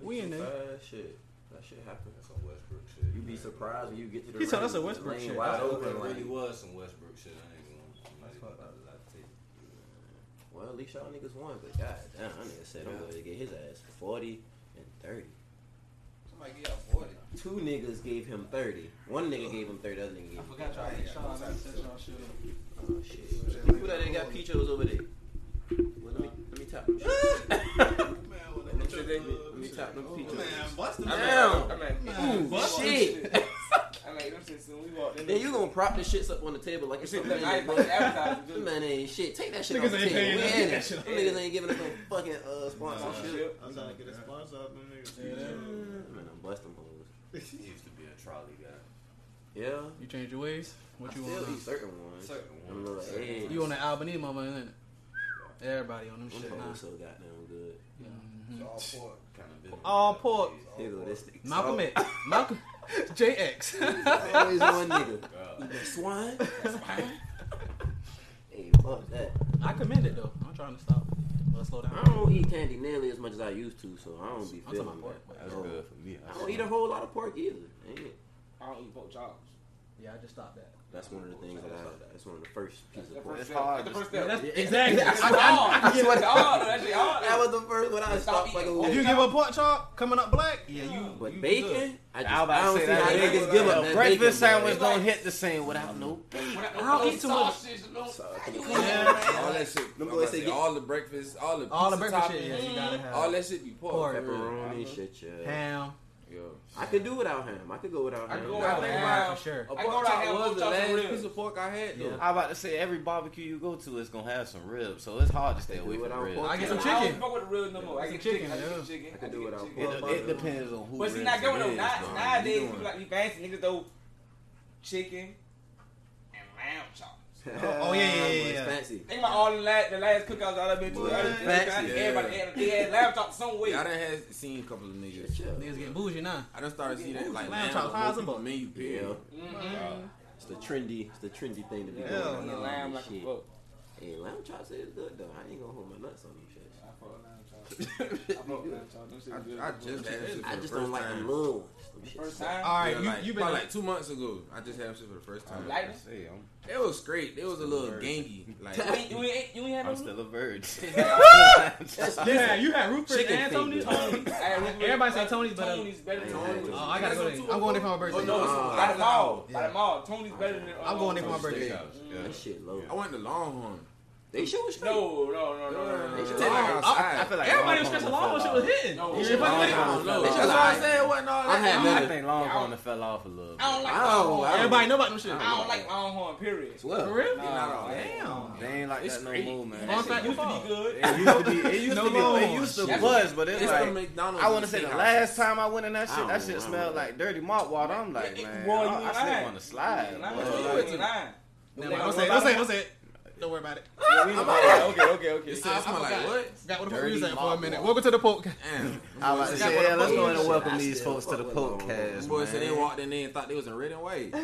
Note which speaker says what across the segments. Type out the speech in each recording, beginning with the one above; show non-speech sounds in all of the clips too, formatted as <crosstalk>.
Speaker 1: We in there.
Speaker 2: Shit, that shit happened.
Speaker 3: That's some Westbrook shit.
Speaker 2: You be
Speaker 3: man.
Speaker 2: surprised when you get to the
Speaker 1: He told
Speaker 2: ring,
Speaker 1: us a
Speaker 2: the
Speaker 1: Westbrook
Speaker 2: lane
Speaker 1: shit.
Speaker 2: Wide
Speaker 3: That
Speaker 2: open, like,
Speaker 3: really was some Westbrook shit. I ain't gonna. I'm not even
Speaker 2: fucked
Speaker 3: about to lie to you.
Speaker 2: Well, at least y'all niggas won, but god damn, I nigga said I'm
Speaker 3: Yeah.
Speaker 2: going to get his ass for 40 and 30.
Speaker 4: Somebody get out 40.
Speaker 2: Two niggas gave him 30. One nigga gave him 30, the other nigga gave
Speaker 4: I
Speaker 2: him
Speaker 4: forgot y'all hit y'all. I sent y'all shit.
Speaker 2: Oh, shit. Who that ain't got Pichos over there? Well, let me, let me tap them. shit.
Speaker 3: Man,
Speaker 2: Let me- Let me tap
Speaker 1: Oh,
Speaker 2: them
Speaker 4: Oh, Man,
Speaker 2: Pichos.
Speaker 4: bust the
Speaker 2: Damn.
Speaker 4: I'm like,
Speaker 2: Ooh, shit.
Speaker 4: I'm like, them shits, when we walked in.
Speaker 2: Then you gonna prop the shits up on the table like it's
Speaker 4: Shit,
Speaker 2: something
Speaker 4: look, I
Speaker 2: in
Speaker 4: ain't
Speaker 2: there,
Speaker 4: fucking
Speaker 2: bro.
Speaker 4: advertising,
Speaker 2: Them
Speaker 4: just-
Speaker 2: Man, ain't shit. Take that shit
Speaker 1: Niggas
Speaker 2: off the
Speaker 1: ain't paying
Speaker 2: table. We
Speaker 1: us to
Speaker 2: in
Speaker 1: get
Speaker 2: it.
Speaker 1: that shit off.
Speaker 2: Them Niggas ain't giving us no fucking uh, sponsorship.
Speaker 4: Sponsorship.
Speaker 5: I'm trying to get a sponsor off them niggas.
Speaker 2: Mm, Man, I'm busting hoes.
Speaker 3: He used to be a trolley guy.
Speaker 2: Yeah.
Speaker 1: You change your ways. What
Speaker 2: I
Speaker 1: you
Speaker 2: still
Speaker 1: want?
Speaker 2: eat certain ones.
Speaker 3: Certain
Speaker 2: Them
Speaker 3: ones.
Speaker 2: little
Speaker 3: Certain
Speaker 2: eggs.
Speaker 1: You on the Albany mama? Isn't it? Everybody on them
Speaker 2: Them
Speaker 1: shit now.
Speaker 2: hoes so goddamn good.
Speaker 1: Mhm.
Speaker 4: All pork.
Speaker 3: Kind of business.
Speaker 1: All pork.
Speaker 2: Here go this nigga.
Speaker 1: Malcolm X. Malcolm <laughs> JX.
Speaker 2: There's Always one nigga.
Speaker 1: <laughs>
Speaker 3: God.
Speaker 2: You that swine. hey, fuck that.
Speaker 1: I commend it though. I'm trying to stop. Well, slow down.
Speaker 2: I don't eat candy nearly as much as I used to, so I don't be
Speaker 1: I'm talking
Speaker 2: feeling
Speaker 1: about pork.
Speaker 2: that.
Speaker 1: but-
Speaker 2: That's good
Speaker 3: for me.
Speaker 2: I don't eat a whole lot of pork either. Ain't it?
Speaker 4: I don't eat pork chops.
Speaker 1: Yeah, I just stopped that.
Speaker 2: That's one of the things that I. That's one of the first pieces
Speaker 4: The
Speaker 2: of pork.
Speaker 4: first
Speaker 3: That's
Speaker 4: step.
Speaker 3: hard.
Speaker 4: The first
Speaker 1: Yeah,
Speaker 4: step.
Speaker 1: that's
Speaker 2: Yeah.
Speaker 1: exactly. I,
Speaker 4: That's
Speaker 1: I,
Speaker 4: all.
Speaker 1: I,
Speaker 4: That's all. That's all.
Speaker 2: That was the first one I
Speaker 4: Stop
Speaker 2: stopped
Speaker 4: eating
Speaker 2: fucking
Speaker 4: pork.
Speaker 1: if
Speaker 2: with.
Speaker 1: you give up pork chop coming up black, yeah, you.
Speaker 2: But
Speaker 1: you
Speaker 2: bacon, I, just,
Speaker 6: I was about
Speaker 2: I
Speaker 6: to
Speaker 2: don't
Speaker 6: say
Speaker 2: see
Speaker 6: that
Speaker 2: how
Speaker 6: ain't
Speaker 2: niggas
Speaker 6: gonna-
Speaker 2: give
Speaker 6: a
Speaker 2: up that
Speaker 6: breakfast
Speaker 2: bacon,
Speaker 6: sandwich
Speaker 2: bro.
Speaker 6: don't hit the same without no bacon.
Speaker 4: I don't eat too much. Don't
Speaker 2: Sausage.
Speaker 1: Yeah.
Speaker 6: All that shit.
Speaker 2: Them
Speaker 6: Them
Speaker 2: boys
Speaker 6: boys
Speaker 2: say get-
Speaker 6: all the breakfast, all the
Speaker 1: All the
Speaker 6: pizza
Speaker 1: breakfast shit.
Speaker 6: toppings,
Speaker 1: Yeah, you gotta have
Speaker 6: All that shit be pork.
Speaker 1: Pork.
Speaker 2: Pepperoni, shit, yeah.
Speaker 1: ham.
Speaker 6: Yo.
Speaker 2: I could do without ham. I could go without
Speaker 4: I
Speaker 2: ham.
Speaker 4: go
Speaker 1: Pork
Speaker 4: without
Speaker 1: ham
Speaker 4: ham.
Speaker 1: for sure.
Speaker 6: A
Speaker 4: I
Speaker 6: pork
Speaker 4: go out
Speaker 6: chop
Speaker 4: and have
Speaker 6: was
Speaker 4: pork
Speaker 6: the
Speaker 4: chops and
Speaker 6: last
Speaker 4: ribs.
Speaker 6: piece of pork I had. though.
Speaker 1: Yeah.
Speaker 6: I about to say every barbecue you go to is gonna have some ribs, so it's hard to stay away
Speaker 2: Do it
Speaker 6: from
Speaker 2: on
Speaker 6: ribs.
Speaker 2: pork. <laughs>
Speaker 1: I get some
Speaker 4: I
Speaker 1: chicken.
Speaker 4: don't fuck with the real no more. I
Speaker 1: Some
Speaker 4: get chicken.
Speaker 1: chicken,
Speaker 4: I
Speaker 1: yeah.
Speaker 4: get chicken.
Speaker 2: I can do
Speaker 4: get
Speaker 2: without
Speaker 4: chicken.
Speaker 2: pork.
Speaker 6: It, it depends on who.
Speaker 4: But see,
Speaker 6: ribs
Speaker 4: not
Speaker 6: it
Speaker 4: going no.
Speaker 6: is,
Speaker 4: Now-
Speaker 6: dog.
Speaker 4: Nowadays,
Speaker 6: You
Speaker 4: people
Speaker 6: doing-
Speaker 4: like you fancy niggas throw chicken and lamb chops.
Speaker 1: Oh, yeah, yeah, yeah,
Speaker 2: Boy, it's
Speaker 1: yeah.
Speaker 2: Fancy.
Speaker 4: Think about all the last, the last cookouts I've been to.
Speaker 2: Boy,
Speaker 4: I-
Speaker 2: fancy.
Speaker 4: Everybody had, they had lamb chops some way.
Speaker 6: Yeah, I done had seen a couple of niggas.
Speaker 2: Shit, yeah.
Speaker 1: Niggas getting bougie now.
Speaker 6: I done started seeing that
Speaker 1: Lamb
Speaker 6: like lamb
Speaker 1: chops,
Speaker 6: chops,
Speaker 1: how's
Speaker 6: people
Speaker 1: it?
Speaker 6: menu
Speaker 2: Yeah,
Speaker 6: period.
Speaker 4: Mm-hmm.
Speaker 2: it's the trendy, it's the trendy thing to be
Speaker 4: Yeah,
Speaker 2: doing.
Speaker 1: Hell
Speaker 4: and
Speaker 2: now.
Speaker 4: lamb like
Speaker 2: Shit.
Speaker 4: a fuck.
Speaker 2: Hey, lamb chops is good though. I ain't gonna hold my nuts on them shit.
Speaker 4: I fuck with lamb chops. I fuck with lamb chops. Them shit
Speaker 6: I,
Speaker 4: good.
Speaker 6: I just had Oh. shit for
Speaker 2: I
Speaker 6: the
Speaker 2: just
Speaker 6: first
Speaker 2: don't like
Speaker 6: time.
Speaker 2: them little ones. Them shit
Speaker 4: First
Speaker 2: suck.
Speaker 4: time.
Speaker 1: All right,
Speaker 6: Yeah,
Speaker 1: you,
Speaker 6: like,
Speaker 1: you been
Speaker 6: probably like two months ago. I just had shit for the first time.
Speaker 4: like it?
Speaker 6: Say, I'm- it was great. It was a little gangy.
Speaker 4: <laughs>
Speaker 6: Like
Speaker 4: You ain't, you ain't, you ain't had no
Speaker 6: I'm
Speaker 4: meat?
Speaker 6: still a virgin.
Speaker 5: <laughs>
Speaker 1: you had you had Rupert
Speaker 2: Chicken
Speaker 1: and Tony's.
Speaker 2: fingers.
Speaker 1: Tony's.
Speaker 4: I had Rupert.
Speaker 1: Everybody say Tony's better.
Speaker 4: Tony's better than
Speaker 2: I ain't had Tony's.
Speaker 4: Tony's.
Speaker 1: Oh, I gotta go there. I'm going there for my birthday.
Speaker 4: Oh no, it's
Speaker 2: Ah.
Speaker 4: by the mall. By
Speaker 1: Yeah.
Speaker 4: the mall, Tony's better than. uh,
Speaker 1: I'm going there for my
Speaker 4: Tony's.
Speaker 1: birthday.
Speaker 2: That shit low.
Speaker 6: I went to Longhorn. Uh,
Speaker 2: They should was straight.
Speaker 4: No, no, no, no, no, no.
Speaker 2: They should
Speaker 4: no.
Speaker 2: take
Speaker 6: like outside.
Speaker 5: I feel like
Speaker 1: Everybody was
Speaker 5: Longhorn
Speaker 1: stretching
Speaker 5: fell
Speaker 1: long when shit was
Speaker 5: off.
Speaker 1: hitting.
Speaker 4: No.
Speaker 1: You should
Speaker 4: Long
Speaker 1: fucking-
Speaker 2: time.
Speaker 6: That's
Speaker 2: That's
Speaker 6: what
Speaker 2: why I
Speaker 6: I said. It wasn't all
Speaker 2: I
Speaker 6: that.
Speaker 2: had
Speaker 5: I
Speaker 2: none.
Speaker 5: think Longhorn done fell off a little
Speaker 4: I
Speaker 5: bit.
Speaker 4: don't like
Speaker 2: Oh,
Speaker 4: Longhorn.
Speaker 1: Everybody know about them shit.
Speaker 4: I don't like Longhorn. Period. Oh,
Speaker 1: For
Speaker 5: Well,
Speaker 1: real?
Speaker 4: Nah,
Speaker 6: not all that.
Speaker 1: Damn.
Speaker 5: they ain't like
Speaker 6: It's
Speaker 5: that no
Speaker 6: great.
Speaker 5: more, man.
Speaker 1: Long time
Speaker 4: Used to be good.
Speaker 5: It used to be, it used
Speaker 1: No
Speaker 5: to be, it
Speaker 1: Longhorn.
Speaker 5: used to
Speaker 4: That's-
Speaker 5: buzz, but it's
Speaker 6: It's the
Speaker 5: like,
Speaker 6: McDonald's.
Speaker 5: I want to say the
Speaker 6: steakhouse.
Speaker 5: last time I went in that
Speaker 2: I
Speaker 5: shit, that
Speaker 2: don't
Speaker 5: shit
Speaker 2: know.
Speaker 5: smelled like dirty malt water. I'm like,
Speaker 4: It-
Speaker 5: man,
Speaker 4: boy, you
Speaker 5: I, I
Speaker 4: lying.
Speaker 5: sleep on the slide.
Speaker 4: Lying.
Speaker 5: boy.
Speaker 4: You
Speaker 6: Like-
Speaker 4: ain't lying.
Speaker 1: Never mind. Don't say it. Don't say it. Don't say it. Don't worry about it.
Speaker 5: Yeah, we- okay, okay, okay.
Speaker 6: It said smell like
Speaker 1: forgot.
Speaker 6: what?
Speaker 1: Got what the fuck
Speaker 6: Dirty
Speaker 1: we was at for a
Speaker 6: mop
Speaker 1: minute.
Speaker 6: water.
Speaker 1: Welcome to the poke.
Speaker 6: Damn.
Speaker 5: I was about to
Speaker 1: Got
Speaker 5: say,
Speaker 1: one
Speaker 5: yeah,
Speaker 1: of
Speaker 5: let's go
Speaker 2: those
Speaker 5: in and
Speaker 2: shit.
Speaker 5: welcome
Speaker 2: I
Speaker 5: these
Speaker 2: still
Speaker 5: folks to the
Speaker 2: fuck with Longhorn.
Speaker 5: podcast,
Speaker 6: Them boys said they
Speaker 5: man.
Speaker 6: walked in there and thought they was in red and white.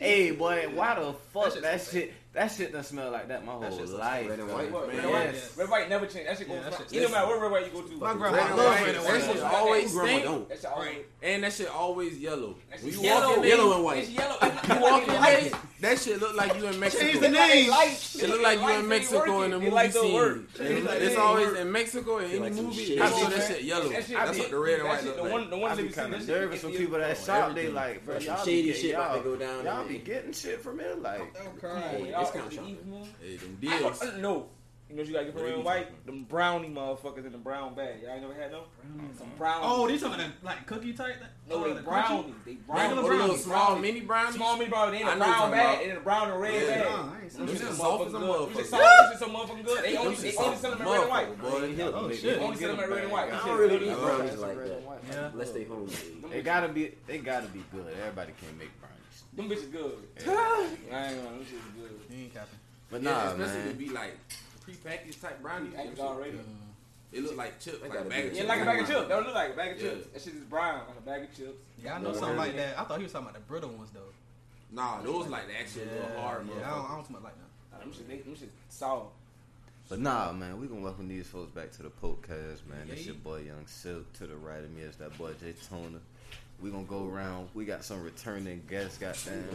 Speaker 5: Hey, boy, why the fuck
Speaker 1: shit
Speaker 5: that shit? That shit done smell like that my whole
Speaker 6: shit smell
Speaker 5: life.
Speaker 2: Red and
Speaker 5: bro.
Speaker 2: white.
Speaker 4: What,
Speaker 6: Man,
Speaker 4: red, and white?
Speaker 5: yes.
Speaker 4: red and white never change. That shit
Speaker 1: Yeah,
Speaker 4: goes.
Speaker 1: that
Speaker 4: front.
Speaker 1: shit-
Speaker 4: It don't matter what red and white you go to.
Speaker 1: My
Speaker 6: Red
Speaker 1: grandma loves
Speaker 6: and white.
Speaker 1: red and
Speaker 6: That shit
Speaker 1: white.
Speaker 6: always
Speaker 2: Grandma
Speaker 6: stink.
Speaker 2: don't.
Speaker 4: That shit always.
Speaker 6: And that shit always yellow.
Speaker 4: That's
Speaker 6: When you
Speaker 4: yellow.
Speaker 6: walk in there,
Speaker 2: Yellow and white.
Speaker 4: It's yellow. It's
Speaker 6: you
Speaker 4: not-
Speaker 6: walk
Speaker 4: it's
Speaker 6: in
Speaker 4: like-
Speaker 6: there, that shit look like you in
Speaker 1: Change
Speaker 6: Mexico.
Speaker 1: the
Speaker 4: it's like
Speaker 1: name.
Speaker 4: lights.
Speaker 6: It look like
Speaker 4: Lights
Speaker 6: you in
Speaker 4: ain't
Speaker 6: Mexico
Speaker 4: working.
Speaker 6: in the
Speaker 4: It
Speaker 6: movie
Speaker 4: like don't work.
Speaker 6: scene.
Speaker 4: It like-
Speaker 6: It's
Speaker 4: it
Speaker 6: always
Speaker 4: ain't
Speaker 6: in Mexico in
Speaker 2: Feel
Speaker 6: any
Speaker 2: like some
Speaker 6: movie.
Speaker 2: shit.
Speaker 6: They
Speaker 2: Come
Speaker 6: show
Speaker 4: on,
Speaker 6: that
Speaker 4: man.
Speaker 6: shit yellow.
Speaker 4: That shit-
Speaker 6: That's what the red and
Speaker 4: that
Speaker 6: white
Speaker 4: shit-
Speaker 6: look
Speaker 4: the
Speaker 6: like.
Speaker 4: one, the one
Speaker 5: I be kind of nervous when people that shop, they like, bro,
Speaker 2: There's some
Speaker 5: y'all
Speaker 2: shady
Speaker 5: be getting,
Speaker 2: shit about to
Speaker 5: y'all,
Speaker 2: go down
Speaker 5: y'all
Speaker 2: in
Speaker 5: be
Speaker 2: there.
Speaker 5: getting shit from it, like.
Speaker 2: Hey,
Speaker 4: Y'all
Speaker 2: discount
Speaker 4: can
Speaker 2: shopping.
Speaker 4: eat, man.
Speaker 6: Hey, them
Speaker 4: I
Speaker 6: deals.
Speaker 4: don't- No. You know what you gotta get for red
Speaker 6: What are
Speaker 4: and
Speaker 6: you
Speaker 4: white?
Speaker 6: talking?
Speaker 4: Them brownie motherfuckers in the brown bag. Y'all ain't never had no? Some brownies.
Speaker 1: Oh, they talking about like cookie type. Oh,
Speaker 4: No, they
Speaker 1: the
Speaker 4: brownies. They brownies.
Speaker 1: Regular
Speaker 6: Or the little
Speaker 1: brownies.
Speaker 6: small mini brownies.
Speaker 4: Small me brownies. They in
Speaker 6: I
Speaker 4: a
Speaker 6: know what
Speaker 4: brown
Speaker 6: you're talking
Speaker 4: bag.
Speaker 6: about.
Speaker 4: They in a brown and red
Speaker 6: Yeah.
Speaker 1: cookie?
Speaker 4: bag.
Speaker 1: Nah, I ain't seen
Speaker 4: Them
Speaker 1: that.
Speaker 6: Them
Speaker 4: shit so
Speaker 6: shit soft as a
Speaker 4: motherfucking good. Them shit
Speaker 6: motherfucker.
Speaker 4: so- them shit so motherfucking good. They
Speaker 6: Them
Speaker 4: only
Speaker 6: shit
Speaker 4: they only
Speaker 6: soft
Speaker 4: sell them in red
Speaker 6: as
Speaker 4: and white.
Speaker 6: motherfucker, boy.
Speaker 1: Oh,
Speaker 5: nigga,
Speaker 1: shit.
Speaker 5: you
Speaker 4: Only
Speaker 5: get
Speaker 4: sell them
Speaker 5: them
Speaker 4: at red and white.
Speaker 5: back.
Speaker 2: I don't really
Speaker 5: Yeah.
Speaker 2: eat brownies like that.
Speaker 1: Yeah.
Speaker 2: Unless they homemade.
Speaker 5: They gotta be, they gotta be good. Everybody can't make brownies.
Speaker 4: Them bitches good.
Speaker 5: Yeah.
Speaker 4: I ain't gonna. Them shit's good.
Speaker 1: You ain't capping.
Speaker 5: But
Speaker 6: Yeah,
Speaker 5: nah,
Speaker 6: especially to
Speaker 5: man.
Speaker 6: be like prepackaged type brownies.
Speaker 4: Actors already.
Speaker 1: Mm.
Speaker 6: It look like chips,
Speaker 2: That
Speaker 6: like
Speaker 2: gotta
Speaker 6: a bag
Speaker 2: be-
Speaker 6: of
Speaker 4: Yeah,
Speaker 6: chips.
Speaker 4: like a bag of chips. That would look like a bag of
Speaker 6: Yeah.
Speaker 4: chips. That shit is brown, like a bag of chips.
Speaker 1: Yeah, I know
Speaker 2: No,
Speaker 1: something
Speaker 2: I
Speaker 1: like
Speaker 2: heard
Speaker 1: that. I thought he was talking about the brittle ones though.
Speaker 6: Nah, those like the actual little hard
Speaker 1: yeah, I don't, I
Speaker 6: motherfucker.
Speaker 1: don't smell like that.
Speaker 4: Nah, them shit, they, them shit soft.
Speaker 5: But nah, man, we gonna welcome these folks back to the podcast, man. It's
Speaker 1: Yeah.
Speaker 5: your boy Young Silk. To the right of me is that boy Jay Toner. We gonna go around. We got some returning guests. Goddamn,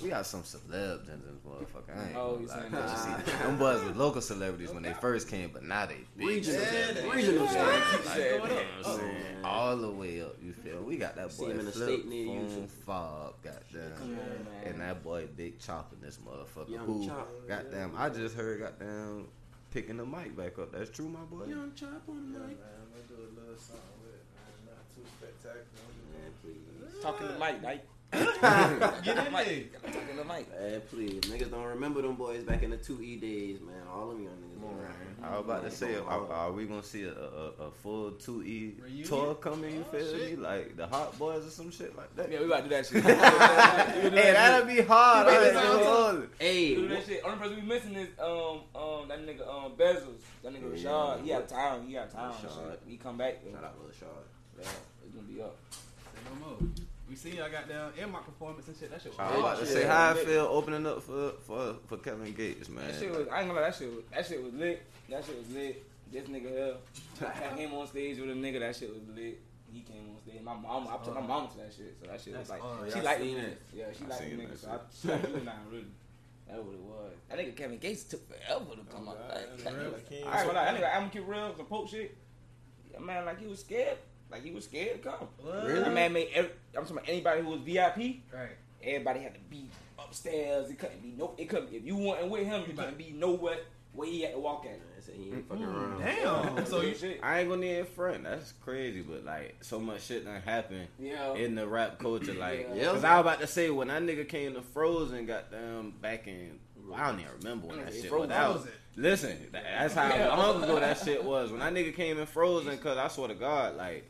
Speaker 5: we got some celebs in this motherfucker. I ain't
Speaker 4: Oh,
Speaker 5: gonna
Speaker 4: you
Speaker 5: lie.
Speaker 4: saying
Speaker 5: Cause you
Speaker 4: that.
Speaker 5: see, them boys were local
Speaker 4: <laughs>
Speaker 5: celebrities when they first came, but now they big.
Speaker 2: Regional,
Speaker 1: Yeah,
Speaker 2: yeah,
Speaker 1: they-
Speaker 2: regional,
Speaker 1: yeah.
Speaker 2: yeah.
Speaker 1: Keep
Speaker 2: Like,
Speaker 1: saying
Speaker 2: going
Speaker 1: that.
Speaker 2: up. Oh.
Speaker 5: all the way up. You feel? We got that
Speaker 2: See
Speaker 5: boy
Speaker 2: him in a
Speaker 5: Flip
Speaker 2: state near you.
Speaker 5: Phone Fob,
Speaker 4: Come
Speaker 5: goddamn,
Speaker 4: on, man.
Speaker 5: and that boy Big Chop in this motherfucker.
Speaker 2: Young
Speaker 5: who,
Speaker 2: Chop.
Speaker 5: goddamn, I just heard goddamn picking the mic back up. That's true, my boy.
Speaker 2: Young Chop on the mic.
Speaker 6: I do a little something with it, man. Not too spectacular.
Speaker 2: Man, please.
Speaker 4: Talking to Mike, like
Speaker 1: Get in there.
Speaker 4: talking to Mike.
Speaker 2: Man, please. Niggas don't remember them boys back in the 2E days, man. All of them young niggas.
Speaker 4: Come on,
Speaker 2: don't
Speaker 5: I
Speaker 4: man.
Speaker 5: was about to say, are,
Speaker 2: All of 'em.
Speaker 5: are we gonna see a, a, a full two E
Speaker 1: Reunion?
Speaker 5: tour coming? You
Speaker 1: Oh,
Speaker 5: feel me?
Speaker 1: shit.
Speaker 5: Like the Hot Boys or some shit like that.
Speaker 4: Yeah, we about to do
Speaker 6: <laughs>
Speaker 4: that shit. We about to
Speaker 5: <laughs>
Speaker 4: do
Speaker 5: Hey,
Speaker 4: that shit.
Speaker 5: that'd be hard.
Speaker 4: We
Speaker 5: I
Speaker 4: about to
Speaker 5: ain't
Speaker 4: do
Speaker 5: gonna
Speaker 4: that
Speaker 5: hold it.
Speaker 2: Hey,
Speaker 4: do
Speaker 2: wha-
Speaker 4: that shit. Only person we missing is um um that nigga um Bezos. That nigga
Speaker 2: Yeah.
Speaker 4: Rashad. He out of town. He out of town. and
Speaker 2: Rashad.
Speaker 4: shit. He come back.
Speaker 2: shout out Lil Shaw.
Speaker 4: Yeah, it's gonna be up.
Speaker 1: Say no more. We seen y'all got down and my performance and shit. That shit was
Speaker 5: I was about to
Speaker 2: Yeah.
Speaker 5: say how I feel opening up for for, for Kevin Gates, man.
Speaker 4: That shit was. I ain't gonna lie. That shit. Was, that shit was lit. That shit was lit. This nigga here. I had him on stage with a nigga. That shit was lit. He came on stage. My mom. I took my mom to that shit. So that shit was
Speaker 1: That's
Speaker 4: like.
Speaker 1: hard.
Speaker 4: She
Speaker 2: I
Speaker 4: liked the
Speaker 2: seen
Speaker 4: niggas.
Speaker 2: it.
Speaker 4: Yeah, she
Speaker 5: I
Speaker 4: liked the
Speaker 5: seen
Speaker 4: niggas.
Speaker 5: that
Speaker 4: So I she liked you and I really. That's what it was. That nigga Kevin Gates took forever to come up. Like, that nigga- All right, well, I nigga, I'm gonna keep real. Some Pope shit. Yeah, man, like he was scared. Like he was scared to come.
Speaker 1: What?
Speaker 4: That man made every, I'm talking about anybody who was VIP.
Speaker 1: Right.
Speaker 4: Everybody had to be upstairs. It couldn't be no. It couldn't. If you weren't with him, you couldn't be nowhere where he had to walk at.
Speaker 2: Man, said he ain't fucking around.
Speaker 1: Damn. So you
Speaker 4: shit.
Speaker 5: I ain't gonna need in front. That's crazy, but like so much shit done happened
Speaker 4: Yeah.
Speaker 5: in the rap culture. Like,
Speaker 4: Yeah.
Speaker 5: cause I was about to say when that nigga came to Frozen, got them back in. I don't even remember when
Speaker 4: Mm,
Speaker 5: that
Speaker 4: it
Speaker 5: shit
Speaker 4: froze
Speaker 5: was
Speaker 1: that
Speaker 5: out.
Speaker 1: was it.
Speaker 5: Listen, tha- that's how
Speaker 4: Yeah.
Speaker 5: long ago that shit was. When that nigga came in Frozen, cause I swear to God, like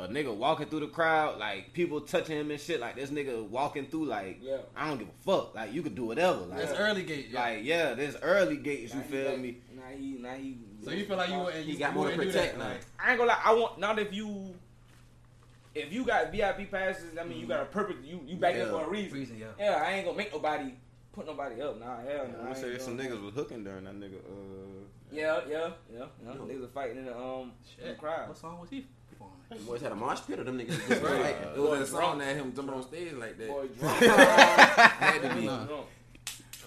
Speaker 5: a nigga walking through the crowd, like people touching him and shit. Like this nigga walking through, like
Speaker 4: Yeah.
Speaker 5: I don't give a fuck. Like you could do whatever. Like,
Speaker 1: That's early gate. Yeah.
Speaker 5: like yeah, there's early gates. You
Speaker 4: Now he
Speaker 5: feel
Speaker 4: like-
Speaker 5: me?
Speaker 4: Now he, now he.
Speaker 1: so you feel like you wouldn't.
Speaker 2: He
Speaker 1: you-
Speaker 2: got
Speaker 1: you
Speaker 2: more to
Speaker 1: wouldn't do that,
Speaker 2: protect now.
Speaker 1: like-
Speaker 4: I ain't gonna lie. I want not if you. If you got VIP passes, I mean you got a purpose. You you back there
Speaker 5: Yeah.
Speaker 4: for a reason.
Speaker 1: Reason, Mm. yeah.
Speaker 4: Yeah, I ain't gonna make nobody put nobody up. Nah, hell no.
Speaker 5: I'm
Speaker 4: I
Speaker 5: gonna
Speaker 4: ain't
Speaker 5: say some
Speaker 4: doing
Speaker 5: niggas was hooking during that nigga. Uh,
Speaker 4: that. Yeah, yeah, yeah. yeah.
Speaker 2: No.
Speaker 4: Niggas are fighting in the um in the
Speaker 1: Shit.
Speaker 4: crowd.
Speaker 1: What song was he performing?
Speaker 2: Them boys had a marsh pit or them niggas was just
Speaker 1: Right.
Speaker 2: like,
Speaker 6: It was
Speaker 2: <laughs>
Speaker 4: Boy,
Speaker 6: that song
Speaker 4: drunk.
Speaker 6: that him jumping on stage like
Speaker 1: <laughs>
Speaker 6: that.
Speaker 4: Boy, drunk.
Speaker 6: Had to be.
Speaker 1: Nah.
Speaker 4: Drunk.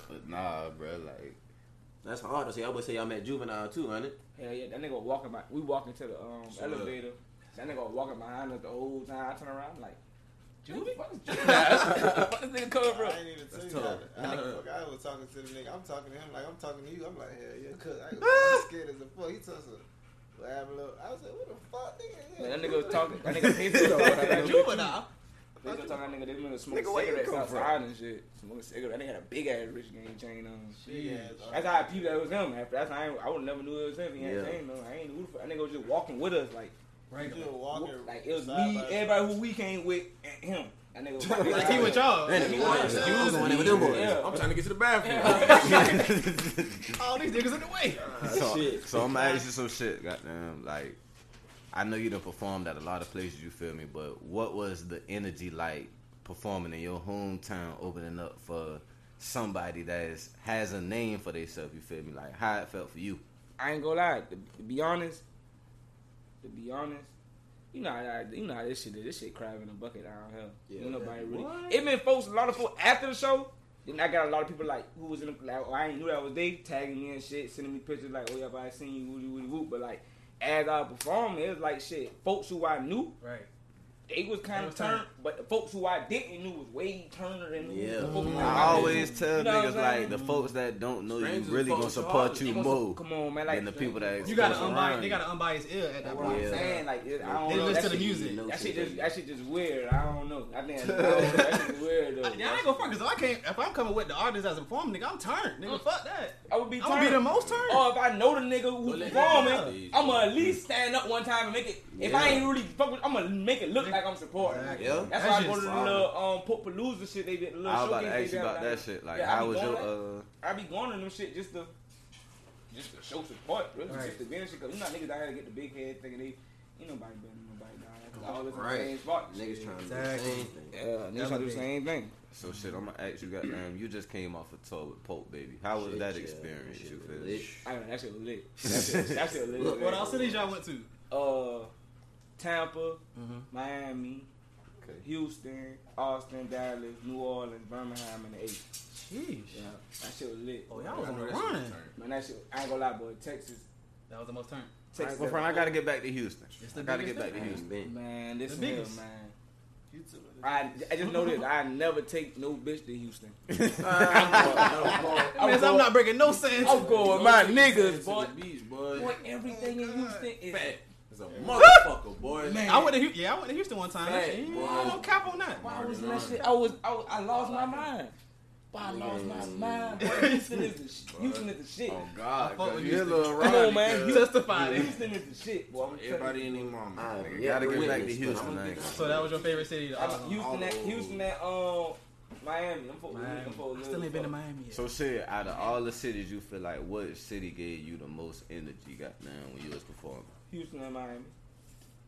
Speaker 5: but nah, bro. Like
Speaker 2: That's hard to say. I would say y'all met juvenile too, ain't it?
Speaker 4: Hell yeah, that nigga walking by. We walking to the um
Speaker 6: Shut up.
Speaker 4: elevator. That nigga walking behind us the whole time. I turn around I'm like, Juvie, what <laughs> is Juvie? What this nigga coming from?
Speaker 6: I ain't even tell
Speaker 2: That's
Speaker 6: you.
Speaker 2: tough.
Speaker 6: I, I,
Speaker 5: <laughs>
Speaker 2: I heard.
Speaker 6: fuck, I was talking to the nigga. I'm talking to him like I'm talking to you. I'm like, hell yeah, cuz
Speaker 5: <laughs>
Speaker 6: I was scared as a fuck. He told us a what happened, look. I was like, what the fuck, nigga?
Speaker 4: Man, that nigga was talking. That nigga pissed off. That
Speaker 1: <laughs>
Speaker 4: nigga-
Speaker 1: Juvenile.
Speaker 4: They just talking that nigga, they nigga smoking
Speaker 5: Nigga, where you
Speaker 4: cigarettes
Speaker 5: come from?
Speaker 4: outside and shit. Smoking cigarettes. That nigga had a big ass rich game chain on.
Speaker 1: Jeez.
Speaker 4: That's how I peeped that it was him. After that's how I, ain't- I would never knew it was him. He had
Speaker 2: Yeah.
Speaker 4: chain on. I ain't knew for that nigga was just walking with us like
Speaker 1: Right.
Speaker 6: You walking
Speaker 4: like it was
Speaker 6: side
Speaker 4: me,
Speaker 6: by side.
Speaker 4: everybody who we came with, and him. That nigga
Speaker 5: <laughs>
Speaker 4: was walking
Speaker 1: Like he with y'all.
Speaker 2: That nigga was
Speaker 1: Yeah.
Speaker 2: excuse me. with them boys.
Speaker 4: Yeah.
Speaker 6: I'm trying to get to the bathroom. <laughs>
Speaker 1: All these niggas in the way.
Speaker 5: <laughs> so,
Speaker 2: Shit.
Speaker 5: so I'm gonna ask you some shit. Goddamn, like I know you done performed at a lot of places. You feel me? But what was the energy like performing in your hometown, opening up for somebody that is, has a name for themselves? You feel me? Like how it felt for you?
Speaker 4: I ain't gonna lie. To, to be honest, to be honest, you know, how that- you know how this shit is. This shit crab in a bucket down here.
Speaker 2: Yeah.
Speaker 4: Ain't nobody really.
Speaker 1: What?
Speaker 4: It been folks. A lot of folks after the show. Then I got a lot of people like who was in the like oh, I ain't knew that was they tagging me and shit, sending me pictures like oh yeah, but I seen you woody woody whoop. But like as I performed, it was like shit. Folks who I knew,
Speaker 1: Right.
Speaker 4: they was kind
Speaker 1: They
Speaker 4: of
Speaker 1: was
Speaker 4: turned,
Speaker 1: turned.
Speaker 4: but the folks who I didn't knew was way turner than
Speaker 2: Yeah.
Speaker 4: the folks who
Speaker 5: Mm-hmm. I
Speaker 4: knew.
Speaker 5: always tell
Speaker 4: You know what I'm
Speaker 5: niggas like
Speaker 4: saying?
Speaker 5: the folks that don't know
Speaker 6: Strangers
Speaker 5: you really gonna
Speaker 6: folks are
Speaker 5: support
Speaker 6: hard.
Speaker 5: you
Speaker 4: They gonna-
Speaker 5: more
Speaker 4: Come on, man! Like
Speaker 5: than the people that
Speaker 1: You got an
Speaker 5: supposed to
Speaker 1: unbiased.
Speaker 5: run
Speaker 1: They
Speaker 5: you.
Speaker 1: got an unbiased ear at
Speaker 4: That's
Speaker 1: that
Speaker 4: what I'm
Speaker 1: point.
Speaker 2: Yeah.
Speaker 4: saying. Like, it, I don't
Speaker 1: They
Speaker 4: know.
Speaker 1: listen
Speaker 4: That
Speaker 1: to the
Speaker 4: shit-
Speaker 1: music.
Speaker 2: No
Speaker 4: That shit
Speaker 2: shit,
Speaker 4: just that shit just weird. I don't know. I think that shit weird though.
Speaker 1: I, yeah, I ain't gonna fuck cause if I can't. If I'm coming with the artist as a performer, nigga, I'm turned. Nigga,
Speaker 4: Mm.
Speaker 1: fuck that.
Speaker 4: I would be
Speaker 1: I'm gonna be the
Speaker 4: turned.
Speaker 1: most turned. Oh.
Speaker 4: Or Oh, if I know the nigga who
Speaker 6: let-
Speaker 4: performing, I'ma at least stand up one time and make it. If I
Speaker 2: Yeah.
Speaker 4: ain't really fuck with, I'ma make it look like I'm supporting.
Speaker 1: Exactly.
Speaker 2: Yeah.
Speaker 4: That's
Speaker 1: That
Speaker 4: why I
Speaker 1: shit's
Speaker 4: go to the
Speaker 1: solid.
Speaker 4: little um Popalooza shit. They did the little
Speaker 5: I was about to
Speaker 4: showcase they
Speaker 5: ask you
Speaker 4: did
Speaker 5: about
Speaker 4: down
Speaker 5: that
Speaker 4: there.
Speaker 5: shit. Like,
Speaker 4: Yeah, I
Speaker 5: how
Speaker 4: be
Speaker 5: was
Speaker 4: going
Speaker 5: your
Speaker 4: like-
Speaker 5: uh?
Speaker 4: I be going to them shit just to just to show support, really.
Speaker 1: Right.
Speaker 4: Just to win shit. Cause you know niggas out here to get the big head thinking they Ain't nobody better than nobody down there. 'cause all us in the
Speaker 2: Right.
Speaker 4: same spot.
Speaker 2: Niggas trying to do
Speaker 1: Exactly.
Speaker 2: the same thing.
Speaker 4: Yeah, niggas trying to do the same thing.
Speaker 7: So shit, I'm gonna ask you, goddamn, you just came off a tour with Pope Baby. How was
Speaker 2: Shit,
Speaker 7: that
Speaker 2: yeah,
Speaker 7: experience?
Speaker 2: shit
Speaker 7: you
Speaker 2: was
Speaker 7: feel?
Speaker 2: lit.
Speaker 4: I mean, that shit lit. That shit, that shit lit.
Speaker 2: Look,
Speaker 1: What
Speaker 4: man.
Speaker 1: all cities y'all went to?
Speaker 4: Uh, Tampa,
Speaker 1: Mhm.
Speaker 4: Miami,
Speaker 7: Okay.
Speaker 4: Houston, Austin, Dallas, New Orleans, Birmingham, and the eight.
Speaker 1: Sheesh.
Speaker 4: Yeah, that shit was lit.
Speaker 1: Oh, y'all was
Speaker 4: I
Speaker 1: on the
Speaker 4: know that shit-
Speaker 1: run.
Speaker 4: Man, that shit. I ain't gonna lie, boy. Texas,
Speaker 1: That was the most turn.
Speaker 4: Texas.
Speaker 7: Well, friend, I gotta get back to Houston.
Speaker 1: It's the
Speaker 7: I gotta
Speaker 1: biggest
Speaker 7: get back to
Speaker 1: thing.
Speaker 7: Houston.
Speaker 4: man, this
Speaker 1: The
Speaker 4: here,
Speaker 1: biggest.
Speaker 4: man.
Speaker 8: You too.
Speaker 4: I, I just know this. I never take no bitch
Speaker 1: <laughs>
Speaker 4: to Houston.
Speaker 7: <laughs>
Speaker 1: I mean, I'm not breaking no sense.
Speaker 4: I'm going with my niggas, boy.
Speaker 2: But beach, boy.
Speaker 4: Boy, everything
Speaker 1: Oh
Speaker 4: in Houston is
Speaker 2: Fat. It's a motherfucker, boy.
Speaker 4: Man.
Speaker 1: I went to Hu- yeah, I went to Houston one time.
Speaker 2: Hey,
Speaker 1: Shit,
Speaker 2: boy.
Speaker 1: I don't cap on that.
Speaker 4: Why I
Speaker 2: Marvin
Speaker 4: was that
Speaker 2: Lawrence.
Speaker 4: shit? I was, I was, I lost my mind. Why I lost my
Speaker 2: Mm.
Speaker 4: mind. Boy,
Speaker 1: <laughs>
Speaker 4: Houston is the shit. Houston is the shit.
Speaker 6: Oh
Speaker 1: I
Speaker 6: God,
Speaker 1: fuck
Speaker 6: cause
Speaker 1: with
Speaker 6: you a
Speaker 1: Houston.
Speaker 6: little
Speaker 4: Come on,
Speaker 6: Ronnie,
Speaker 4: man.
Speaker 6: cuz.
Speaker 4: Houston-
Speaker 1: Testify.
Speaker 4: Houston is the shit. Boy, I'm telling
Speaker 6: Everybody in their mama.
Speaker 2: I am
Speaker 6: nigga.
Speaker 2: yet
Speaker 6: Gotta
Speaker 2: the
Speaker 6: get back to
Speaker 2: witness, but
Speaker 6: Houston,
Speaker 2: I'ma
Speaker 6: man.
Speaker 2: get out.
Speaker 6: So
Speaker 1: So that was your favorite city?
Speaker 4: you.
Speaker 1: To,
Speaker 4: I'm
Speaker 1: uh,
Speaker 4: Houston, at, Houston, at um, Miami. I'm fucking
Speaker 1: Miami.
Speaker 4: I'm fucking
Speaker 1: I still ain't been to
Speaker 4: fuck.
Speaker 1: Miami yet.
Speaker 7: So shit, out of all the cities, you feel like what city gave you the most energy? Goddamn, when you was performing,
Speaker 4: Houston and Miami.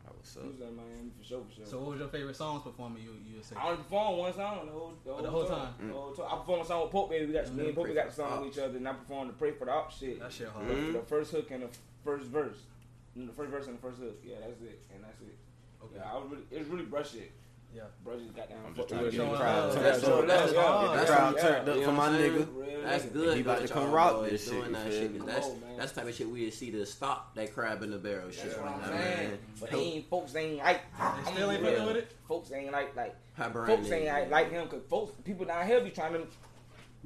Speaker 7: I was uh, up.
Speaker 4: Houston and Miami for sure, for sure.
Speaker 1: So what was your favorite songs performing? You you would say?
Speaker 4: I only performed one song the whole, the whole,
Speaker 1: The whole
Speaker 4: tour.
Speaker 1: time. Mm-hmm.
Speaker 4: The whole tour. I performed a song with Pope Baby. We got me and Pope got the song with each other, and I performed the "Pray for the Op" shit.
Speaker 1: That shit hard.
Speaker 7: Mhm.
Speaker 4: The first hook and the first verse, And the first verse and the first hook. Yeah, that's it, and that's it.
Speaker 1: Okay.
Speaker 4: Yeah, I was really, it was really brush shit.
Speaker 1: Yeah.
Speaker 4: brush just got down.
Speaker 7: I'm
Speaker 4: fuck
Speaker 7: just trying to
Speaker 4: with
Speaker 7: get the
Speaker 4: it.
Speaker 1: showing
Speaker 7: crowd.
Speaker 1: love.
Speaker 7: That's
Speaker 1: Showing
Speaker 7: what.
Speaker 1: love.
Speaker 7: That's
Speaker 1: Yeah,
Speaker 7: what.
Speaker 1: that's
Speaker 7: Crowd
Speaker 4: what-
Speaker 7: turned up
Speaker 2: You
Speaker 7: for
Speaker 2: know
Speaker 7: my
Speaker 2: what I'm saying?
Speaker 7: nigga.
Speaker 4: Real
Speaker 2: That's
Speaker 4: nigga.
Speaker 2: good.
Speaker 7: He about to
Speaker 2: though,
Speaker 7: come
Speaker 2: y'all
Speaker 7: rock
Speaker 2: boys
Speaker 7: this shit,
Speaker 2: doing
Speaker 7: you
Speaker 2: That
Speaker 7: feel
Speaker 2: shit,
Speaker 7: me?
Speaker 2: 'cause that's
Speaker 4: Come on, man.
Speaker 2: that's the type of shit we see to stop that crab in the barrel shit.
Speaker 4: That's what I'm
Speaker 2: you know what I mean?
Speaker 4: saying. But they ain't folks ain't like.
Speaker 1: They still ain't
Speaker 4: Yeah.
Speaker 1: fucking with it.
Speaker 4: Folks ain't like like.
Speaker 2: How Brian
Speaker 4: Folks
Speaker 2: is.
Speaker 4: ain't like, like him because folks people down here be trying to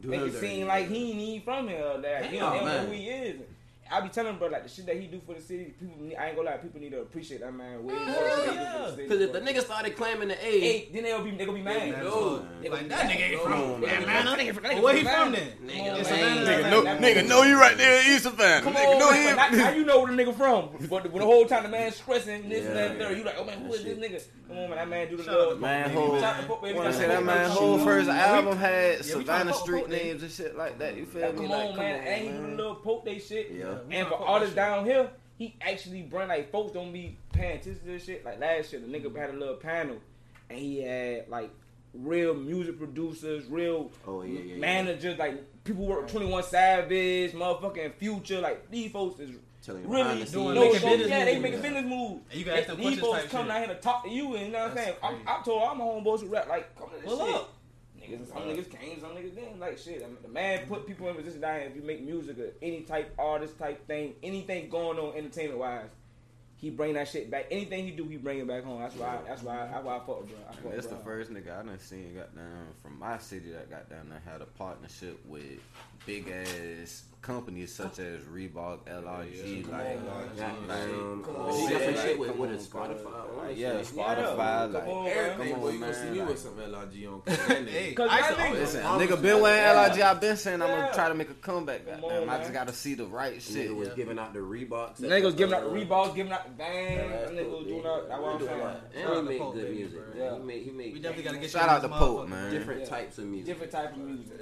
Speaker 2: Do
Speaker 4: Make
Speaker 2: him
Speaker 4: it
Speaker 2: dirty,
Speaker 4: seem
Speaker 2: yeah.
Speaker 4: like he ain't even from here. or That he
Speaker 2: Damn,
Speaker 4: don't, they don't know
Speaker 2: man.
Speaker 4: who he is. I be telling him, bro, like the shit that he do for the city, people. Need, I ain't gonna lie, people need to appreciate that man way more. than they do for
Speaker 1: Yeah.
Speaker 4: city,
Speaker 2: Cause if the
Speaker 4: bro.
Speaker 2: nigga started claiming the age,
Speaker 4: Hey, then they'll be they gonna be mad.
Speaker 2: fuck.
Speaker 1: mad as
Speaker 4: They gonna
Speaker 1: Like
Speaker 4: be
Speaker 1: that
Speaker 4: mad.
Speaker 1: nigga ain't
Speaker 2: Come on,
Speaker 1: from
Speaker 2: man.
Speaker 1: Atlanta.
Speaker 4: Nigga from- nigga
Speaker 1: Well, where he
Speaker 4: from
Speaker 1: from
Speaker 4: Atlanta.
Speaker 1: then?
Speaker 2: Nigga,
Speaker 1: It's
Speaker 2: man.
Speaker 1: Atlanta,
Speaker 7: Nigga,
Speaker 1: Atlanta,
Speaker 7: no,
Speaker 1: Atlanta.
Speaker 7: nigga, know you right there in East Savannah.
Speaker 4: Come
Speaker 7: Nigga,
Speaker 4: on,
Speaker 7: know
Speaker 4: man. Now,
Speaker 7: you.
Speaker 4: now you know where the nigga from. But the, but the whole time the man stressing this
Speaker 2: Yeah,
Speaker 4: and that and
Speaker 2: yeah.
Speaker 4: third, you like, oh man, who is this
Speaker 2: That
Speaker 4: nigga? Come on, man, that man do the
Speaker 1: Shout out
Speaker 4: little
Speaker 1: to
Speaker 7: Man,
Speaker 1: Baby,
Speaker 7: whole-
Speaker 4: Shout out to Pope, baby.
Speaker 7: Wanna
Speaker 4: Got
Speaker 7: say that
Speaker 4: Pope,
Speaker 7: man
Speaker 4: Pope,
Speaker 7: whole
Speaker 4: Pope.
Speaker 7: first album
Speaker 1: Yeah,
Speaker 7: had
Speaker 1: we tryna
Speaker 7: Savannah
Speaker 1: fuck with
Speaker 7: street
Speaker 1: Pope, nigga.
Speaker 7: names and shit like that. You feel me?
Speaker 4: Come
Speaker 7: Like,
Speaker 4: on, man. And he do the
Speaker 7: man.
Speaker 4: little poke they shit.
Speaker 2: Yeah.
Speaker 4: And for all this down here, he actually bring like folks don't be paying attention to this shit. Like last year, the nigga had a little panel, and he had like real music producers, real
Speaker 2: Oh, yeah, yeah, yeah.
Speaker 4: managers, like people who work Twenty One Savage, motherfucking Future. Like these folks is
Speaker 2: Telling you behind
Speaker 4: really
Speaker 2: the
Speaker 4: doing
Speaker 2: scenes.
Speaker 4: no
Speaker 1: Making
Speaker 4: shit.
Speaker 1: business
Speaker 4: Yeah, they
Speaker 1: moves.
Speaker 4: making business moves.
Speaker 1: And you can ask them
Speaker 4: these
Speaker 1: questions
Speaker 4: folks
Speaker 1: type
Speaker 4: come
Speaker 1: shit.
Speaker 4: down here to talk to you, and you know what I'm
Speaker 1: That's
Speaker 4: saying. I'm,
Speaker 1: crazy.
Speaker 4: I told all my homeboys who rap like, come to this
Speaker 1: Pull
Speaker 4: shit.
Speaker 1: up.
Speaker 4: Niggas, some niggas came, some niggas didn't. Like shit, I mean, the man put people in position down here. If you make music or any type artist type thing, anything going on entertainment wise, he bring that shit back. Anything he do, he bring it back home. That's why. that's why. That's why I fuck with bro. I fuck
Speaker 7: And
Speaker 4: with
Speaker 7: that's the
Speaker 4: bro.
Speaker 7: first nigga I done seen got down from my city that got down that had a partnership with big ass companies such as Reebok, LRG, like,
Speaker 2: Goddamn.
Speaker 7: like,
Speaker 2: Oh, he got some
Speaker 7: Yeah,
Speaker 2: shit
Speaker 7: like,
Speaker 2: with
Speaker 7: come
Speaker 2: with
Speaker 7: on,
Speaker 2: his Spotify.
Speaker 7: like,
Speaker 2: right?
Speaker 7: yeah,
Speaker 2: Shit.
Speaker 7: Spotify,
Speaker 4: Come on,
Speaker 7: like.
Speaker 4: man.
Speaker 7: Come
Speaker 6: Everything, boy,
Speaker 7: on,
Speaker 6: you gonna see
Speaker 7: man,
Speaker 6: me
Speaker 7: like-
Speaker 6: with some LRG on. 'cause that
Speaker 1: Hey,
Speaker 6: nigga-
Speaker 4: Cause
Speaker 1: I used
Speaker 4: that
Speaker 1: to
Speaker 4: nigga-
Speaker 1: always-
Speaker 7: Listen, a
Speaker 2: I'm
Speaker 7: nigga
Speaker 2: just-
Speaker 7: been wearing
Speaker 2: yeah.
Speaker 7: LRG. I've been saying I'm
Speaker 4: Yeah.
Speaker 7: gonna try to make a comeback.
Speaker 4: Come
Speaker 7: Goddamn,
Speaker 4: on,
Speaker 7: I
Speaker 4: man.
Speaker 7: just gotta see the right shit.
Speaker 2: Nigga was
Speaker 1: Yeah.
Speaker 2: giving out the Reeboks.
Speaker 4: Nigga was giving out the
Speaker 2: Uh,
Speaker 4: reballs, giving out the bang.
Speaker 2: Yeah,
Speaker 4: That nigga was doing
Speaker 2: cool,
Speaker 4: out. That's what I'm
Speaker 2: dude.
Speaker 4: saying.
Speaker 2: And
Speaker 1: Shout
Speaker 2: he
Speaker 1: out to
Speaker 2: make
Speaker 1: Pope,
Speaker 2: good
Speaker 1: baby,
Speaker 2: music.
Speaker 1: bro.
Speaker 2: Yeah.
Speaker 4: Yeah.
Speaker 2: He make he
Speaker 1: We
Speaker 2: make
Speaker 1: definitely gotta get
Speaker 7: Shout
Speaker 1: you
Speaker 7: out to
Speaker 1: this
Speaker 7: Pope,
Speaker 1: motherfucker.
Speaker 7: man.
Speaker 2: different
Speaker 4: Yeah.
Speaker 2: types of music.
Speaker 4: Different type of music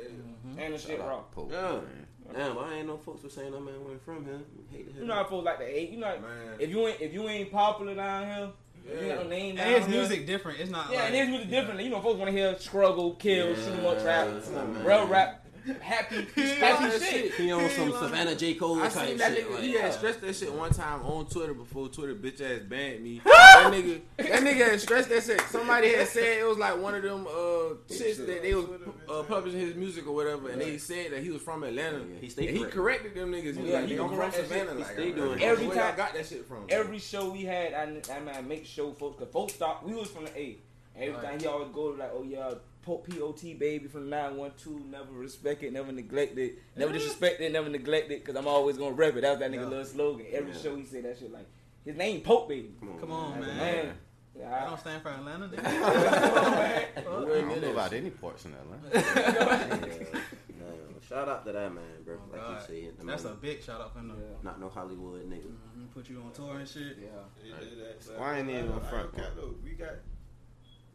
Speaker 4: and the shit
Speaker 7: Shout out
Speaker 4: raw.
Speaker 7: to Pope,
Speaker 2: Yeah.
Speaker 7: man.
Speaker 2: Damn, I ain't no folks was saying that man went from him. Hate to hear
Speaker 4: You know how folks like the eight. You know
Speaker 6: Man.
Speaker 4: if you ain't if you ain't popular down here, if you ain't got no name down
Speaker 1: And his
Speaker 4: here,
Speaker 1: music different. It's not.
Speaker 4: Yeah,
Speaker 1: like,
Speaker 4: and it's really different. You know, folks want to hear struggle, kill,
Speaker 2: Yeah.
Speaker 4: shoot 'em up, trap,
Speaker 2: Yeah.
Speaker 4: real rap,
Speaker 1: <laughs>
Speaker 4: happy, happy shit.
Speaker 2: He on some Savannah J. Cole
Speaker 6: I
Speaker 2: type
Speaker 6: seen
Speaker 2: shit.
Speaker 6: that nigga.
Speaker 2: like,
Speaker 6: he
Speaker 2: yeah.
Speaker 6: had stressed that shit one time on Twitter before Twitter bitch ass banned me. that nigga, that nigga had stressed that shit. Somebody had said it was like one of them uh shits that they was uh, publishing his music or whatever, and they said that he was from Atlanta.
Speaker 2: Yeah, he
Speaker 6: he,
Speaker 2: stayed
Speaker 6: he
Speaker 2: correct.
Speaker 6: corrected them niggas. He was
Speaker 4: Yeah,
Speaker 6: like,
Speaker 4: he
Speaker 6: nigga, I'm from
Speaker 2: correct that
Speaker 6: Savannah.
Speaker 2: shit. He
Speaker 6: Like,
Speaker 2: stayed
Speaker 6: I-
Speaker 2: doing it.
Speaker 4: Every
Speaker 6: where y'all
Speaker 4: time-
Speaker 6: got that shit from.
Speaker 4: Every show we had, I, I man make show folks, cause folks thought we was from the A. Every
Speaker 1: Right.
Speaker 4: time he always go like, oh yeah, Po- POT baby from nine one two, never respect it, never neglect it, never
Speaker 1: Yeah.
Speaker 4: disrespect it, never neglect it, cause I'm always gonna rep it. That was that nigga
Speaker 1: Yeah.
Speaker 4: little slogan. Every
Speaker 2: Yeah.
Speaker 4: show he said that shit like, his name Pope baby.
Speaker 1: Come on,
Speaker 4: As a
Speaker 1: man.
Speaker 4: man. Yeah,
Speaker 1: I
Speaker 4: I-
Speaker 1: don't stand for Atlanta. nigga.
Speaker 7: I
Speaker 1: Fuck.
Speaker 7: don't know
Speaker 1: <laughs>
Speaker 7: about any parts in Atlanta.
Speaker 2: Yeah. Damn. Shout out to that man, bro.
Speaker 1: Oh,
Speaker 2: like
Speaker 1: God.
Speaker 2: you said,
Speaker 1: That's a big shout out for him. though.
Speaker 2: not no Hollywood nigga.
Speaker 1: Mhm, Put you on tour and shit.
Speaker 4: yeah.
Speaker 8: They did that, but
Speaker 7: Why ain't
Speaker 8: I-
Speaker 7: he in
Speaker 8: I-
Speaker 7: the
Speaker 8: I
Speaker 7: front
Speaker 8: don't care, though. We got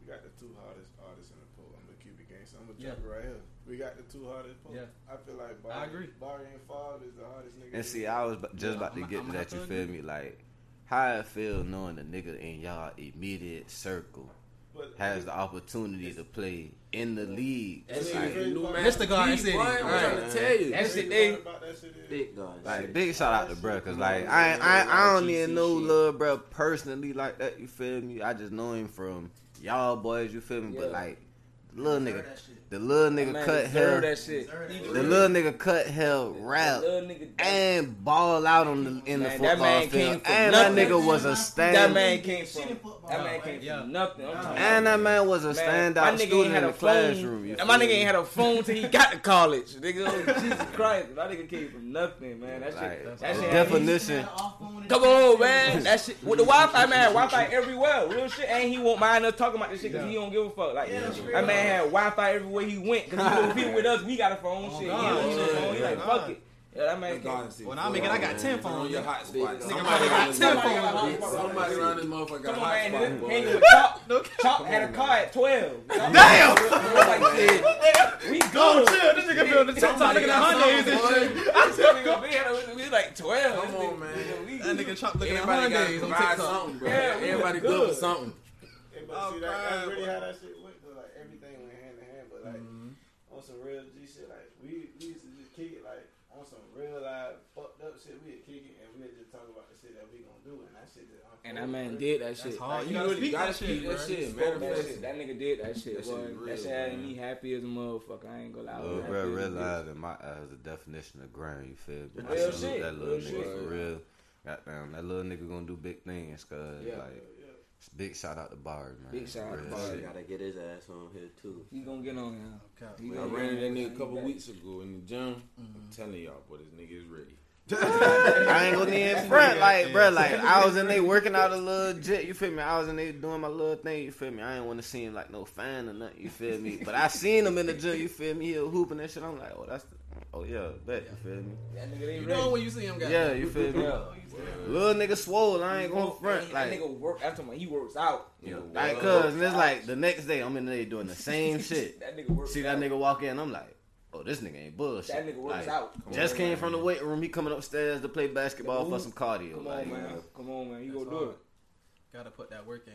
Speaker 8: we got the two hardest artists in the poll. I'm gonna keep it gangsta. I'm gonna drop it right here. We got the two hardest poll.
Speaker 1: Yeah.
Speaker 8: I feel like Barry,
Speaker 1: agree.
Speaker 8: Barry and Favre is the hardest nigga.
Speaker 7: And see, I was bu- just about to
Speaker 1: I'm-
Speaker 7: get
Speaker 1: I'm
Speaker 7: to that.
Speaker 1: happy
Speaker 7: You
Speaker 1: with
Speaker 7: feel
Speaker 1: it.
Speaker 7: me? Like
Speaker 5: how it feel knowing the nigga in y'all immediate circle
Speaker 8: But-
Speaker 5: has the opportunity to play in the league.
Speaker 2: That's
Speaker 5: Like,
Speaker 2: it.
Speaker 1: Mr. Garden City.
Speaker 6: Boy, I'm
Speaker 1: Right.
Speaker 6: trying to tell you.
Speaker 4: That's
Speaker 8: Hey,
Speaker 4: the
Speaker 8: you
Speaker 4: thing.
Speaker 8: right about that shit, yeah.
Speaker 2: Big guys.
Speaker 5: Like big shout out to bruh, cause like I ain't- I, ain't- I don't even know love bruh personally like that. You feel me? I just know him from y'all boys. You feel me? But
Speaker 4: Yeah.
Speaker 5: like little nigga,
Speaker 9: That shit.
Speaker 5: the little nigga
Speaker 4: Man,
Speaker 5: cut
Speaker 4: deserve
Speaker 5: hell,
Speaker 4: that shit.
Speaker 5: the little nigga cut hell rap
Speaker 4: Little nigga,
Speaker 5: and ball out on the in the
Speaker 4: Man, that
Speaker 5: football
Speaker 4: man came
Speaker 5: field.
Speaker 4: from
Speaker 5: And that
Speaker 4: nothing.
Speaker 5: nigga was a
Speaker 4: that
Speaker 5: stand.
Speaker 4: man came
Speaker 9: Shit
Speaker 4: from.
Speaker 9: in
Speaker 4: That
Speaker 9: football,
Speaker 4: man came
Speaker 1: Yeah.
Speaker 4: from nothing. I'm talking
Speaker 5: And that man was a standout
Speaker 4: Man, my nigga ain't
Speaker 5: student
Speaker 4: had
Speaker 5: in
Speaker 4: a
Speaker 5: the classroom. you
Speaker 4: phone. My
Speaker 5: feel
Speaker 4: nigga
Speaker 5: me?
Speaker 4: ain't had a phone till he got to college. Nigga,
Speaker 5: <laughs>
Speaker 4: oh, Jesus Christ, my nigga came from nothing, man. That shit.
Speaker 5: Like,
Speaker 4: that
Speaker 5: the
Speaker 4: shit.
Speaker 5: definition.
Speaker 4: Come on, man. That shit with the Wi-Fi, man. Wi-Fi everywhere, real shit. And he won't mind us talking about this shit because he don't give a fuck. Like
Speaker 9: Yeah,
Speaker 4: that man had Wi-Fi everywhere he went because he, was- he with us. We got a phone, shit.
Speaker 1: God.
Speaker 4: he, don't need a phone. He like
Speaker 1: Yeah.
Speaker 4: fuck it. Yeah, that man. came-
Speaker 1: When I make it, I got 10 phones.
Speaker 6: your hot spot.
Speaker 1: Nigga,
Speaker 6: Somebody
Speaker 1: I
Speaker 6: around
Speaker 1: got
Speaker 6: this
Speaker 1: 10
Speaker 6: motherfucker-
Speaker 1: phones.
Speaker 6: Somebody around this motherfucker
Speaker 4: Come
Speaker 6: got a
Speaker 4: on, man.
Speaker 6: hot spot,
Speaker 4: nigga, Hanging
Speaker 6: boy.
Speaker 4: with Chop. Chop had a car at twelve. Damn. Like, Oh, shit, <laughs> we
Speaker 1: Go
Speaker 4: good.
Speaker 1: chill. This nigga building the TikTok looking at Hyundais and shit.
Speaker 4: This nigga been here, we like twelve.
Speaker 6: Come on, man.
Speaker 4: We-
Speaker 1: That nigga chop looking at
Speaker 6: Everybody got to
Speaker 1: Hyundais on
Speaker 6: provide
Speaker 1: TikTok.
Speaker 6: something, bro.
Speaker 4: Yeah, we
Speaker 6: Everybody
Speaker 4: good.
Speaker 6: good for something.
Speaker 8: Hey, but
Speaker 1: Oh,
Speaker 8: see, that, that's
Speaker 1: God.
Speaker 8: really how that shit went. Though. Like everything went hand in hand. But like on some real G shit, like we, we used to just kick it. Like on some real live fucked up shit, we'd kick it and we'd just talk about the shit that we gonna do, and that shit just.
Speaker 4: And that man did that shit.
Speaker 1: hard.
Speaker 4: Like,
Speaker 1: You gotta speak that shit,
Speaker 6: That
Speaker 1: bro.
Speaker 6: shit,
Speaker 4: Spoke
Speaker 6: man.
Speaker 4: that shit. That nigga did that shit.
Speaker 6: That
Speaker 4: boy.
Speaker 6: shit
Speaker 4: That shit,
Speaker 6: real,
Speaker 4: had
Speaker 6: man.
Speaker 4: me happy as a motherfucker. I ain't gonna lie. I was
Speaker 5: Little Oh,
Speaker 4: happy
Speaker 5: bro
Speaker 4: as a bitch.
Speaker 5: realized in my eyes the definition of grind. You feel me? I
Speaker 4: Real
Speaker 5: salute
Speaker 4: shit,
Speaker 5: that little
Speaker 4: real
Speaker 5: nigga
Speaker 4: shit.
Speaker 5: for real. Goddamn, that little nigga gonna do big things. Cause
Speaker 6: Yeah.
Speaker 5: like, big shout out to Bard, man.
Speaker 4: Big shout out to
Speaker 5: Real
Speaker 4: Bard.
Speaker 5: shit.
Speaker 2: Gotta get his ass on here too.
Speaker 4: He gonna get on him.
Speaker 1: Okay.
Speaker 4: He
Speaker 6: I
Speaker 4: gonna
Speaker 6: ran
Speaker 4: get
Speaker 6: into that
Speaker 4: on
Speaker 6: nigga
Speaker 4: him.
Speaker 6: a couple
Speaker 4: He
Speaker 6: weeks ago in the gym. I'm telling y'all, boy, this nigga is ready.
Speaker 5: I ain't gonna be in front, like,
Speaker 1: Yeah.
Speaker 5: bruh, Like, I was in there working out a little jet. You feel me? I was in there doing my little thing. You feel me? I ain't want to seem like no fan or nothing. You feel me? But I seen him in the gym. You feel me? He was hooping and shit. I'm like, oh, that's. The, oh yeah, bet. You feel me?
Speaker 4: back. That nigga
Speaker 1: You
Speaker 4: ain't ready.
Speaker 1: know when you see him, guys.
Speaker 5: Yeah, you feel me?
Speaker 4: Yeah.
Speaker 5: Little nigga swole. I ain't gonna
Speaker 4: That
Speaker 5: front.
Speaker 4: nigga-
Speaker 5: Like,
Speaker 4: that nigga work. That's my. He works out.
Speaker 6: Yeah,
Speaker 5: Like, cuz, and it's like the next day I'm in there doing the
Speaker 4: <laughs>
Speaker 5: same shit.
Speaker 4: That nigga works.
Speaker 5: See that
Speaker 4: out.
Speaker 5: nigga walk in, I'm like, oh, this nigga ain't bullshit.
Speaker 4: That nigga works
Speaker 5: Like,
Speaker 4: out.
Speaker 5: Just
Speaker 4: Come
Speaker 5: came
Speaker 4: on,
Speaker 5: from the weight room, he coming upstairs to play basketball for some cardio.
Speaker 4: Come
Speaker 5: like,
Speaker 4: on, man. Come on, man. You gonna
Speaker 1: That's
Speaker 4: do
Speaker 1: hard.
Speaker 4: it.
Speaker 1: Gotta put that work in.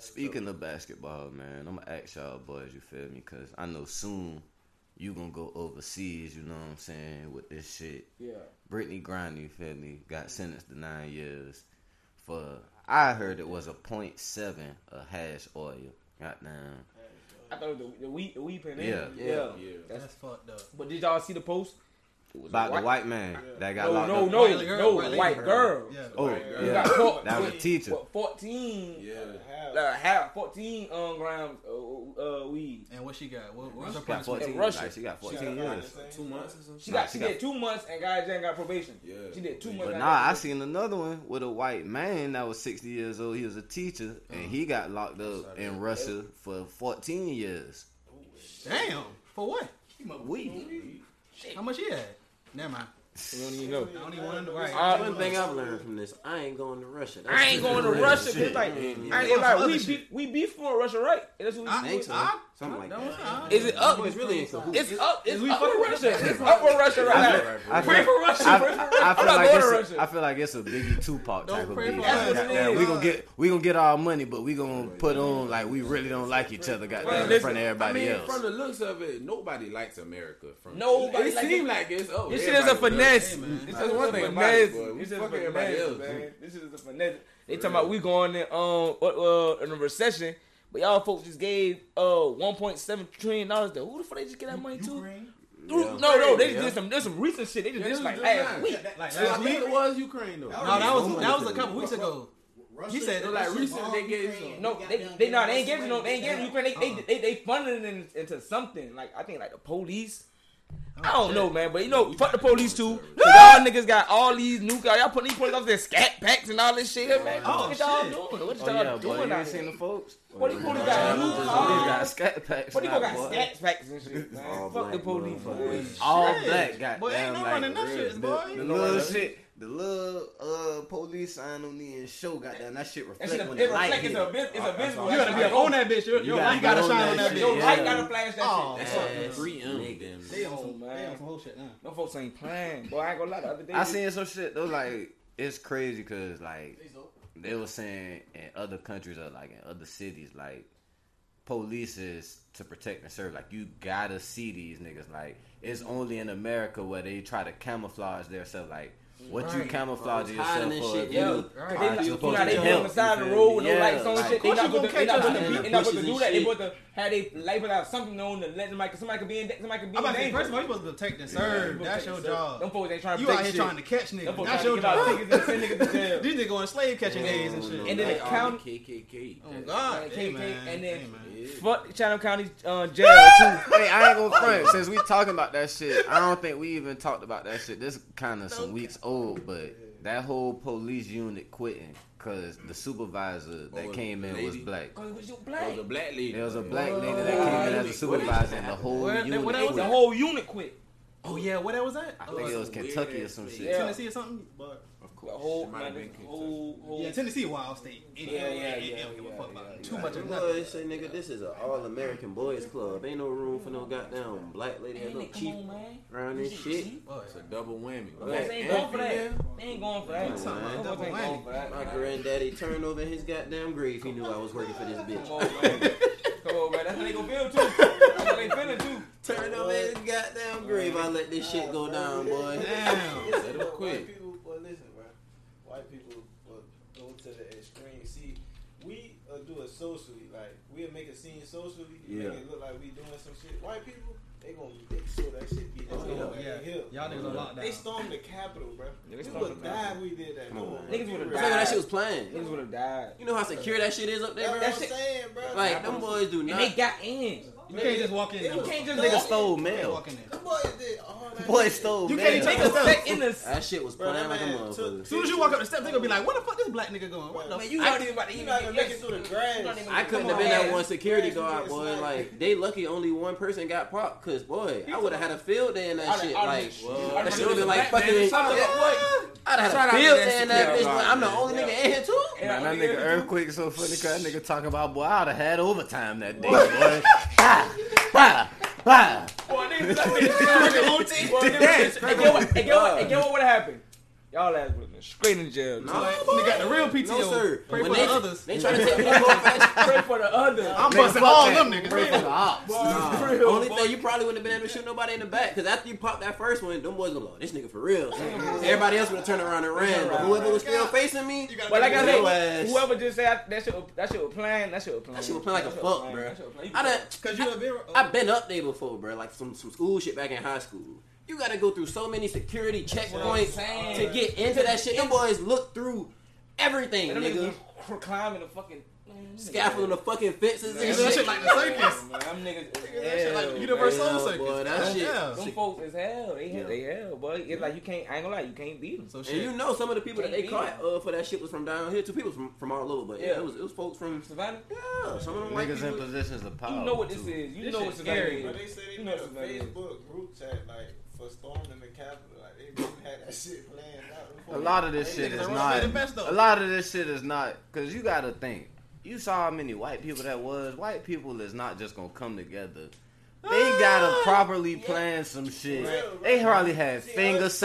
Speaker 5: Speaking of basketball, man, I'm gonna ask y'all boys, you feel me? Cause I know soon you gonna go overseas, you know what I'm saying, with this shit.
Speaker 4: Yeah.
Speaker 5: Brittany Griner, you feel me, got sentenced to nine years for I heard it was a point seven of hash oil. Goddamn.
Speaker 4: I thought it was the, the weed, the weed pen. ain't
Speaker 5: Yeah.
Speaker 4: it?
Speaker 6: Yeah,
Speaker 4: yeah.
Speaker 6: yeah.
Speaker 1: That's fucked up.
Speaker 4: But did y'all see the post?
Speaker 5: About the white man that got
Speaker 4: No,
Speaker 5: locked
Speaker 4: no,
Speaker 5: up.
Speaker 4: no,
Speaker 1: White girl,
Speaker 4: no.
Speaker 1: white
Speaker 4: White girl.
Speaker 1: Yeah.
Speaker 5: Oh,
Speaker 6: girl.
Speaker 4: You
Speaker 5: yeah.
Speaker 4: got caught.
Speaker 5: That was a
Speaker 4: with-
Speaker 5: teacher.
Speaker 4: What, 14?
Speaker 6: Yeah.
Speaker 4: Uh, half 14 um, grams of uh, weed.
Speaker 1: And what she got? What, what was her
Speaker 5: She got
Speaker 1: price?
Speaker 5: 14.
Speaker 4: In Russia.
Speaker 5: Like, she got 14 years.
Speaker 6: Two months or some
Speaker 4: She
Speaker 6: shit.
Speaker 4: got
Speaker 5: Nah,
Speaker 4: she,
Speaker 5: she
Speaker 4: did two months and got Jen got probation.
Speaker 6: Yeah.
Speaker 4: She did two months.
Speaker 5: But
Speaker 4: and
Speaker 5: nah, I
Speaker 4: got
Speaker 5: seen another one with a white man that was 60 years old. He was a teacher, and he got locked up in Russia for 14 years.
Speaker 1: Damn. For what?
Speaker 5: Weed.
Speaker 1: How much he had? Never mind.
Speaker 4: probation. You
Speaker 1: I
Speaker 4: don't even know.
Speaker 1: don't even want to. Right.
Speaker 4: Uh,
Speaker 2: One thing I've learned from this, I ain't going to Russia.
Speaker 4: I ain't going to
Speaker 5: Real
Speaker 4: Russia
Speaker 5: shit.
Speaker 4: because like
Speaker 6: Yeah.
Speaker 4: I ain't gonna
Speaker 1: Yeah.
Speaker 4: lie, we
Speaker 1: Other shit.
Speaker 4: beef, we beef for Russia, right? That's what we.
Speaker 1: I
Speaker 2: think so.
Speaker 1: I-
Speaker 2: Something like
Speaker 1: don't-
Speaker 2: that.
Speaker 1: I-
Speaker 4: is it up?
Speaker 2: Oh, it's really in cahoots.
Speaker 4: It's up. It's
Speaker 1: we
Speaker 4: up for
Speaker 1: fucking
Speaker 4: Russia. It's up for Russia right now.
Speaker 5: I
Speaker 4: <laughs> Pray
Speaker 5: feel,
Speaker 4: for Russia.
Speaker 5: I,
Speaker 4: pray for Russia.
Speaker 5: I
Speaker 4: I'm
Speaker 5: feel
Speaker 4: not
Speaker 5: like
Speaker 4: going to
Speaker 5: it's a, I
Speaker 4: Russia.
Speaker 5: feel like it's a Biggie Tupac
Speaker 1: Don't
Speaker 5: type of
Speaker 1: pray
Speaker 5: beat.
Speaker 1: for us.
Speaker 5: Goddamn,
Speaker 4: That's what it
Speaker 5: we
Speaker 4: is.
Speaker 5: gonna get we gonna get our money, but we gonna put on like we really don't like each other. Goddamn, in
Speaker 4: listen,
Speaker 5: front of
Speaker 6: I
Speaker 5: everybody
Speaker 6: mean,
Speaker 5: else.
Speaker 6: from the looks of it, nobody likes America. From
Speaker 4: Nobody
Speaker 6: it
Speaker 4: like
Speaker 6: seems
Speaker 4: it.
Speaker 6: like it's oh,
Speaker 4: This shit is a
Speaker 6: everybody
Speaker 4: finesse.
Speaker 1: Hey, man.
Speaker 6: This
Speaker 4: This
Speaker 6: is
Speaker 4: is
Speaker 6: one
Speaker 4: a
Speaker 6: thing about it,
Speaker 4: finesse.
Speaker 6: boy. We
Speaker 4: This is a
Speaker 6: fuck everybody
Speaker 4: finesse,
Speaker 6: else,
Speaker 4: man.
Speaker 6: dude.
Speaker 4: This is a finesse. They talking about we going in um what uh in a recession, but y'all folks just gave uh one point seven trillion dollars. To who the fuck they just get that money to? Through-
Speaker 6: Yeah.
Speaker 4: No, no, they just
Speaker 6: Yeah.
Speaker 4: did some there's some recent shit. They just
Speaker 6: They
Speaker 4: did
Speaker 6: just
Speaker 4: like
Speaker 6: did
Speaker 4: last
Speaker 6: that.
Speaker 4: week.
Speaker 1: Like
Speaker 6: I
Speaker 1: last
Speaker 6: think
Speaker 1: week?
Speaker 6: it was Ukraine though.
Speaker 1: No, that was that was a couple weeks ago.
Speaker 9: Russia,
Speaker 1: He said,
Speaker 6: like, recently they gave some-
Speaker 4: No, they they no, they ain't giving no, they ain't giving Ukraine. They
Speaker 1: Uh-uh.
Speaker 4: they they, they funded it in- into something like I think like the police.
Speaker 1: Oh,
Speaker 4: I don't
Speaker 1: shit.
Speaker 4: know, man, but you know,
Speaker 6: We
Speaker 4: fuck the
Speaker 6: got to
Speaker 4: police
Speaker 6: do
Speaker 4: too.
Speaker 6: it.
Speaker 4: 'Cause y'all niggas got all these new guys. Y'all putting these police officers in scat packs and all this shit, man.
Speaker 1: Oh,
Speaker 4: what y'all
Speaker 1: shit.
Speaker 4: doing? What y'all
Speaker 5: Oh yeah, boy,
Speaker 4: doing
Speaker 5: you
Speaker 4: out
Speaker 5: ain't seen
Speaker 4: here?
Speaker 5: the folks.
Speaker 4: What these police
Speaker 5: Yeah,
Speaker 4: got
Speaker 5: we
Speaker 4: new
Speaker 5: just- we got
Speaker 4: cars?
Speaker 5: scat packs.
Speaker 4: What these
Speaker 5: now,
Speaker 4: got
Speaker 5: boy.
Speaker 4: scat packs
Speaker 1: <laughs>
Speaker 4: and shit, man?
Speaker 2: All
Speaker 4: Fuck the
Speaker 2: black
Speaker 4: police, man.
Speaker 2: motherfuckers.
Speaker 5: all
Speaker 1: Shit.
Speaker 5: black. Goddamn,
Speaker 1: Boy, ain't no
Speaker 5: like,
Speaker 1: running them
Speaker 5: real-
Speaker 1: shits,
Speaker 5: the,
Speaker 1: boy.
Speaker 5: The
Speaker 1: No
Speaker 5: little
Speaker 1: running.
Speaker 5: shit, the little uh police sign on the end show. Goddamn, that shit
Speaker 4: That
Speaker 5: reflect
Speaker 4: shit, it
Speaker 5: when the light
Speaker 4: reflects. It's
Speaker 5: hit.
Speaker 4: a bit. It's a visible.
Speaker 1: You gotta be up on that bitch. Your, your
Speaker 5: gotta
Speaker 1: light
Speaker 5: be
Speaker 1: gotta
Speaker 5: on
Speaker 1: shine
Speaker 5: that
Speaker 1: on that
Speaker 5: shit.
Speaker 4: Your
Speaker 1: bitch.
Speaker 5: Yeah.
Speaker 4: light gotta flash that
Speaker 1: Oh,
Speaker 4: shit.
Speaker 1: fuck.
Speaker 6: That's three M. Damn.
Speaker 1: They on some,
Speaker 4: Man.
Speaker 1: they on some whole shit now.
Speaker 4: No folks ain't playing. Boy, I ain't gonna lie. The other day,
Speaker 5: I seen some shit though. Like it's crazy because like they were saying in other countries or like in other cities, like police is to protect and serve. Like you gotta see these niggas. Like it's only in America where they try to camouflage themselves. Like what you
Speaker 1: Right.
Speaker 5: camouflage
Speaker 2: Hiding
Speaker 5: yourself
Speaker 2: and
Speaker 5: for?
Speaker 2: shit,
Speaker 5: you
Speaker 2: yeah.
Speaker 1: Right.
Speaker 5: are
Speaker 1: They-
Speaker 5: supposed
Speaker 2: you
Speaker 5: to
Speaker 4: You know, they
Speaker 5: help,
Speaker 4: be on
Speaker 5: you
Speaker 4: the side of the
Speaker 5: feel
Speaker 4: road
Speaker 5: me?
Speaker 4: with no
Speaker 5: Yeah,
Speaker 4: lights on and
Speaker 5: like,
Speaker 4: shit. They
Speaker 1: course
Speaker 4: not
Speaker 1: you
Speaker 4: gonna,
Speaker 1: gonna
Speaker 4: they not
Speaker 1: catch
Speaker 4: gonna
Speaker 1: us in
Speaker 4: be,
Speaker 1: the
Speaker 4: they not gonna
Speaker 2: bushes
Speaker 4: do
Speaker 2: and
Speaker 4: that. They
Speaker 2: shit.
Speaker 4: about to have they label out something on the let somebody, cause somebody could be in, somebody could be
Speaker 1: I'm
Speaker 4: in
Speaker 1: about to say, first of
Speaker 4: danger.
Speaker 1: all, you supposed to protect and serve. That's your
Speaker 4: Them
Speaker 1: job.
Speaker 4: folks ain't trying to
Speaker 1: You out
Speaker 4: fix
Speaker 1: here
Speaker 4: shit.
Speaker 1: trying to catch
Speaker 4: Them
Speaker 1: niggas.
Speaker 4: folks
Speaker 1: That's
Speaker 4: trying
Speaker 1: your
Speaker 4: to get out
Speaker 1: job. <laughs>
Speaker 4: tickets and send niggas to jail.
Speaker 1: These niggas going slave catching days and shit.
Speaker 4: And then
Speaker 6: Like
Speaker 4: the
Speaker 6: all
Speaker 4: county-
Speaker 6: KKK.
Speaker 1: Oh God,
Speaker 4: Like,
Speaker 1: hey
Speaker 4: KK,
Speaker 1: man,
Speaker 4: and then-
Speaker 1: hey, man.
Speaker 6: Yeah.
Speaker 4: Fuck Chatham County uh, jail too.
Speaker 5: Hey, I ain't gonna front. Since we talking about that shit, I don't think we even talked about that shit. This kind of some weeks old, but that whole police unit quitting because the supervisor that
Speaker 6: Oh,
Speaker 5: came in was
Speaker 6: lady.
Speaker 5: black.
Speaker 4: Cause it was you
Speaker 6: That
Speaker 4: black.
Speaker 6: was a black lady.
Speaker 5: There was a black lady that
Speaker 4: Whoa.
Speaker 5: came in as a supervisor, and the whole
Speaker 1: Where-
Speaker 5: unit
Speaker 1: where that
Speaker 4: It
Speaker 5: quit.
Speaker 4: was the whole unit quit.
Speaker 1: Oh yeah, what that was that?
Speaker 5: I
Speaker 1: Oh,
Speaker 5: think it was
Speaker 6: some weird
Speaker 5: Kentucky or
Speaker 6: ass
Speaker 5: some
Speaker 6: place.
Speaker 5: shit.
Speaker 4: Yeah.
Speaker 1: Tennessee or something. But
Speaker 6: Of
Speaker 4: The
Speaker 6: course.
Speaker 4: whole,
Speaker 6: She might have been
Speaker 4: man,
Speaker 6: Kentucky.
Speaker 4: whole, whole.
Speaker 1: yeah, Tennessee, Wild State. It,
Speaker 4: Yeah,
Speaker 1: it-
Speaker 4: yeah,
Speaker 1: it-
Speaker 4: yeah,
Speaker 1: it don't give a
Speaker 4: yeah,
Speaker 1: fuck
Speaker 4: yeah,
Speaker 1: about
Speaker 4: yeah.
Speaker 1: Too much of
Speaker 2: Boy,
Speaker 1: nothing.
Speaker 2: they say nigga, this is an all American boys club. Ain't no room for no goddamn black lady
Speaker 4: Man,
Speaker 2: has no
Speaker 4: they- come
Speaker 2: chief
Speaker 4: on, man.
Speaker 2: around
Speaker 4: You
Speaker 2: this
Speaker 4: see the
Speaker 2: shit.
Speaker 4: chief?
Speaker 1: Boy,
Speaker 6: It's a double
Speaker 4: Them
Speaker 6: whammy.
Speaker 4: folks
Speaker 6: Black
Speaker 4: ain't
Speaker 6: and
Speaker 4: going for
Speaker 6: female.
Speaker 4: that. They ain't going for that.
Speaker 2: Come on, man.
Speaker 4: Them folks ain't going for that.
Speaker 2: My granddaddy turned over his goddamn grave. He knew I was working for this bitch.
Speaker 4: Come on, man. Come on, man. That's how they gonna feel too. That's how they feeling too.
Speaker 2: Turn over his goddamn grave. I let this shit go down, boy.
Speaker 1: damn.
Speaker 6: Let 'em quit.
Speaker 8: White people, well, listen, bro. White people will go to the extreme. See, we uh, do it socially. Like we'll make a scene socially,
Speaker 2: Yeah.
Speaker 8: make it look like we doing some shit. White people, they gonna they show that shit be just
Speaker 1: Oh,
Speaker 8: going
Speaker 1: yeah.
Speaker 8: yeah. hill.
Speaker 1: Y'all niggas on lockdown.
Speaker 8: They stormed the Capitol, bro.
Speaker 4: Yeah, they
Speaker 8: we
Speaker 4: stormed
Speaker 8: would
Speaker 4: the
Speaker 8: die if
Speaker 4: Capitol.
Speaker 8: we did that.
Speaker 5: Come
Speaker 8: Come
Speaker 5: on, man.
Speaker 8: on, bro.
Speaker 4: Niggas would've
Speaker 8: Be
Speaker 2: Say
Speaker 8: real.
Speaker 2: when that shit was playing.
Speaker 4: Niggas would have died.
Speaker 2: You know how secure that shit is up there,
Speaker 8: That's
Speaker 2: bro?
Speaker 8: what I'm
Speaker 4: shit-
Speaker 8: saying, bro.
Speaker 2: Like, them boys do
Speaker 4: And they
Speaker 2: not.
Speaker 4: got in.
Speaker 1: you can't just walk in.
Speaker 8: You
Speaker 1: there.
Speaker 4: can't
Speaker 1: You
Speaker 4: just walk-
Speaker 10: Nigga stole
Speaker 1: can't
Speaker 10: mail.
Speaker 1: walk in there.
Speaker 8: Them boys did all that.
Speaker 10: Boy
Speaker 8: shit.
Speaker 10: stole
Speaker 1: You
Speaker 10: mail.
Speaker 1: can't take a
Speaker 4: Niggas
Speaker 1: step.
Speaker 4: sat in the.
Speaker 2: That shit was
Speaker 8: Bro,
Speaker 2: playing
Speaker 8: that
Speaker 2: like a
Speaker 8: man took-
Speaker 2: motherfucker.
Speaker 1: As soon as you walk up the steps, they gonna be like, "What the fuck this black nigga going? What the
Speaker 8: Man,
Speaker 1: fuck?"
Speaker 8: you
Speaker 4: I didn't even about to
Speaker 8: You
Speaker 4: even
Speaker 8: not gonna make it
Speaker 4: get
Speaker 8: through the grass.
Speaker 2: I couldn't
Speaker 4: Come
Speaker 2: have
Speaker 4: on,
Speaker 2: been that
Speaker 4: man.
Speaker 2: one security
Speaker 8: Yeah,
Speaker 2: guard,
Speaker 8: it's
Speaker 2: boy.
Speaker 8: like-
Speaker 2: Like they lucky only one person got popped, cause boy, I would have had a field day in that
Speaker 4: All the-
Speaker 2: shit.
Speaker 4: all the-
Speaker 2: Like
Speaker 4: all the
Speaker 2: that shit would have
Speaker 4: niggas
Speaker 2: been
Speaker 4: was
Speaker 2: like
Speaker 4: black, man.
Speaker 2: fucking.
Speaker 4: It's all about what?
Speaker 2: I'd have
Speaker 6: Shout
Speaker 2: had
Speaker 6: out
Speaker 2: a
Speaker 6: to
Speaker 2: field
Speaker 6: that
Speaker 2: day in that
Speaker 6: security
Speaker 2: bitch.
Speaker 6: guard,
Speaker 2: Like, I'm the
Speaker 6: man.
Speaker 2: only nigga in here too.
Speaker 5: Man, that nigga earthquake so funny because that nigga talking about boy, I'd have had overtime that day, boy.
Speaker 4: <laughs>
Speaker 5: bah, bah, bah.
Speaker 4: Boy, niggas
Speaker 2: <laughs>
Speaker 4: got in. Boy, niggas- And get what- and get what- and get what would have happened? Y'all ass would have been straight in jail. <laughs>
Speaker 2: No,
Speaker 1: Like, nigga got the real PTO.
Speaker 2: No sir.
Speaker 1: Pray
Speaker 2: When
Speaker 1: for
Speaker 2: they,
Speaker 1: the others.
Speaker 2: They trying to take me to go
Speaker 4: <laughs>
Speaker 2: fast.
Speaker 4: Pray for the other.
Speaker 1: I'm
Speaker 5: Nigga,
Speaker 1: busting
Speaker 5: fuck
Speaker 1: all
Speaker 5: that.
Speaker 1: them niggas.
Speaker 5: Pray for the ops.
Speaker 2: Nah.
Speaker 4: real,
Speaker 2: Only
Speaker 4: boy.
Speaker 2: thing you probably wouldn't have been able to shoot nobody in the back, cause after you pop that first one, them boys gonna go, this nigga for real. Everybody else would have turned around and ran, but whoever was still facing me,
Speaker 1: You gotta
Speaker 4: But like
Speaker 1: make
Speaker 4: I
Speaker 1: it
Speaker 2: Your
Speaker 4: said,
Speaker 2: ass.
Speaker 4: whoever just said I- that shit, was- that shit was playing, that shit was playing.
Speaker 2: That shit was playing like
Speaker 4: That
Speaker 2: a
Speaker 4: shit was
Speaker 2: fuck,
Speaker 4: playing,
Speaker 2: bruh.
Speaker 4: that shit was playing.
Speaker 2: I done
Speaker 1: Cause you a been.
Speaker 2: I've been up there before, bro. Like some some school shit back in high school. You gotta go through so many security checkpoints
Speaker 4: saying.
Speaker 2: to get into that shit. Them boys look through everything,
Speaker 4: And them
Speaker 2: nigga.
Speaker 4: niggas cr- climbing the fucking
Speaker 2: Scaffolding the fucking fences
Speaker 1: You
Speaker 2: and
Speaker 1: do that shit
Speaker 2: shit.
Speaker 1: like the circus.
Speaker 4: Man, them niggas is
Speaker 1: That shit
Speaker 4: hell,
Speaker 1: like
Speaker 4: man.
Speaker 1: Universal
Speaker 2: man.
Speaker 1: Circus.
Speaker 2: Boy, that
Speaker 1: Yeah.
Speaker 2: shit-
Speaker 4: Them folks is hell. They hell, they hell, boy. It's like you can't. I ain't gonna lie, you can't beat them.
Speaker 1: So
Speaker 2: And
Speaker 1: shit.
Speaker 2: you know some of the people that they
Speaker 4: Can't beat
Speaker 2: caught uh, for that shit was from down here. Two people from, from all over, but yeah,
Speaker 4: Yeah.
Speaker 2: it was it was folks from
Speaker 4: Savannah,
Speaker 2: yeah, some of them white
Speaker 5: Niggas in
Speaker 2: people.
Speaker 5: positions of power.
Speaker 4: you know what this
Speaker 5: too.
Speaker 4: is. You
Speaker 1: This
Speaker 4: know
Speaker 1: shit
Speaker 4: what Savannah
Speaker 1: scary,
Speaker 8: But
Speaker 4: is.
Speaker 8: they say they
Speaker 4: You know
Speaker 8: made a
Speaker 4: what it is.
Speaker 8: Facebook group chat like for storming the Capitol. Like they really had that shit planned out.
Speaker 5: A lot of this
Speaker 1: Hey,
Speaker 5: shit
Speaker 1: niggas,
Speaker 5: is
Speaker 1: I wanna say
Speaker 5: not.
Speaker 1: the best, though.
Speaker 5: A lot of this shit is not because you gotta think. You saw how many white people that was. White people is not just gonna come together. They gotta properly plan some shit.
Speaker 8: Right.
Speaker 5: They probably had finger
Speaker 2: let's think this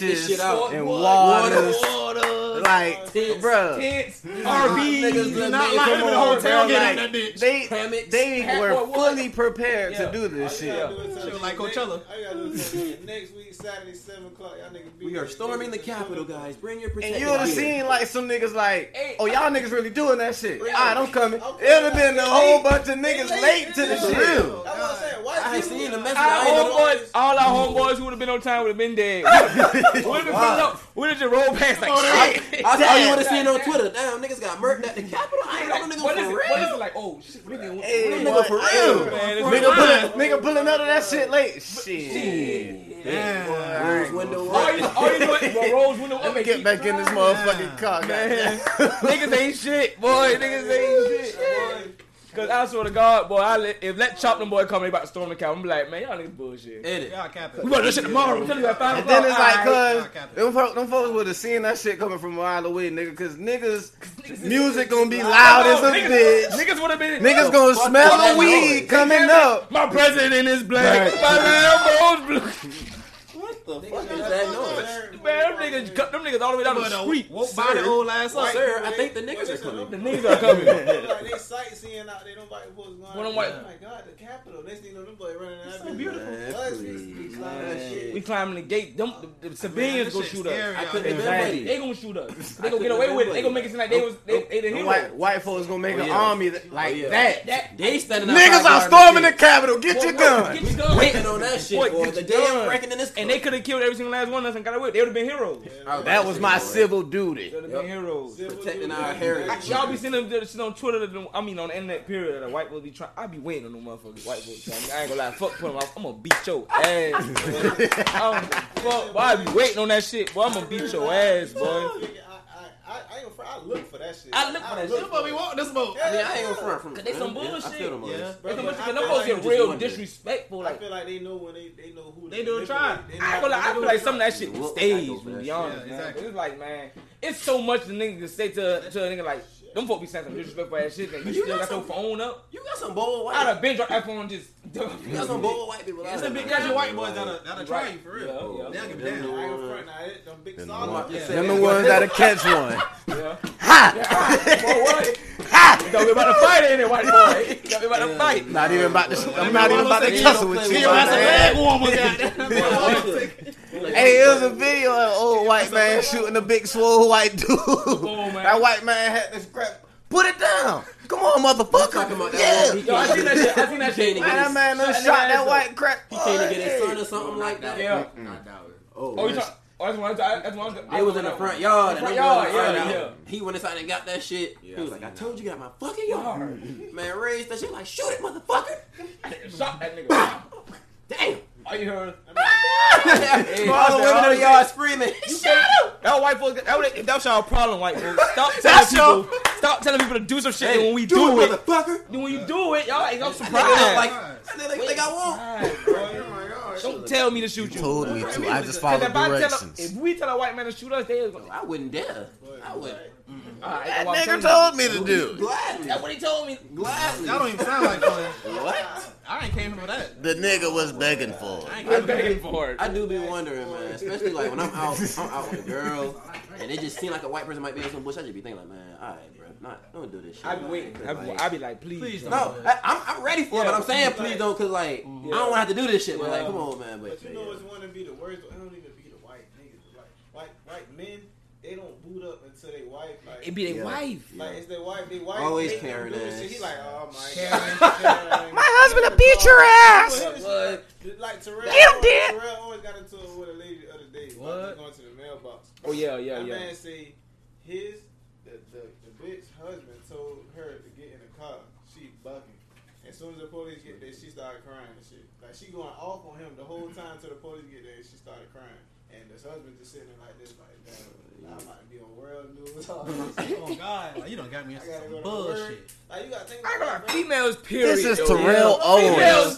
Speaker 5: sandwiches
Speaker 2: shit out.
Speaker 5: and
Speaker 2: Water.
Speaker 5: waters, like
Speaker 2: Tits.
Speaker 5: bruh.
Speaker 4: Tents,
Speaker 2: Niggas
Speaker 5: RVs,
Speaker 2: done
Speaker 1: Not like
Speaker 2: made-
Speaker 1: it
Speaker 2: come
Speaker 1: been a
Speaker 2: on,
Speaker 1: whole
Speaker 2: bro,
Speaker 1: tailgate
Speaker 5: like,
Speaker 1: in that bitch.
Speaker 5: They
Speaker 2: Hammocks.
Speaker 5: they
Speaker 4: Hat-
Speaker 5: were
Speaker 4: what- what?
Speaker 5: fully prepared
Speaker 4: Yeah.
Speaker 5: to do this
Speaker 8: All you gotta
Speaker 5: shit.
Speaker 8: do is tell
Speaker 1: Shit
Speaker 8: us
Speaker 1: like
Speaker 8: next-
Speaker 1: Coachella.
Speaker 8: all you gotta do is tell us <laughs> next week Saturday seven o'clock. Y'all niggas be
Speaker 2: We
Speaker 8: there.
Speaker 2: are storming the
Speaker 8: Niggas
Speaker 2: Capitol,
Speaker 8: is coming.
Speaker 2: guys. Bring your
Speaker 5: And
Speaker 2: protective
Speaker 5: you would have
Speaker 2: gear.
Speaker 5: seen like some niggas like,
Speaker 4: Hey,
Speaker 5: oh y'all niggas really doing that shit.
Speaker 8: Really?
Speaker 5: Alright, I'm coming.
Speaker 8: Okay.
Speaker 5: It'd have been a whole
Speaker 8: Hey,
Speaker 5: bunch of niggas late to the
Speaker 8: That's
Speaker 1: yeah.
Speaker 5: shit.
Speaker 8: what I'm saying. White
Speaker 2: I had
Speaker 8: people-
Speaker 2: seen the message.
Speaker 4: Our
Speaker 2: I ain't know-
Speaker 4: homeboys, all our homeboys who would have been on time would have been dead. Would have been pulling up. Would have just rolled past like shit.
Speaker 2: I saw you would have seen
Speaker 4: Damn.
Speaker 2: on Twitter. Damn, niggas got murdered at the Capitol. I ain't know them
Speaker 4: What
Speaker 2: niggas
Speaker 4: is it?
Speaker 2: for
Speaker 4: What is it
Speaker 2: real.
Speaker 4: like? Oh shit! What nigga?
Speaker 5: Hey,
Speaker 2: nigga for real.
Speaker 4: Man, it's
Speaker 5: Nigga
Speaker 4: fine.
Speaker 5: pulling, nigga pulling out of that shit late. Shit.
Speaker 1: Damn.
Speaker 2: Rose window
Speaker 4: All you,
Speaker 2: up.
Speaker 4: all you do is roll rolls window up
Speaker 5: Let me
Speaker 4: and
Speaker 5: get
Speaker 4: keep
Speaker 5: back in this
Speaker 4: driving.
Speaker 5: motherfucking car, <laughs> man.
Speaker 4: niggas ain't shit, boy. Niggas ain't shit. boy. Cause I swear to God, boy, I let, if let Chop them boy come, they about to storm the cow. I'm like, man, y'all niggas bullshit.
Speaker 2: Edit.
Speaker 1: Y'all capping.
Speaker 4: We about to do this shit tomorrow. I'm telling you, at five
Speaker 5: And then it's like,
Speaker 4: Alright.
Speaker 5: cuz, them, fol- them folks would have seen that shit coming from a mile away, nigga, cause niggas, music gonna be loud as a
Speaker 4: niggas,
Speaker 5: bitch.
Speaker 4: Niggas would have been.
Speaker 5: Niggas gonna smell
Speaker 2: that
Speaker 5: the weed
Speaker 2: noise.
Speaker 5: coming up.
Speaker 4: My president is black.
Speaker 5: Right.
Speaker 4: My Lambo's blue.
Speaker 2: What the fuck
Speaker 1: shut
Speaker 2: is
Speaker 1: the
Speaker 2: that
Speaker 1: fuck up.
Speaker 2: noise?
Speaker 4: Man, them niggas, cut them niggas all the way down the
Speaker 5: uh,
Speaker 4: street.
Speaker 1: Woke by the old ass up.
Speaker 2: Sir, I think the niggas are coming.
Speaker 4: The niggas are coming.
Speaker 8: like they sightseeing out there, nobody was going.
Speaker 4: One of
Speaker 8: out
Speaker 4: my-
Speaker 8: there. oh my god, the capital. Next thing you know, them boys running out. there.
Speaker 2: beautiful.
Speaker 8: Us, we- we
Speaker 2: Man,
Speaker 8: climbing that shit.
Speaker 4: we climbing the gate. Them the, the civilians gonna shoot us.
Speaker 2: I couldn't have been
Speaker 4: Exactly. They
Speaker 2: ready.
Speaker 4: gonna
Speaker 5: <laughs>
Speaker 4: shoot us.
Speaker 2: I
Speaker 4: They gonna get
Speaker 2: couldn't
Speaker 4: away
Speaker 2: have
Speaker 4: with it.
Speaker 2: been
Speaker 4: They gonna make
Speaker 2: ready.
Speaker 4: it seem like they was they, they the
Speaker 7: Them
Speaker 4: hero.
Speaker 7: white, white folks gonna make
Speaker 2: Oh,
Speaker 7: an
Speaker 2: yeah.
Speaker 7: army that, like
Speaker 2: yeah.
Speaker 7: that.
Speaker 4: That
Speaker 2: They standing
Speaker 7: Niggas are
Speaker 2: outside
Speaker 7: storming the
Speaker 2: guarding
Speaker 7: Capitol. Get
Speaker 4: Well,
Speaker 7: your
Speaker 4: well,
Speaker 7: gun.
Speaker 4: Get your
Speaker 2: the
Speaker 4: gun.
Speaker 2: waiting on that shit.
Speaker 4: Boy,
Speaker 2: boy.
Speaker 4: get
Speaker 2: The
Speaker 4: your
Speaker 2: damn
Speaker 4: gun.
Speaker 2: wrecking in this.
Speaker 4: And they could have killed every single last one of us and got away. They would have been heroes.
Speaker 7: That was my
Speaker 2: civil.
Speaker 7: civil duty.
Speaker 4: They would have been heroes.
Speaker 2: protecting our heritage.
Speaker 4: Y'all be seeing them do this shit on Twitter. that them- I mean, on the internet period. That the white folks be trying. I be waiting on them motherfuckers. White folks trying. I ain't gonna lie. Fuck put them off. I'm gonna beat your ass. Boy.
Speaker 8: <laughs>
Speaker 4: I don't give a fuck. Boy, I be waiting on that shit. Boy, I'm gonna beat your ass, boy.
Speaker 8: I, I, I, I, ain't gonna front, I look for that shit.
Speaker 4: I look for that
Speaker 1: This what we want. This what.
Speaker 2: I mean, I ain't gonna front from.
Speaker 4: Cause they some bullshit.
Speaker 2: I feel them on
Speaker 1: Yeah.
Speaker 2: this.
Speaker 8: Bro,
Speaker 4: It's a bunch of-
Speaker 8: I
Speaker 4: them
Speaker 8: feel
Speaker 4: folks
Speaker 8: like
Speaker 4: get
Speaker 2: you
Speaker 4: real
Speaker 2: just wonder.
Speaker 4: disrespectful.
Speaker 8: I
Speaker 4: Like
Speaker 8: feel like they know when they, they know who
Speaker 1: They doing trial.
Speaker 8: they know-
Speaker 4: I ain't gonna lie, I
Speaker 8: they
Speaker 4: feel
Speaker 8: know
Speaker 4: like
Speaker 8: who-
Speaker 4: some of that shit
Speaker 2: Whoop,
Speaker 4: was
Speaker 2: I go
Speaker 4: staged,
Speaker 2: for
Speaker 4: to
Speaker 2: that
Speaker 4: be
Speaker 2: shit.
Speaker 4: honest,
Speaker 1: Yeah,
Speaker 4: man.
Speaker 1: exactly.
Speaker 4: It's like, man, it's so much the nigga can say to, to a nigga like, them folk be saying some disrespectful ass shit, and you,
Speaker 2: You
Speaker 4: still
Speaker 2: got
Speaker 4: got your
Speaker 2: some-
Speaker 4: phone up.
Speaker 2: You got some bold
Speaker 4: I'd
Speaker 2: white.
Speaker 4: have been your iPhone and just. <laughs>
Speaker 2: You got some bold white people.
Speaker 1: It's
Speaker 2: out
Speaker 1: a big
Speaker 2: there.
Speaker 1: country white boys that'll, that'll try
Speaker 4: Right.
Speaker 1: you for real.
Speaker 4: Yeah, yeah.
Speaker 1: They'll give a
Speaker 2: Them
Speaker 1: damn.
Speaker 8: I
Speaker 2: the
Speaker 8: ain't gonna
Speaker 2: ones-
Speaker 8: front, now, it- them big
Speaker 7: Them
Speaker 8: solid.
Speaker 2: ones-
Speaker 7: Them the ones that'll catch one.
Speaker 4: Yeah. <laughs> Boy,
Speaker 2: <laughs>
Speaker 4: what? Yo, we about to fight in it, white boy. Yo, we about to
Speaker 2: Yeah.
Speaker 4: fight. <laughs>
Speaker 7: Not even about to. I'm
Speaker 1: Them
Speaker 7: not
Speaker 1: the
Speaker 7: even about to
Speaker 1: ones
Speaker 7: tussle
Speaker 2: that
Speaker 7: with
Speaker 2: ain't
Speaker 7: you.
Speaker 2: no
Speaker 7: my
Speaker 2: play
Speaker 7: man.
Speaker 2: <laughs>
Speaker 1: warmer,
Speaker 7: Hey, it was a video of an old white man shooting a big swole white dude.
Speaker 4: on, man.
Speaker 7: That white man had this crap. Put it down. Come on,
Speaker 2: talking about
Speaker 7: motherfucker.
Speaker 2: that
Speaker 7: Yeah.
Speaker 2: one
Speaker 7: Man,
Speaker 4: Yo, I seen that shit. I seen that shit.
Speaker 2: He
Speaker 7: that man done shot
Speaker 4: Shut that ass
Speaker 7: that
Speaker 4: up.
Speaker 7: white crap.
Speaker 2: He came to get his
Speaker 7: Boy,
Speaker 2: son or something like that.
Speaker 4: Yeah.
Speaker 6: Not that one.
Speaker 2: Oh,
Speaker 4: Oh, you
Speaker 2: that's-
Speaker 4: talking? Oh, that's one. That's one.
Speaker 2: They was in the front yard.
Speaker 4: Front
Speaker 2: and they
Speaker 4: yard,
Speaker 2: wasn't
Speaker 4: yeah,
Speaker 2: out.
Speaker 4: yeah.
Speaker 2: He went inside and got that shit.
Speaker 6: Yeah,
Speaker 2: he was
Speaker 6: I
Speaker 2: like, "I
Speaker 6: seen
Speaker 2: told you, got my fucking yard." Man, raised that shit like, "Shoot it, motherfucker!"
Speaker 4: Shot
Speaker 2: <laughs>
Speaker 4: that nigga.
Speaker 2: Damn.
Speaker 4: All you heard.
Speaker 2: <laughs> all the women in the yard screaming.
Speaker 4: That white folks, that would, if that's y'all problem, white folks, <laughs> stop telling people, stop telling people to do some shit. and when we do, it,
Speaker 2: motherfucker.
Speaker 4: when you do it, y'all, ain't- I'm
Speaker 2: They look
Speaker 4: surprised.
Speaker 2: like, they look like I want.
Speaker 4: don't tell me to shoot you.
Speaker 7: Told me to. I just
Speaker 4: 'Cause
Speaker 7: followed
Speaker 4: if, I tell a, if
Speaker 7: directions.
Speaker 4: we tell a white man to shoot us, they is gonna.
Speaker 2: I wouldn't dare. I would
Speaker 4: All right,
Speaker 7: That
Speaker 4: well, I'm
Speaker 7: nigga
Speaker 4: telling you.
Speaker 7: told me to do.
Speaker 2: gladly,
Speaker 4: That's what he told me.
Speaker 2: gladly.
Speaker 1: Y'all don't even sound like fun.
Speaker 2: what?
Speaker 1: I ain't came for that.
Speaker 7: The nigga was begging for it.
Speaker 1: I ain't
Speaker 4: I'm
Speaker 1: came for
Speaker 4: begging for it.
Speaker 2: I do be wondering, man. Especially like when I'm out, I'm out with a girl, and it just seems like a white person might be in some bush. I just be thinking like, man, all right, bro, not don't do this shit.
Speaker 4: I be waiting. I be, I be like, please.
Speaker 1: Please
Speaker 4: don't.
Speaker 2: No, I, I'm, I'm ready for it, but I'm saying please don't, cause like I don't want to have to do this shit. But like,
Speaker 4: Mm-hmm. Yeah.
Speaker 2: come on, man. But,
Speaker 8: But you know what's one to be the worst? I don't even be the white niggas. but Like white white men, they don't boot up until they wife. Like
Speaker 4: It be their
Speaker 7: Yeah.
Speaker 4: wife.
Speaker 8: Like it's their wife, they wife.
Speaker 2: Always
Speaker 8: they don't
Speaker 2: Karen
Speaker 8: do this
Speaker 2: ass.
Speaker 8: Shit. He like, oh my
Speaker 1: Karen.
Speaker 8: <laughs> god.
Speaker 7: My husband will beat your ass.
Speaker 8: What? Like Terrell,
Speaker 7: Get him,
Speaker 8: always-
Speaker 7: Dad.
Speaker 8: Terrell always got into it with a lady the other day. About
Speaker 1: What?
Speaker 8: going to the mailbox.
Speaker 4: Oh yeah, yeah,
Speaker 8: that
Speaker 4: yeah.
Speaker 8: man say his the, the the bitch husband told her to get in the car. She bucking. As soon as the police get there, she started crying and shit. Like she going off on him
Speaker 4: <laughs>
Speaker 8: the whole time till the police get there. She started crying, and this husband just sitting there like this, like, damn, I might be on world news. <laughs> all this shit.
Speaker 1: that. Oh, God. Like, you done got me into
Speaker 8: I gotta go
Speaker 1: some
Speaker 8: to
Speaker 1: bullshit.
Speaker 8: Like you gotta think
Speaker 4: I ain't gonna lie,
Speaker 8: about that.
Speaker 4: females period.
Speaker 7: This is
Speaker 4: yo.
Speaker 7: Terrell
Speaker 4: Females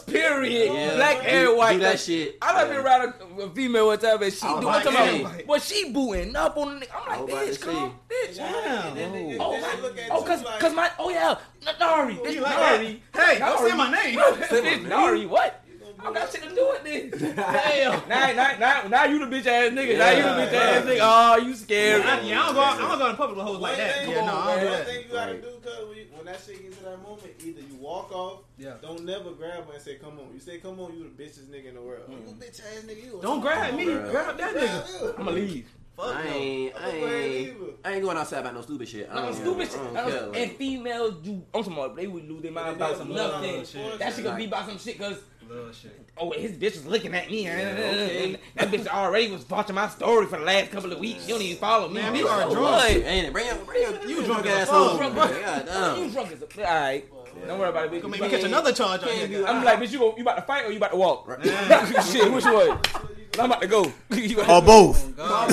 Speaker 7: Owens.
Speaker 4: period.
Speaker 2: Yeah.
Speaker 4: Black
Speaker 2: Do-
Speaker 4: and white.
Speaker 2: do that shit.
Speaker 4: I done been
Speaker 2: Yeah.
Speaker 4: around a, a female one time and she
Speaker 2: Oh,
Speaker 4: do
Speaker 2: my
Speaker 4: what
Speaker 1: God.
Speaker 4: talking about. But she booting up on the nigga. I'm like,
Speaker 2: Oh, about to
Speaker 4: bitch, come on, bitch.
Speaker 1: Damn.
Speaker 8: And then they-
Speaker 4: Oh,
Speaker 8: then they look
Speaker 4: my,
Speaker 8: at
Speaker 4: oh,
Speaker 8: you
Speaker 4: cause,
Speaker 8: like-
Speaker 4: cause my, oh yeah, N- Nari,
Speaker 1: You
Speaker 4: bitch,
Speaker 1: like
Speaker 4: Nari.
Speaker 1: that? Hey,
Speaker 4: Nari.
Speaker 1: don't say my name.
Speaker 2: Say my
Speaker 4: <laughs> bitch,
Speaker 2: name.
Speaker 4: Nari, what?
Speaker 8: You gonna be
Speaker 4: I don't got
Speaker 8: like-
Speaker 4: shit to do with this. Damn. Now, now, now, now you the bitch ass nigga. now
Speaker 2: Yeah.
Speaker 4: you the bitch ass nigga. Oh, you scary.
Speaker 1: I, yeah, I don't go out, I don't go out in public with hoes like that.
Speaker 8: One thing-
Speaker 1: Yeah, no, I don't do
Speaker 8: one
Speaker 1: that.
Speaker 8: thing you gotta
Speaker 2: Right.
Speaker 8: do, cause when, you, when that shit gets to that moment, either you walk off,
Speaker 1: Yeah.
Speaker 8: don't never grab her and say, "Come on." You say, "Come on," you the bitchest nigga in the world.
Speaker 1: Mm-hmm.
Speaker 8: You bitch ass nigga. You
Speaker 1: Don't grab me.
Speaker 2: Bruh.
Speaker 1: Grab that nigga.
Speaker 4: I'ma leave.
Speaker 1: Fuck
Speaker 2: I
Speaker 1: no.
Speaker 2: ain't, I
Speaker 8: I'm
Speaker 2: ain't,
Speaker 8: gonna leave.
Speaker 2: I ain't going outside about no stupid shit. I
Speaker 4: Like
Speaker 2: don't,
Speaker 4: a stupid shit.
Speaker 2: I
Speaker 4: Like,
Speaker 2: don't care.
Speaker 4: and females do, I'm talking about, they would lose their mind about some nothing.
Speaker 1: shit.
Speaker 4: That shit could be about some shit, cause
Speaker 1: Little shit.
Speaker 4: Oh, his bitch was looking at <laughs> me.
Speaker 2: okay.
Speaker 4: That bitch already was watching my story for the last couple of weeks. You don't even follow me.
Speaker 1: Man,
Speaker 4: bitch.
Speaker 1: you are
Speaker 4: Oh,
Speaker 1: drunk.
Speaker 4: what?
Speaker 2: ain't it? Bring your, bring your,
Speaker 1: You drunk as
Speaker 2: ass
Speaker 1: fuck,
Speaker 2: home.
Speaker 4: drunk,
Speaker 2: man.
Speaker 4: bro.
Speaker 2: God damn.
Speaker 4: You
Speaker 2: <laughs>
Speaker 4: drunk as a. All right. Don't worry about it,
Speaker 1: Gonna
Speaker 4: bitch. You
Speaker 1: make me catch
Speaker 4: about-
Speaker 1: another charge on
Speaker 2: Can't
Speaker 1: here.
Speaker 2: be-
Speaker 4: I'm like, bitch, you, go, you about to fight or you about to walk?
Speaker 2: Right.
Speaker 4: <laughs> Shit, which one? I'm about to go. <laughs> You
Speaker 5: Oh,
Speaker 7: Or
Speaker 4: about-
Speaker 7: both.
Speaker 1: God.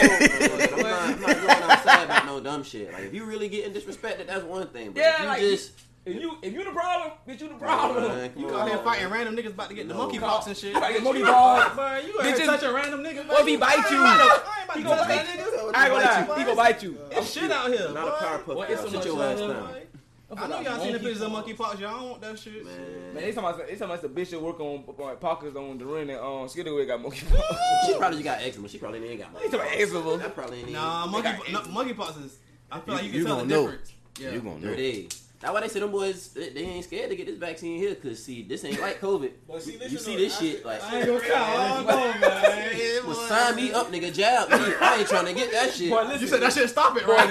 Speaker 2: I'm not, I'm not going outside about no dumb shit. Like if you really getting disrespected, that's one thing. But if
Speaker 4: Yeah,
Speaker 2: you
Speaker 4: like-
Speaker 2: just
Speaker 4: If you, if you the problem, bitch, you the problem.
Speaker 2: Man, come
Speaker 1: You
Speaker 2: on,
Speaker 1: out here
Speaker 2: man.
Speaker 1: fighting random niggas about to get the
Speaker 2: No.
Speaker 1: monkey pox and shit.
Speaker 4: You about to get monkey
Speaker 1: <laughs>
Speaker 4: ball.
Speaker 1: Bruh, you out here
Speaker 4: Bitches-
Speaker 1: touching random niggas.
Speaker 4: Or if he bite you. I
Speaker 1: He
Speaker 4: He gonna bite you. ain't gonna lie. He gonna bite you.
Speaker 1: It's shit out here.
Speaker 2: Not a
Speaker 1: boy.
Speaker 2: power puff.
Speaker 4: What is
Speaker 2: Sit
Speaker 4: so
Speaker 2: your
Speaker 4: much
Speaker 2: ass
Speaker 4: love?
Speaker 2: down.
Speaker 1: I know y'all seen the pictures of monkeypox. Y'all don't want that shit.
Speaker 4: Man,
Speaker 2: Man,
Speaker 4: they talking about they talking about the bitch that work on like Parker's on Duran and um Skidaway got monkeypox.
Speaker 1: <laughs>
Speaker 2: she probably just got eczema. She probably ain't got
Speaker 4: They talking about eczema.
Speaker 2: That probably ain't.
Speaker 1: Nah,
Speaker 2: even-
Speaker 1: monkey
Speaker 4: got
Speaker 1: no,
Speaker 4: AIDS.
Speaker 1: monkeypox is. I
Speaker 7: You-
Speaker 1: feel like you can
Speaker 7: you
Speaker 1: tell the
Speaker 7: gonna know.
Speaker 1: difference. Yeah.
Speaker 7: You gonna know.
Speaker 2: There it is. That's why they say them boys they, they ain't scared to get this vaccine here because see this ain't like COVID.
Speaker 8: But see,
Speaker 2: you
Speaker 8: listen
Speaker 2: see
Speaker 8: though,
Speaker 2: this
Speaker 8: I
Speaker 2: shit
Speaker 8: said-
Speaker 2: like
Speaker 1: I ain't gonna count. I don't know, man.
Speaker 2: well, sign me up, nigga. Jab me. I ain't trying to get that shit.
Speaker 4: Boy, listen,
Speaker 1: You said that shit stop it,
Speaker 4: boy,
Speaker 1: right?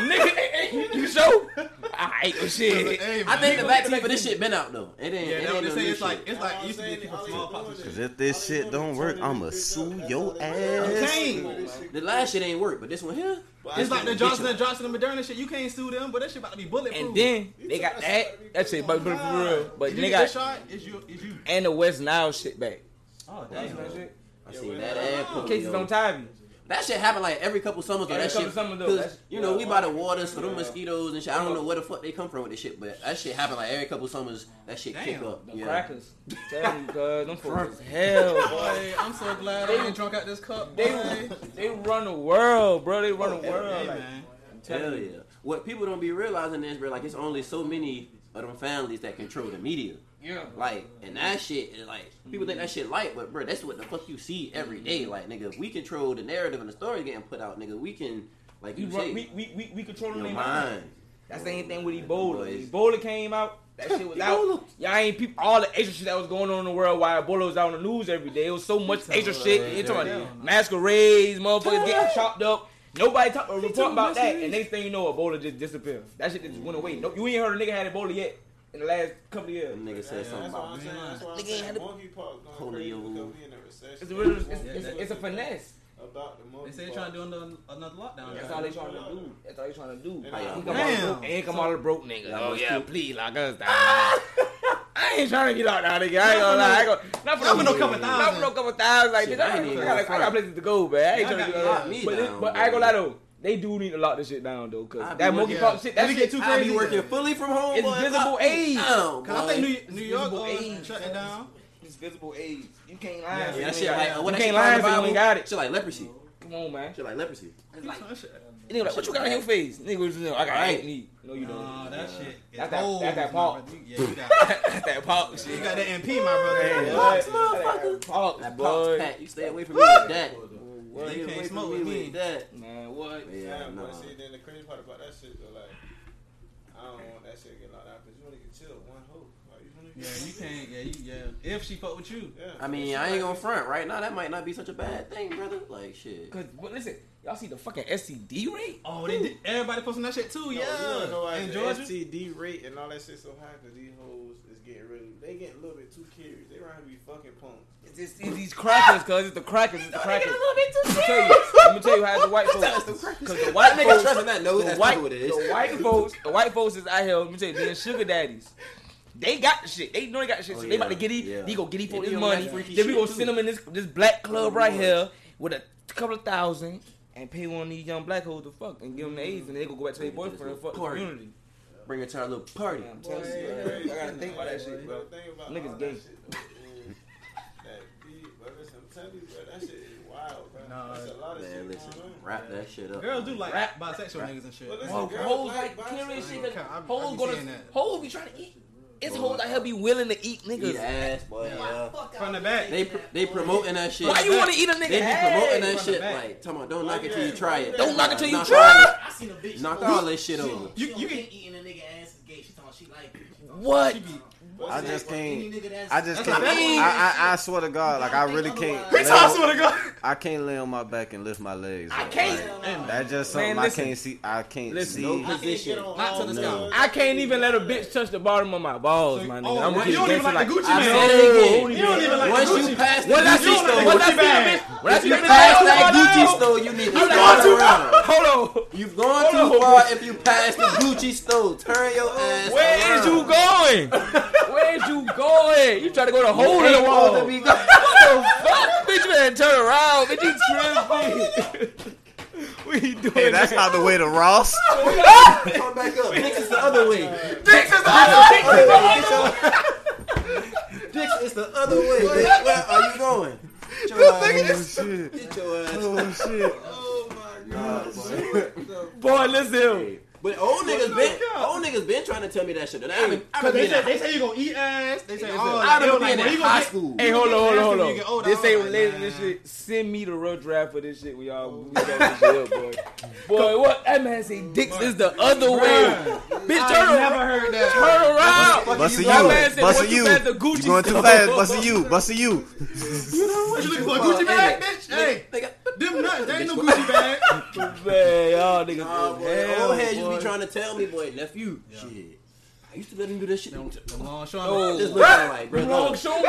Speaker 4: nigga, you show? I ain't no shit.
Speaker 1: Hey,
Speaker 2: I
Speaker 1: man.
Speaker 2: think the vaccine for this shit been out though. It ain't.
Speaker 1: Yeah,
Speaker 2: it
Speaker 1: that's
Speaker 2: ain't
Speaker 1: what they
Speaker 2: no
Speaker 1: say.
Speaker 2: new
Speaker 1: It's like
Speaker 2: shit.
Speaker 1: it's like
Speaker 8: All
Speaker 1: it used to
Speaker 8: I'm
Speaker 1: be
Speaker 8: saying
Speaker 1: people
Speaker 8: is
Speaker 1: from
Speaker 8: all
Speaker 1: smallpox.
Speaker 8: they
Speaker 1: and
Speaker 8: doing
Speaker 1: shit.
Speaker 7: Cause if this shit don't work, I'ma sue your ass.
Speaker 1: can't.
Speaker 2: the last shit ain't work, but this one here.
Speaker 1: It's like the
Speaker 2: Bitch,
Speaker 1: Johnson and Johnson and Moderna shit. You can't sue them, but that shit about to be bulletproof.
Speaker 4: And then they got that. That shit, but but for real, but
Speaker 1: if you
Speaker 4: they
Speaker 1: get that
Speaker 4: got
Speaker 1: shot, it's you. It's you.
Speaker 4: and the West Nile shit back.
Speaker 1: Oh
Speaker 2: I seen that ad.
Speaker 1: Oh,
Speaker 2: post,
Speaker 4: Cases
Speaker 2: yo.
Speaker 4: on Tybee.
Speaker 2: That shit happen like every couple summers. Though.
Speaker 4: Every
Speaker 2: that
Speaker 4: couple
Speaker 2: shit,
Speaker 4: summers, though.
Speaker 2: 'cause,
Speaker 4: That's-
Speaker 2: you know, we by the water, so them mosquitoes and shit. I don't know where the fuck they come from with this shit, but that shit happen like every couple summers. That shit kick
Speaker 1: Damn,
Speaker 2: up.
Speaker 4: The
Speaker 2: Yeah.
Speaker 4: crackers. Tell you, cuz them folks is hell, boy.
Speaker 1: Boy, I'm so glad I ain't drunk out this cup. Boy.
Speaker 4: They they run the world, bro. They run the
Speaker 1: Hey,
Speaker 4: world. Like,
Speaker 1: man.
Speaker 4: I'm
Speaker 2: Hell
Speaker 4: telling you.
Speaker 2: yeah. What people don't be realizing is, bro, like it's only so many of them families that control the media.
Speaker 4: Yeah.
Speaker 2: Like, and that shit is like people think that shit light, but bro, that's what the fuck you see every day. Like, nigga, if we control the narrative and the story getting put out, nigga, we can like
Speaker 4: We,
Speaker 2: you
Speaker 4: run,
Speaker 2: say
Speaker 4: we, we, we, we control
Speaker 2: your
Speaker 4: them.
Speaker 2: mind.
Speaker 4: That's the same thing with
Speaker 2: Them
Speaker 4: Ebola.
Speaker 2: boys.
Speaker 4: Ebola came out. That shit was
Speaker 2: Ebola.
Speaker 4: out. Y'all ain't peep all the extra shit that was going on in the world while Ebola was out on the news every day. It was so much extra shit. You talking about masquerades, motherfuckers getting chopped up. Nobody talk, report about that. And next thing you know, Ebola just disappeared. That shit just went away. No, you ain't heard a nigga had Ebola yet in the last couple of years.
Speaker 2: Them nigga said something
Speaker 8: That's what
Speaker 2: about
Speaker 8: I'm saying. That's what I'm
Speaker 4: Nigga
Speaker 8: saying.
Speaker 4: had a-
Speaker 8: Monkeypox
Speaker 2: Polio.
Speaker 8: going crazy because we in a recession.
Speaker 4: It's a, real- it's,
Speaker 8: Monkeypox
Speaker 4: it's, a, it's a finesse.
Speaker 8: About the monkeypox.
Speaker 1: They say they're trying to do another, another lockdown.
Speaker 4: That's all they trying to do. That's all they trying to do.
Speaker 8: And
Speaker 2: I-
Speaker 4: Like, he come out of
Speaker 1: Damn.
Speaker 4: broke, and he come out of the broke nigga.
Speaker 2: Y'all was cute.
Speaker 4: Oh, please lock us down. <laughs> I ain't trying to get locked down, nigga. I ain't gonna lie. I ain't gonna, not for
Speaker 1: Not
Speaker 4: no,
Speaker 1: for no couple thousand.
Speaker 4: Not for no couple thousand. Like,
Speaker 2: Shit,
Speaker 4: bitch, I,
Speaker 2: I ain't
Speaker 4: ain't
Speaker 2: even
Speaker 4: I, got, I
Speaker 2: gonna
Speaker 4: got places to go, man. I ain't
Speaker 1: Y'all
Speaker 4: trying to
Speaker 1: got
Speaker 4: get locked
Speaker 2: locked me
Speaker 4: But, this-
Speaker 2: down,
Speaker 4: but I ain't gonna lie
Speaker 2: man.
Speaker 4: though. They do need to lock this shit down though, cause
Speaker 2: I be
Speaker 4: that
Speaker 2: working-
Speaker 4: monkeypox shit. That
Speaker 1: Did it
Speaker 4: shit
Speaker 1: get too
Speaker 2: I be
Speaker 1: crazy?
Speaker 2: working fully from home.
Speaker 4: It's
Speaker 2: boy.
Speaker 4: visible
Speaker 2: Lock me
Speaker 4: AIDS.
Speaker 2: down,
Speaker 1: Cause I
Speaker 2: boy.
Speaker 1: think New, New York
Speaker 4: Visible
Speaker 1: uh,
Speaker 4: AIDS.
Speaker 1: shut it down.
Speaker 4: It's visible AIDS. You can't lie.
Speaker 1: Yeah,
Speaker 2: Yeah,
Speaker 4: if you
Speaker 2: that
Speaker 4: ain't
Speaker 2: shit
Speaker 4: got
Speaker 2: like
Speaker 4: it.
Speaker 2: what
Speaker 4: you
Speaker 2: that shit
Speaker 4: can't
Speaker 2: lie
Speaker 4: lie
Speaker 2: in
Speaker 4: if
Speaker 2: the
Speaker 4: you
Speaker 2: Bible.
Speaker 4: ain't got it.
Speaker 2: Shit like leprosy.
Speaker 4: Come on, man.
Speaker 2: Shit like leprosy.
Speaker 1: Keep trying to shut-
Speaker 4: Nigga, like, what you got on your face? Nigga, what you know? I got
Speaker 2: Right.
Speaker 4: acne.
Speaker 1: oh,
Speaker 4: No, you don't.
Speaker 1: Nah, that shit. is
Speaker 4: That's that-
Speaker 1: old,
Speaker 4: that's that
Speaker 1: my
Speaker 4: Paul.
Speaker 1: brother. You- Yeah, you <laughs> got,
Speaker 4: <laughs> that pop shit.
Speaker 1: you got that MP, my brother.
Speaker 2: Pox, motherfucker.
Speaker 4: Pops,
Speaker 2: That
Speaker 4: boy.
Speaker 2: pox pack. You stay away from me with that.
Speaker 1: You
Speaker 2: Stay
Speaker 1: can't
Speaker 2: away
Speaker 1: smoke
Speaker 2: from me
Speaker 1: with me.
Speaker 2: with that.
Speaker 4: Man, what?
Speaker 2: Yeah,
Speaker 8: Yeah,
Speaker 2: no.
Speaker 8: but see, then the crazy part about that shit, though, like, I don't want that shit to get locked out because you only can chill one hoe. Like, you only can
Speaker 1: Yeah, you can't. Yeah, you, yeah. If she fuck with you,
Speaker 8: Yeah.
Speaker 2: I mean,
Speaker 8: Shit
Speaker 2: I ain't
Speaker 8: like
Speaker 2: gonna
Speaker 8: that.
Speaker 2: front right now. That might not be such a bad thing, brother. Like shit.
Speaker 4: Cause but listen, y'all see the fucking STD rate?
Speaker 1: oh, they did, everybody posting that shit too.
Speaker 8: No,
Speaker 1: Yeah,
Speaker 8: Oh, you don't know why
Speaker 1: in
Speaker 8: the
Speaker 1: Georgia.
Speaker 8: STD rate and all that shit so high because these hoes is getting really, they getting a little bit too curious. They around here be fucking punk.
Speaker 4: It's, it's, it's these crackers, cause it's the crackers, it's the crackers.
Speaker 2: bit
Speaker 4: Let me tell you, let me tell you how the white folks. Cause the white
Speaker 2: That nigga
Speaker 4: folks,
Speaker 2: trusting that
Speaker 4: the
Speaker 2: knows that's
Speaker 4: white,
Speaker 2: not what it
Speaker 4: the
Speaker 2: is.
Speaker 4: white folks, the white folks is out here. Let me tell you, being sugar daddies. They got the shit. They know they got the shit.
Speaker 2: Oh,
Speaker 4: so
Speaker 2: yeah,
Speaker 4: they about to get it.
Speaker 2: yeah.
Speaker 4: They go get it
Speaker 2: Yeah,
Speaker 4: for
Speaker 2: they
Speaker 4: this
Speaker 2: on that
Speaker 4: money.
Speaker 2: freaky
Speaker 4: Then we
Speaker 2: shit,
Speaker 4: gonna
Speaker 2: too.
Speaker 4: send them in this this black club
Speaker 2: Oh,
Speaker 4: right
Speaker 2: yeah.
Speaker 4: here with a couple of thousand and pay one of these young black hoes to fuck and give them the AIDS and they gonna go back to their
Speaker 2: Nigga, this
Speaker 4: boyfriend and fuck the
Speaker 2: party.
Speaker 4: community.
Speaker 2: Bring it to our little party.
Speaker 4: Yeah, I'm
Speaker 8: Boy,
Speaker 4: telling you,
Speaker 8: yeah,
Speaker 4: bro. I gotta
Speaker 8: yeah,
Speaker 4: think about that shit,
Speaker 8: You
Speaker 4: bro.
Speaker 8: gotta think about
Speaker 4: Niggas
Speaker 8: all that
Speaker 4: gay.
Speaker 8: shit, though, is that deep, bro. Listen, I'm telling you, bro, that shit is wild, bro.
Speaker 1: Nah,
Speaker 8: That's a lot of
Speaker 2: Man,
Speaker 8: shit
Speaker 2: listen,
Speaker 8: going on.
Speaker 2: wrap that shit up.
Speaker 1: Girls do like
Speaker 4: Rap.
Speaker 1: bisexual niggas and shit.
Speaker 8: But listen,
Speaker 4: Well,
Speaker 8: girls
Speaker 4: hoes
Speaker 8: like
Speaker 4: like killing
Speaker 8: bisexual.
Speaker 4: shit.
Speaker 1: Okay, I- I
Speaker 4: Cause
Speaker 1: be
Speaker 4: hoes
Speaker 1: seeing
Speaker 4: gonna
Speaker 1: that.
Speaker 4: hoes be trying to eat. It's
Speaker 2: Oh,
Speaker 4: hoes
Speaker 2: my
Speaker 4: out here be willing to eat
Speaker 2: Eat
Speaker 4: niggas.
Speaker 2: ass, boy. Yeah.
Speaker 1: From the back.
Speaker 2: They pr- they promoting that shit.
Speaker 4: Why you want to eat a nigga?
Speaker 2: They be
Speaker 4: ass?
Speaker 2: promoting that
Speaker 1: From the
Speaker 2: shit
Speaker 1: back.
Speaker 2: like, talking about don't
Speaker 8: Why
Speaker 2: knock it
Speaker 8: you
Speaker 2: till you
Speaker 8: at?
Speaker 2: try it.
Speaker 4: Don't knock it till you
Speaker 2: Knock
Speaker 4: try
Speaker 2: all-
Speaker 11: I seen a bitch.
Speaker 2: Knock
Speaker 11: smoke.
Speaker 2: all this shit over.
Speaker 11: She
Speaker 1: You- you
Speaker 11: don't
Speaker 1: can-
Speaker 11: think eating a nigga ass is gay. She thought she like it. She thought-
Speaker 4: What?
Speaker 1: She be-
Speaker 7: I just
Speaker 11: Any
Speaker 7: can't.
Speaker 11: nigga that's
Speaker 7: I just
Speaker 1: That's
Speaker 7: can't.
Speaker 1: a thing.
Speaker 7: I, I I swear to God, like I really can't. lay
Speaker 1: I
Speaker 7: on-
Speaker 1: swear to God.
Speaker 7: I can't lay on my back and lift my legs.
Speaker 4: I
Speaker 7: up,
Speaker 4: can't.
Speaker 7: like, that's just something
Speaker 4: Man, listen.
Speaker 7: I can't see. I can't
Speaker 4: Listen,
Speaker 7: see.
Speaker 2: no- Position.
Speaker 1: Not to the sky.
Speaker 4: I can't even let a bitch touch the bottom of my balls,
Speaker 1: So-
Speaker 4: my nigga.
Speaker 1: oh,
Speaker 4: I'm
Speaker 1: you
Speaker 4: just
Speaker 1: don't even
Speaker 4: dancing
Speaker 1: like the Gucci
Speaker 2: I
Speaker 1: man.
Speaker 4: No,
Speaker 2: said it again.
Speaker 4: I
Speaker 1: You don't even like
Speaker 2: Once
Speaker 1: the
Speaker 2: you
Speaker 1: Gucci.
Speaker 2: pass the
Speaker 4: When I see
Speaker 2: Gucci
Speaker 4: the
Speaker 2: store,
Speaker 4: when
Speaker 1: Gucci
Speaker 4: I see the
Speaker 1: bag.
Speaker 4: bitch, when I
Speaker 2: if
Speaker 4: see
Speaker 2: you
Speaker 4: the
Speaker 2: pass that
Speaker 4: bitch,
Speaker 2: Gucci store, you need to
Speaker 4: I'm
Speaker 2: turn
Speaker 4: going
Speaker 2: around.
Speaker 4: <laughs> Hold on.
Speaker 2: You've gone too
Speaker 4: Hold on.
Speaker 2: far if you pass the Gucci store. Turn your ass
Speaker 4: Where is you
Speaker 2: around.
Speaker 4: going? <laughs> Where is you going? You trying to go to hole in the wall?
Speaker 2: supposed to be going.
Speaker 4: What the fuck, bitch? You better turn around, bitch. You tripping? what you doing?
Speaker 7: Hey, that's not the way to Ross.
Speaker 2: Come back up. Dix is the other way.
Speaker 4: Dicks is all
Speaker 2: Dix is the other way. bitch. Where are you going? Get your ass.
Speaker 7: Oh shit!
Speaker 2: Get your ass.
Speaker 7: Oh shit!
Speaker 8: Oh my god.
Speaker 2: Nah, boy.
Speaker 4: Boy, listen.
Speaker 2: But old niggas been
Speaker 1: God.
Speaker 2: old niggas been trying to tell me that shit. And I been, I
Speaker 1: Cause
Speaker 2: been
Speaker 1: they
Speaker 2: being
Speaker 1: said
Speaker 2: a-
Speaker 1: they say you gonna eat ass. They say
Speaker 7: Listen,
Speaker 1: all
Speaker 2: I done
Speaker 1: that. They were
Speaker 2: been
Speaker 1: like,
Speaker 2: in
Speaker 1: well, you
Speaker 2: high
Speaker 1: gonna get-
Speaker 2: school.
Speaker 4: Hey, hold on, hold on, hold
Speaker 1: When
Speaker 4: on.
Speaker 1: you get older,
Speaker 4: this
Speaker 1: I was
Speaker 4: ain't
Speaker 1: like,
Speaker 4: related to
Speaker 1: nah.
Speaker 4: this shit. Send me the rough draft for this shit. We all we got this shit up, boy. Boy, what that man say? Dicks is the other way. Bitch,
Speaker 1: I
Speaker 4: turn
Speaker 1: never
Speaker 4: around.
Speaker 1: heard
Speaker 4: Turn
Speaker 1: that.
Speaker 4: around.
Speaker 7: Busting
Speaker 4: That
Speaker 7: you,
Speaker 4: man said,
Speaker 7: busting
Speaker 4: <laughs> "What you
Speaker 7: you,
Speaker 4: got the
Speaker 7: you
Speaker 4: Gucci
Speaker 7: going too
Speaker 4: stuff?"
Speaker 7: fast, busting you, busting you.
Speaker 1: What you looking for, a Gucci bag, bitch? Hey,
Speaker 2: They got-
Speaker 1: them nuts. They ain't no Gucci <laughs> bag.
Speaker 4: Man, y'all niggas.
Speaker 2: Nah, boy.
Speaker 4: hell,
Speaker 2: old heads you
Speaker 4: boy.
Speaker 2: be trying to tell me, boy, nephew. Shit. I used to let him do this shit.
Speaker 1: Them uh, long
Speaker 2: Oh,
Speaker 1: shoulders.
Speaker 2: just look at him like, brother,
Speaker 4: Long shoulder.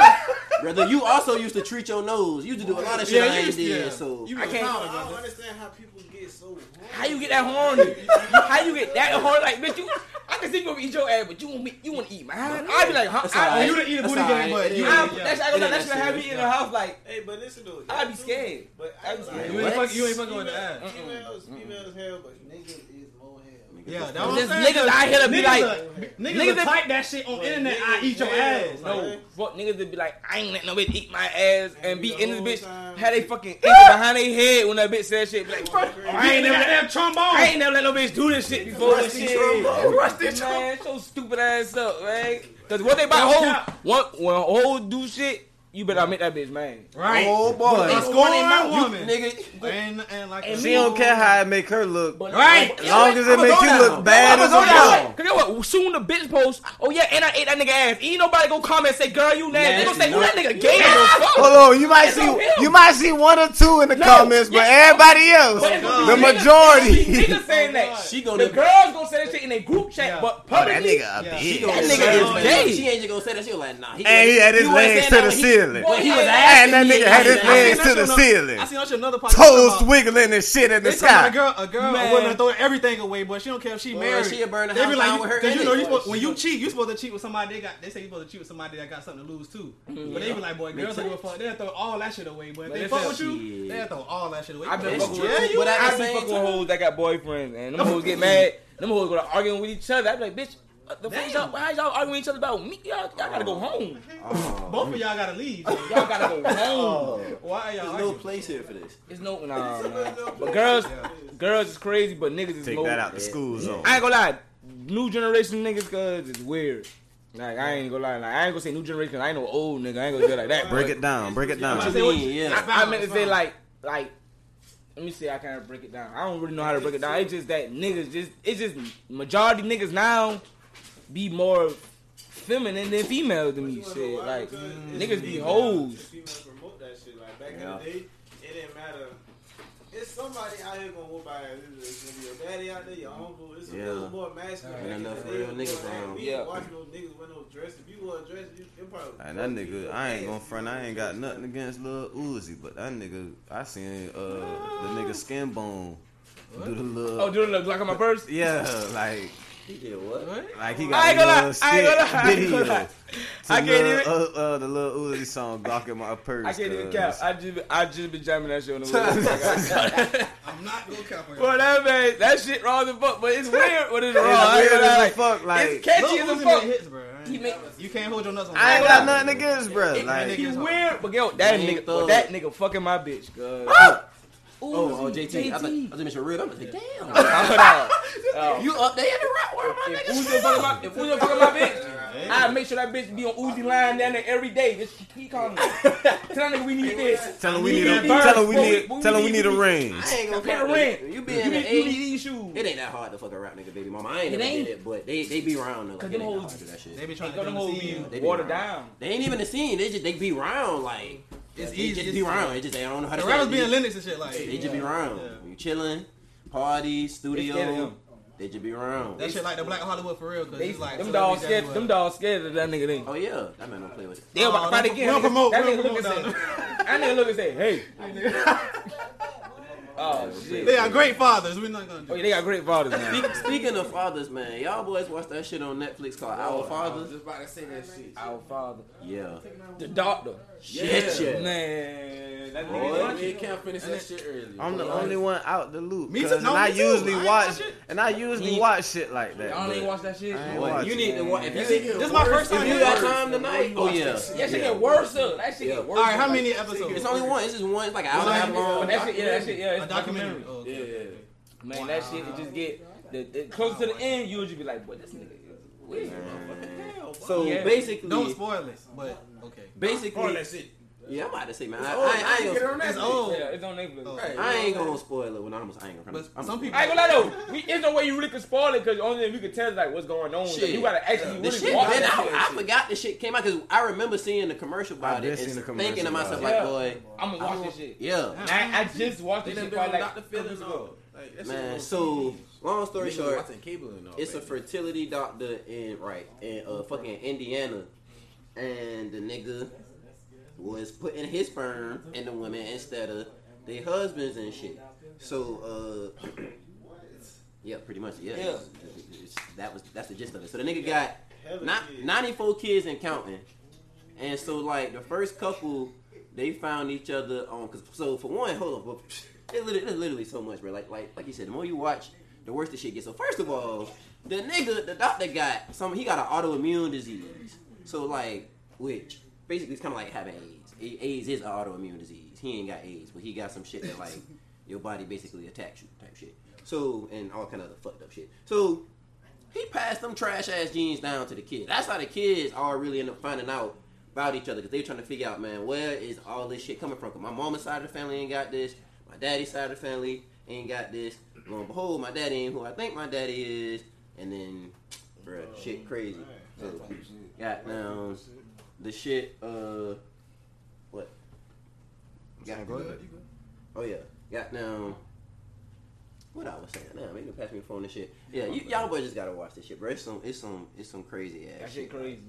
Speaker 2: brother, you also used to treat your nose. You used to do a lot of shit I ain't did. So
Speaker 1: You
Speaker 4: I
Speaker 1: was
Speaker 4: can't-
Speaker 1: proud
Speaker 8: I
Speaker 1: of
Speaker 8: don't
Speaker 1: us.
Speaker 8: understand how people get so.
Speaker 4: How you get that horny? How you get that horny? Like, bitch, you. I can see you gonna eat your ass, but you want me. You want to eat mine? I be like, huh?
Speaker 2: That's
Speaker 4: I,
Speaker 2: alright.
Speaker 1: Oh, you done eat a
Speaker 2: That's
Speaker 1: booty game,
Speaker 2: alright.
Speaker 1: but you
Speaker 4: I,
Speaker 1: ain't- yeah.
Speaker 4: that's, I go,
Speaker 2: It ain't
Speaker 4: that's gonna have me in the house. Like,
Speaker 8: Hey, but listen though.
Speaker 4: I'd be scared.
Speaker 8: But
Speaker 4: I'd
Speaker 8: I
Speaker 4: be
Speaker 8: was
Speaker 4: scared.
Speaker 8: like,
Speaker 1: You ain't
Speaker 2: What?
Speaker 1: fuck- you ain't fucking with the ass.
Speaker 8: females, females hell, but niggas is more hell.
Speaker 1: Yeah, that's
Speaker 4: Just
Speaker 1: what I'm saying.
Speaker 4: niggas out here to be
Speaker 1: Niggas
Speaker 4: like-
Speaker 1: are- niggas,
Speaker 4: niggas
Speaker 1: niggas
Speaker 4: that-
Speaker 1: type that shit on internet. I
Speaker 8: niggas
Speaker 1: eat your
Speaker 8: hell,
Speaker 1: ass.
Speaker 8: like-
Speaker 1: No,
Speaker 4: No, fuck niggas that be like, I ain't letting nobody eat my ass and be
Speaker 8: the
Speaker 4: in this bitch.
Speaker 8: whole time.
Speaker 4: Had they fucking ankle behind their head when that bitch said shit. Be like, "Fuck,
Speaker 1: I ain't never had trombone.
Speaker 4: I ain't never let no bitch do this shit before. This
Speaker 2: Rusty
Speaker 4: shit.
Speaker 2: trombone.
Speaker 4: Rusty man, shut your stupid ass up, man. Cause what they about hoes, what when a hoe do shit, you better admit that bitch, man.
Speaker 1: Right.
Speaker 7: Oh boy,
Speaker 1: But- Score on that
Speaker 2: You-
Speaker 1: woman.
Speaker 2: nigga.
Speaker 1: And, and like
Speaker 7: she don't care how it make her look,
Speaker 1: Right.
Speaker 7: as long as it
Speaker 2: I'ma
Speaker 7: make
Speaker 2: go
Speaker 7: you
Speaker 2: down.
Speaker 7: look bad
Speaker 2: I'ma
Speaker 7: as
Speaker 2: go
Speaker 7: a
Speaker 2: down.
Speaker 7: dog.
Speaker 4: Cause you know what? Soon the bitch post, oh yeah, and I ate that nigga ass. Ain't nobody gonna comment say, girl, you nasty. They gonna say, who that nigga gay as fuck.
Speaker 7: Hold on, you might
Speaker 4: It's on
Speaker 7: see
Speaker 4: him.
Speaker 7: you might see one or two in the
Speaker 4: No,
Speaker 7: comments, but
Speaker 4: yeah.
Speaker 7: everybody else,
Speaker 4: But it's gonna
Speaker 7: Oh, the
Speaker 4: be niggas-
Speaker 7: majority. <laughs>
Speaker 4: it's gonna be Niggas saying
Speaker 1: Oh,
Speaker 4: <laughs> that.
Speaker 1: God.
Speaker 2: She
Speaker 4: The
Speaker 2: gonna
Speaker 4: girls gonna say that shit in their group chat,
Speaker 1: Yeah.
Speaker 4: but
Speaker 7: Oh, that
Speaker 4: publicly,
Speaker 7: nigga a
Speaker 1: Yeah.
Speaker 7: bitch.
Speaker 2: She gonna
Speaker 4: That
Speaker 2: say
Speaker 4: nigga is
Speaker 2: that.
Speaker 4: gay.
Speaker 2: She ain't just gonna say that. She was like, nah. He
Speaker 7: And he had his
Speaker 2: you wasn't
Speaker 7: legs
Speaker 2: saying
Speaker 7: to
Speaker 2: that
Speaker 7: the
Speaker 2: when he-
Speaker 7: ceiling.
Speaker 2: When he was
Speaker 7: And
Speaker 4: And
Speaker 2: asking
Speaker 7: that
Speaker 2: me,
Speaker 7: nigga
Speaker 2: he
Speaker 7: had
Speaker 2: was
Speaker 7: his
Speaker 2: like,
Speaker 7: legs
Speaker 1: I seen
Speaker 7: to the
Speaker 1: that shit on the- I
Speaker 7: ceiling.
Speaker 1: seen that shit on another podcast.
Speaker 7: Toes
Speaker 1: about-
Speaker 7: wiggling and shit in the
Speaker 1: They talking about a
Speaker 7: sky.
Speaker 1: girl, a girl
Speaker 4: Man.
Speaker 1: willing to throw everything away, but she don't care if she
Speaker 2: Boy,
Speaker 1: married.
Speaker 2: she'll burn the
Speaker 1: They be
Speaker 2: house
Speaker 1: like,
Speaker 2: down
Speaker 1: you-
Speaker 2: with her
Speaker 1: 'cause
Speaker 2: in
Speaker 1: you
Speaker 2: it.
Speaker 1: know, you supposed, when you cheat, you supposed to cheat with somebody. They got, they say you supposed to cheat with somebody that got something to lose too. But they be like, boy, girls don't give a fuck. They'll throw all that shit away. But if
Speaker 4: But
Speaker 1: they
Speaker 4: if
Speaker 1: fuck
Speaker 4: it-
Speaker 1: with you,
Speaker 2: shit.
Speaker 1: they'll throw all that shit away.
Speaker 4: I've been
Speaker 1: Bitch,
Speaker 4: fucking
Speaker 1: yeah,
Speaker 4: with
Speaker 1: you.
Speaker 4: but
Speaker 2: at
Speaker 4: I
Speaker 2: the
Speaker 4: be
Speaker 2: same
Speaker 4: fucking with
Speaker 2: time-
Speaker 4: hoes that got boyfriends, and <laughs> them hoes get mad. Them hoes gonna arguing with each other. I be like, bitch, what the fuck y'all, why y'all arguing with each other about me? Y'all, y'all gotta go home. <laughs>
Speaker 1: Both of y'all gotta leave.
Speaker 4: Y'all <laughs> gotta go home.
Speaker 1: Why are y'all
Speaker 2: There's no
Speaker 1: arguing?
Speaker 2: place here for this.
Speaker 4: It's no, nah, man. But girls, girls is crazy, but niggas is
Speaker 7: Take
Speaker 4: no.
Speaker 7: that out the school zone.
Speaker 4: I ain't gonna lie, new generation niggas, cause it's weird. Like I ain't gonna lie, like I ain't gonna say new generation. 'cause I ain't no old nigga. I ain't gonna say it like that.
Speaker 7: Break
Speaker 4: but-
Speaker 7: it down. Break it
Speaker 1: What you
Speaker 7: down.
Speaker 1: say, what you-
Speaker 2: mean, yeah.
Speaker 1: That's
Speaker 4: I
Speaker 1: fine,
Speaker 4: meant to
Speaker 1: that's
Speaker 4: say
Speaker 1: fine.
Speaker 4: like like let me see I kind of break it down. I don't really know how to break it down. It's just that niggas just it's just majority niggas now be more feminine than female than me. Shit. Like niggas be hoes.
Speaker 8: Females promote that shit. Like back
Speaker 2: Yeah.
Speaker 8: in the day, it didn't matter. It's somebody out here gonna whoop by. It's gonna be your daddy out there, your uncle. It's
Speaker 2: Yeah.
Speaker 8: a little more masculine.
Speaker 2: Ain't
Speaker 8: back in
Speaker 2: enough
Speaker 8: the day,
Speaker 2: real
Speaker 8: boy,
Speaker 2: niggas
Speaker 8: like,
Speaker 2: around.
Speaker 8: We
Speaker 4: Yeah.
Speaker 8: yeah. watching those niggas wear no dress. If you wore a dress, you you probably.
Speaker 7: And that nigga, I ain't gonna front. I ain't got nothing against Lil Uzi, but that nigga, I seen uh the nigga skin bone do the little.
Speaker 4: Oh, do it look like on my purse?
Speaker 7: yeah, like
Speaker 2: He did what?
Speaker 7: like he
Speaker 4: I
Speaker 7: got
Speaker 4: ain't
Speaker 7: a
Speaker 4: gonna lie,
Speaker 7: little
Speaker 4: I ain't gonna lie, I
Speaker 7: skit
Speaker 4: ain't
Speaker 7: video.
Speaker 4: gonna lie.
Speaker 7: to
Speaker 4: I can't
Speaker 7: Lil-
Speaker 4: even-
Speaker 7: Uh, uh, the Lil Uzi song blocking my purse.
Speaker 4: I can't even
Speaker 7: cuz.
Speaker 4: cap. I just I just been jamming that shit on
Speaker 7: <laughs>
Speaker 4: the way.
Speaker 1: I'm not gonna cap on
Speaker 4: Well,
Speaker 1: y'all.
Speaker 4: that man, that shit wrong as fuck, but it's weird, but it's wrong. I ain't
Speaker 7: It's weird
Speaker 4: gonna lie.
Speaker 7: as a fuck.
Speaker 4: it's
Speaker 7: Like
Speaker 4: catchy
Speaker 1: Lil
Speaker 4: as a
Speaker 1: Uzi
Speaker 4: fuck.
Speaker 1: make hits, bro. I ain't-
Speaker 4: He make-
Speaker 1: You can't hold your nuts on
Speaker 7: I ain't got
Speaker 1: that.
Speaker 7: nothing against, bro.
Speaker 1: That
Speaker 7: Like
Speaker 1: nigga-
Speaker 4: He weird, but yo, that
Speaker 2: Game
Speaker 4: nigga,
Speaker 2: thug.
Speaker 4: but that nigga fucking my bitch, cuz.
Speaker 2: Oh, oh, JT. I thought I was gonna mention real. I'm gonna say, damn. <laughs>
Speaker 4: Oh.
Speaker 2: You updated the rap world, my
Speaker 4: If
Speaker 2: nigga.
Speaker 4: Uzi fucking my, if Uzi fucking my bitch, I make sure that bitch be on Uzi line down there every day. Bitch, he calling me. Tell that nigga we need this.
Speaker 7: tell him we
Speaker 4: You
Speaker 7: need
Speaker 4: need
Speaker 7: a
Speaker 4: birds,
Speaker 7: tell him we
Speaker 4: what we-
Speaker 7: need
Speaker 4: what we
Speaker 7: tell him we
Speaker 4: need
Speaker 7: need a
Speaker 4: to be-
Speaker 7: ring.
Speaker 2: I ain't gonna
Speaker 4: Pay the
Speaker 2: front,
Speaker 4: rent.
Speaker 2: nigga. You
Speaker 4: You
Speaker 2: being
Speaker 4: need,
Speaker 2: an
Speaker 4: you need
Speaker 2: age.
Speaker 4: these shoes.
Speaker 2: It ain't that hard to fuck a rap nigga, baby mama. I ain't
Speaker 4: It
Speaker 2: never
Speaker 4: ain't.
Speaker 2: did it, but they they be round though. Like,
Speaker 4: 'Cause
Speaker 2: it
Speaker 4: them
Speaker 2: ain't hard
Speaker 4: hoes-
Speaker 2: to do that shit.
Speaker 1: They be trying
Speaker 4: Ain't
Speaker 1: to come
Speaker 4: gonna hold
Speaker 1: see
Speaker 4: me
Speaker 1: you.
Speaker 2: They be
Speaker 4: watered
Speaker 2: round.
Speaker 4: down.
Speaker 2: They ain't even the scene. They just they be round like.
Speaker 1: It's
Speaker 2: They
Speaker 1: easy.
Speaker 2: just
Speaker 1: it's
Speaker 2: be
Speaker 1: easy.
Speaker 2: round. They just they don't know how to.
Speaker 1: The
Speaker 2: say
Speaker 1: rappers
Speaker 2: it.
Speaker 1: being Linux and shit like.
Speaker 2: They just be
Speaker 1: Yeah.
Speaker 2: round.
Speaker 1: Yeah.
Speaker 2: You chilling, party,
Speaker 4: They scared of
Speaker 2: studio.
Speaker 4: him.
Speaker 2: They just be round.
Speaker 1: That shit like the Black Hollywood for real, cause
Speaker 4: They,
Speaker 1: it's like
Speaker 4: them dogs
Speaker 1: celebrities
Speaker 4: scared.
Speaker 1: everywhere.
Speaker 4: Them dogs scared of that nigga. Thing.
Speaker 2: Oh yeah, that man don't play with it.
Speaker 4: They about
Speaker 1: Oh,
Speaker 4: to fight
Speaker 1: don't-
Speaker 4: again.
Speaker 1: we don't
Speaker 4: That nigga-
Speaker 1: promote-
Speaker 4: That
Speaker 1: we don't
Speaker 4: nigga look and say,
Speaker 1: promote
Speaker 4: that nigga look and say, hey. Oh shit.
Speaker 1: They are great fathers. We're not gonna do.
Speaker 4: Oh, yeah, they got great fathers now.
Speaker 2: Speak- Speaking of fathers, man, y'all boys watch that shit on Netflix called Our Fathers.
Speaker 6: about to say that shit.
Speaker 4: Our father,
Speaker 2: Yeah.
Speaker 4: the doctor.
Speaker 2: Shit, yeah.
Speaker 4: Man, that
Speaker 6: Boy,
Speaker 4: nigga.
Speaker 6: we can't finish that shit early.
Speaker 7: I'm the only one out the loop.
Speaker 1: Me too.
Speaker 7: cuz, And
Speaker 1: No,
Speaker 7: I
Speaker 1: me too.
Speaker 7: usually
Speaker 1: I ain't
Speaker 7: watch
Speaker 1: watch it.
Speaker 7: and I usually
Speaker 4: You-
Speaker 7: watch shit like that.
Speaker 4: Y'all ain't
Speaker 7: but
Speaker 4: watch that shit.
Speaker 7: I ain't
Speaker 2: Boy,
Speaker 7: watch
Speaker 2: you
Speaker 7: it.
Speaker 2: need to watch. If you,
Speaker 1: This is my first
Speaker 2: if
Speaker 1: time.
Speaker 2: you
Speaker 1: doing
Speaker 2: got
Speaker 1: it.
Speaker 2: time tonight, oh yeah.
Speaker 4: That shit get worse up. That shit get worse.
Speaker 1: All right, how
Speaker 4: up.
Speaker 1: many episodes?
Speaker 2: It's only one. It's just one. It's like an hour
Speaker 1: It's
Speaker 2: and a half
Speaker 1: like-
Speaker 2: long.
Speaker 4: That shit, yeah, that shit, yeah.
Speaker 1: A
Speaker 4: It's
Speaker 1: documentary. Oh,
Speaker 6: Yeah,
Speaker 1: okay.
Speaker 6: yeah.
Speaker 4: Man, that shit it just get the, the close to the end, you'll just be like, boy, this nigga. is weird."
Speaker 2: So
Speaker 4: Yeah.
Speaker 2: basically,
Speaker 1: Don't spoil it, but okay.
Speaker 2: basically,
Speaker 6: that's it.
Speaker 2: yeah, I'm about to say, man, I, I, I, ain't
Speaker 6: Get it
Speaker 2: gonna,
Speaker 6: on that
Speaker 1: It's
Speaker 6: bitch.
Speaker 1: old.
Speaker 4: Yeah, it's on Netflix.
Speaker 1: Oh.
Speaker 2: I ain't gonna spoil it when I'm. I ain't gonna.
Speaker 1: But
Speaker 2: I'm
Speaker 1: some people-
Speaker 4: I ain't gonna lie though, we, there's no way you really can spoil it because the only thing we can tell is like what's going on. Like,
Speaker 2: Shit.
Speaker 4: you gotta actually
Speaker 2: The
Speaker 4: really
Speaker 2: shit
Speaker 4: watch
Speaker 2: been
Speaker 4: it.
Speaker 2: out. I forgot the shit came out because I remember seeing the commercial
Speaker 7: I
Speaker 2: about
Speaker 7: did
Speaker 2: it
Speaker 7: seen the
Speaker 2: and
Speaker 7: commercial
Speaker 2: thinking to
Speaker 7: about
Speaker 2: myself
Speaker 7: it.
Speaker 2: like,
Speaker 4: Yeah.
Speaker 2: boy,
Speaker 4: I'm gonna
Speaker 2: I
Speaker 4: watch
Speaker 2: don't-
Speaker 4: this shit.
Speaker 2: yeah,
Speaker 4: And I, I just watched
Speaker 6: They
Speaker 4: this
Speaker 6: done
Speaker 4: shit
Speaker 6: been on
Speaker 4: probably
Speaker 6: Dr.
Speaker 4: like
Speaker 6: Phil and all.
Speaker 4: ago.
Speaker 6: Like, that shit
Speaker 2: man.
Speaker 6: was
Speaker 2: So
Speaker 6: on TV.
Speaker 2: long story
Speaker 6: Niggas
Speaker 2: short,
Speaker 6: watching cable and all.
Speaker 2: it's a
Speaker 6: baby.
Speaker 2: fertility doctor in right in uh, fucking Indiana, and the nigga was putting his sperm in the women instead of their husbands and shit. So, uh, <clears throat> yeah, pretty much, yeah.
Speaker 4: Yeah.
Speaker 2: It's- that was that's the gist of it. So the nigga got
Speaker 8: Hella
Speaker 2: not,
Speaker 8: kids.
Speaker 2: 94 kids and counting, and so like the first couple they found each other on. Cause, so for one, hold on, but <laughs> it's literally, it's literally so much, bro. Like like like you said, the more you watch, the worse the shit gets. So first of all, the nigga, the doctor got some. He got an autoimmune disease. So like, which basically it's kind of like having AIDS. A- AIDS is an autoimmune disease. He ain't got AIDS, but he got some shit that like your body basically attacks you type shit. So and all kind of other fucked up shit. So he passed them trash ass jeans down to the kids. That's how the kids all really end up finding out about each other because they trying to figure out, man, where is all this shit coming from? 'Cause my mama's side of the family ain't got this. My daddy's side of the family ain't got this. Lo and behold, my daddy ain't who I think my daddy is. And then, bruh, shit crazy. So, goddamn, the shit, uh, what?
Speaker 7: Yeah, go ahead.
Speaker 2: Oh yeah, goddamn. What I was saying, nah, man, you pass me the phone and shit. Yeah, you, y'all boys just gotta watch this shit, bro. It's some, it's some, it's some crazy ass.
Speaker 4: That shit crazy.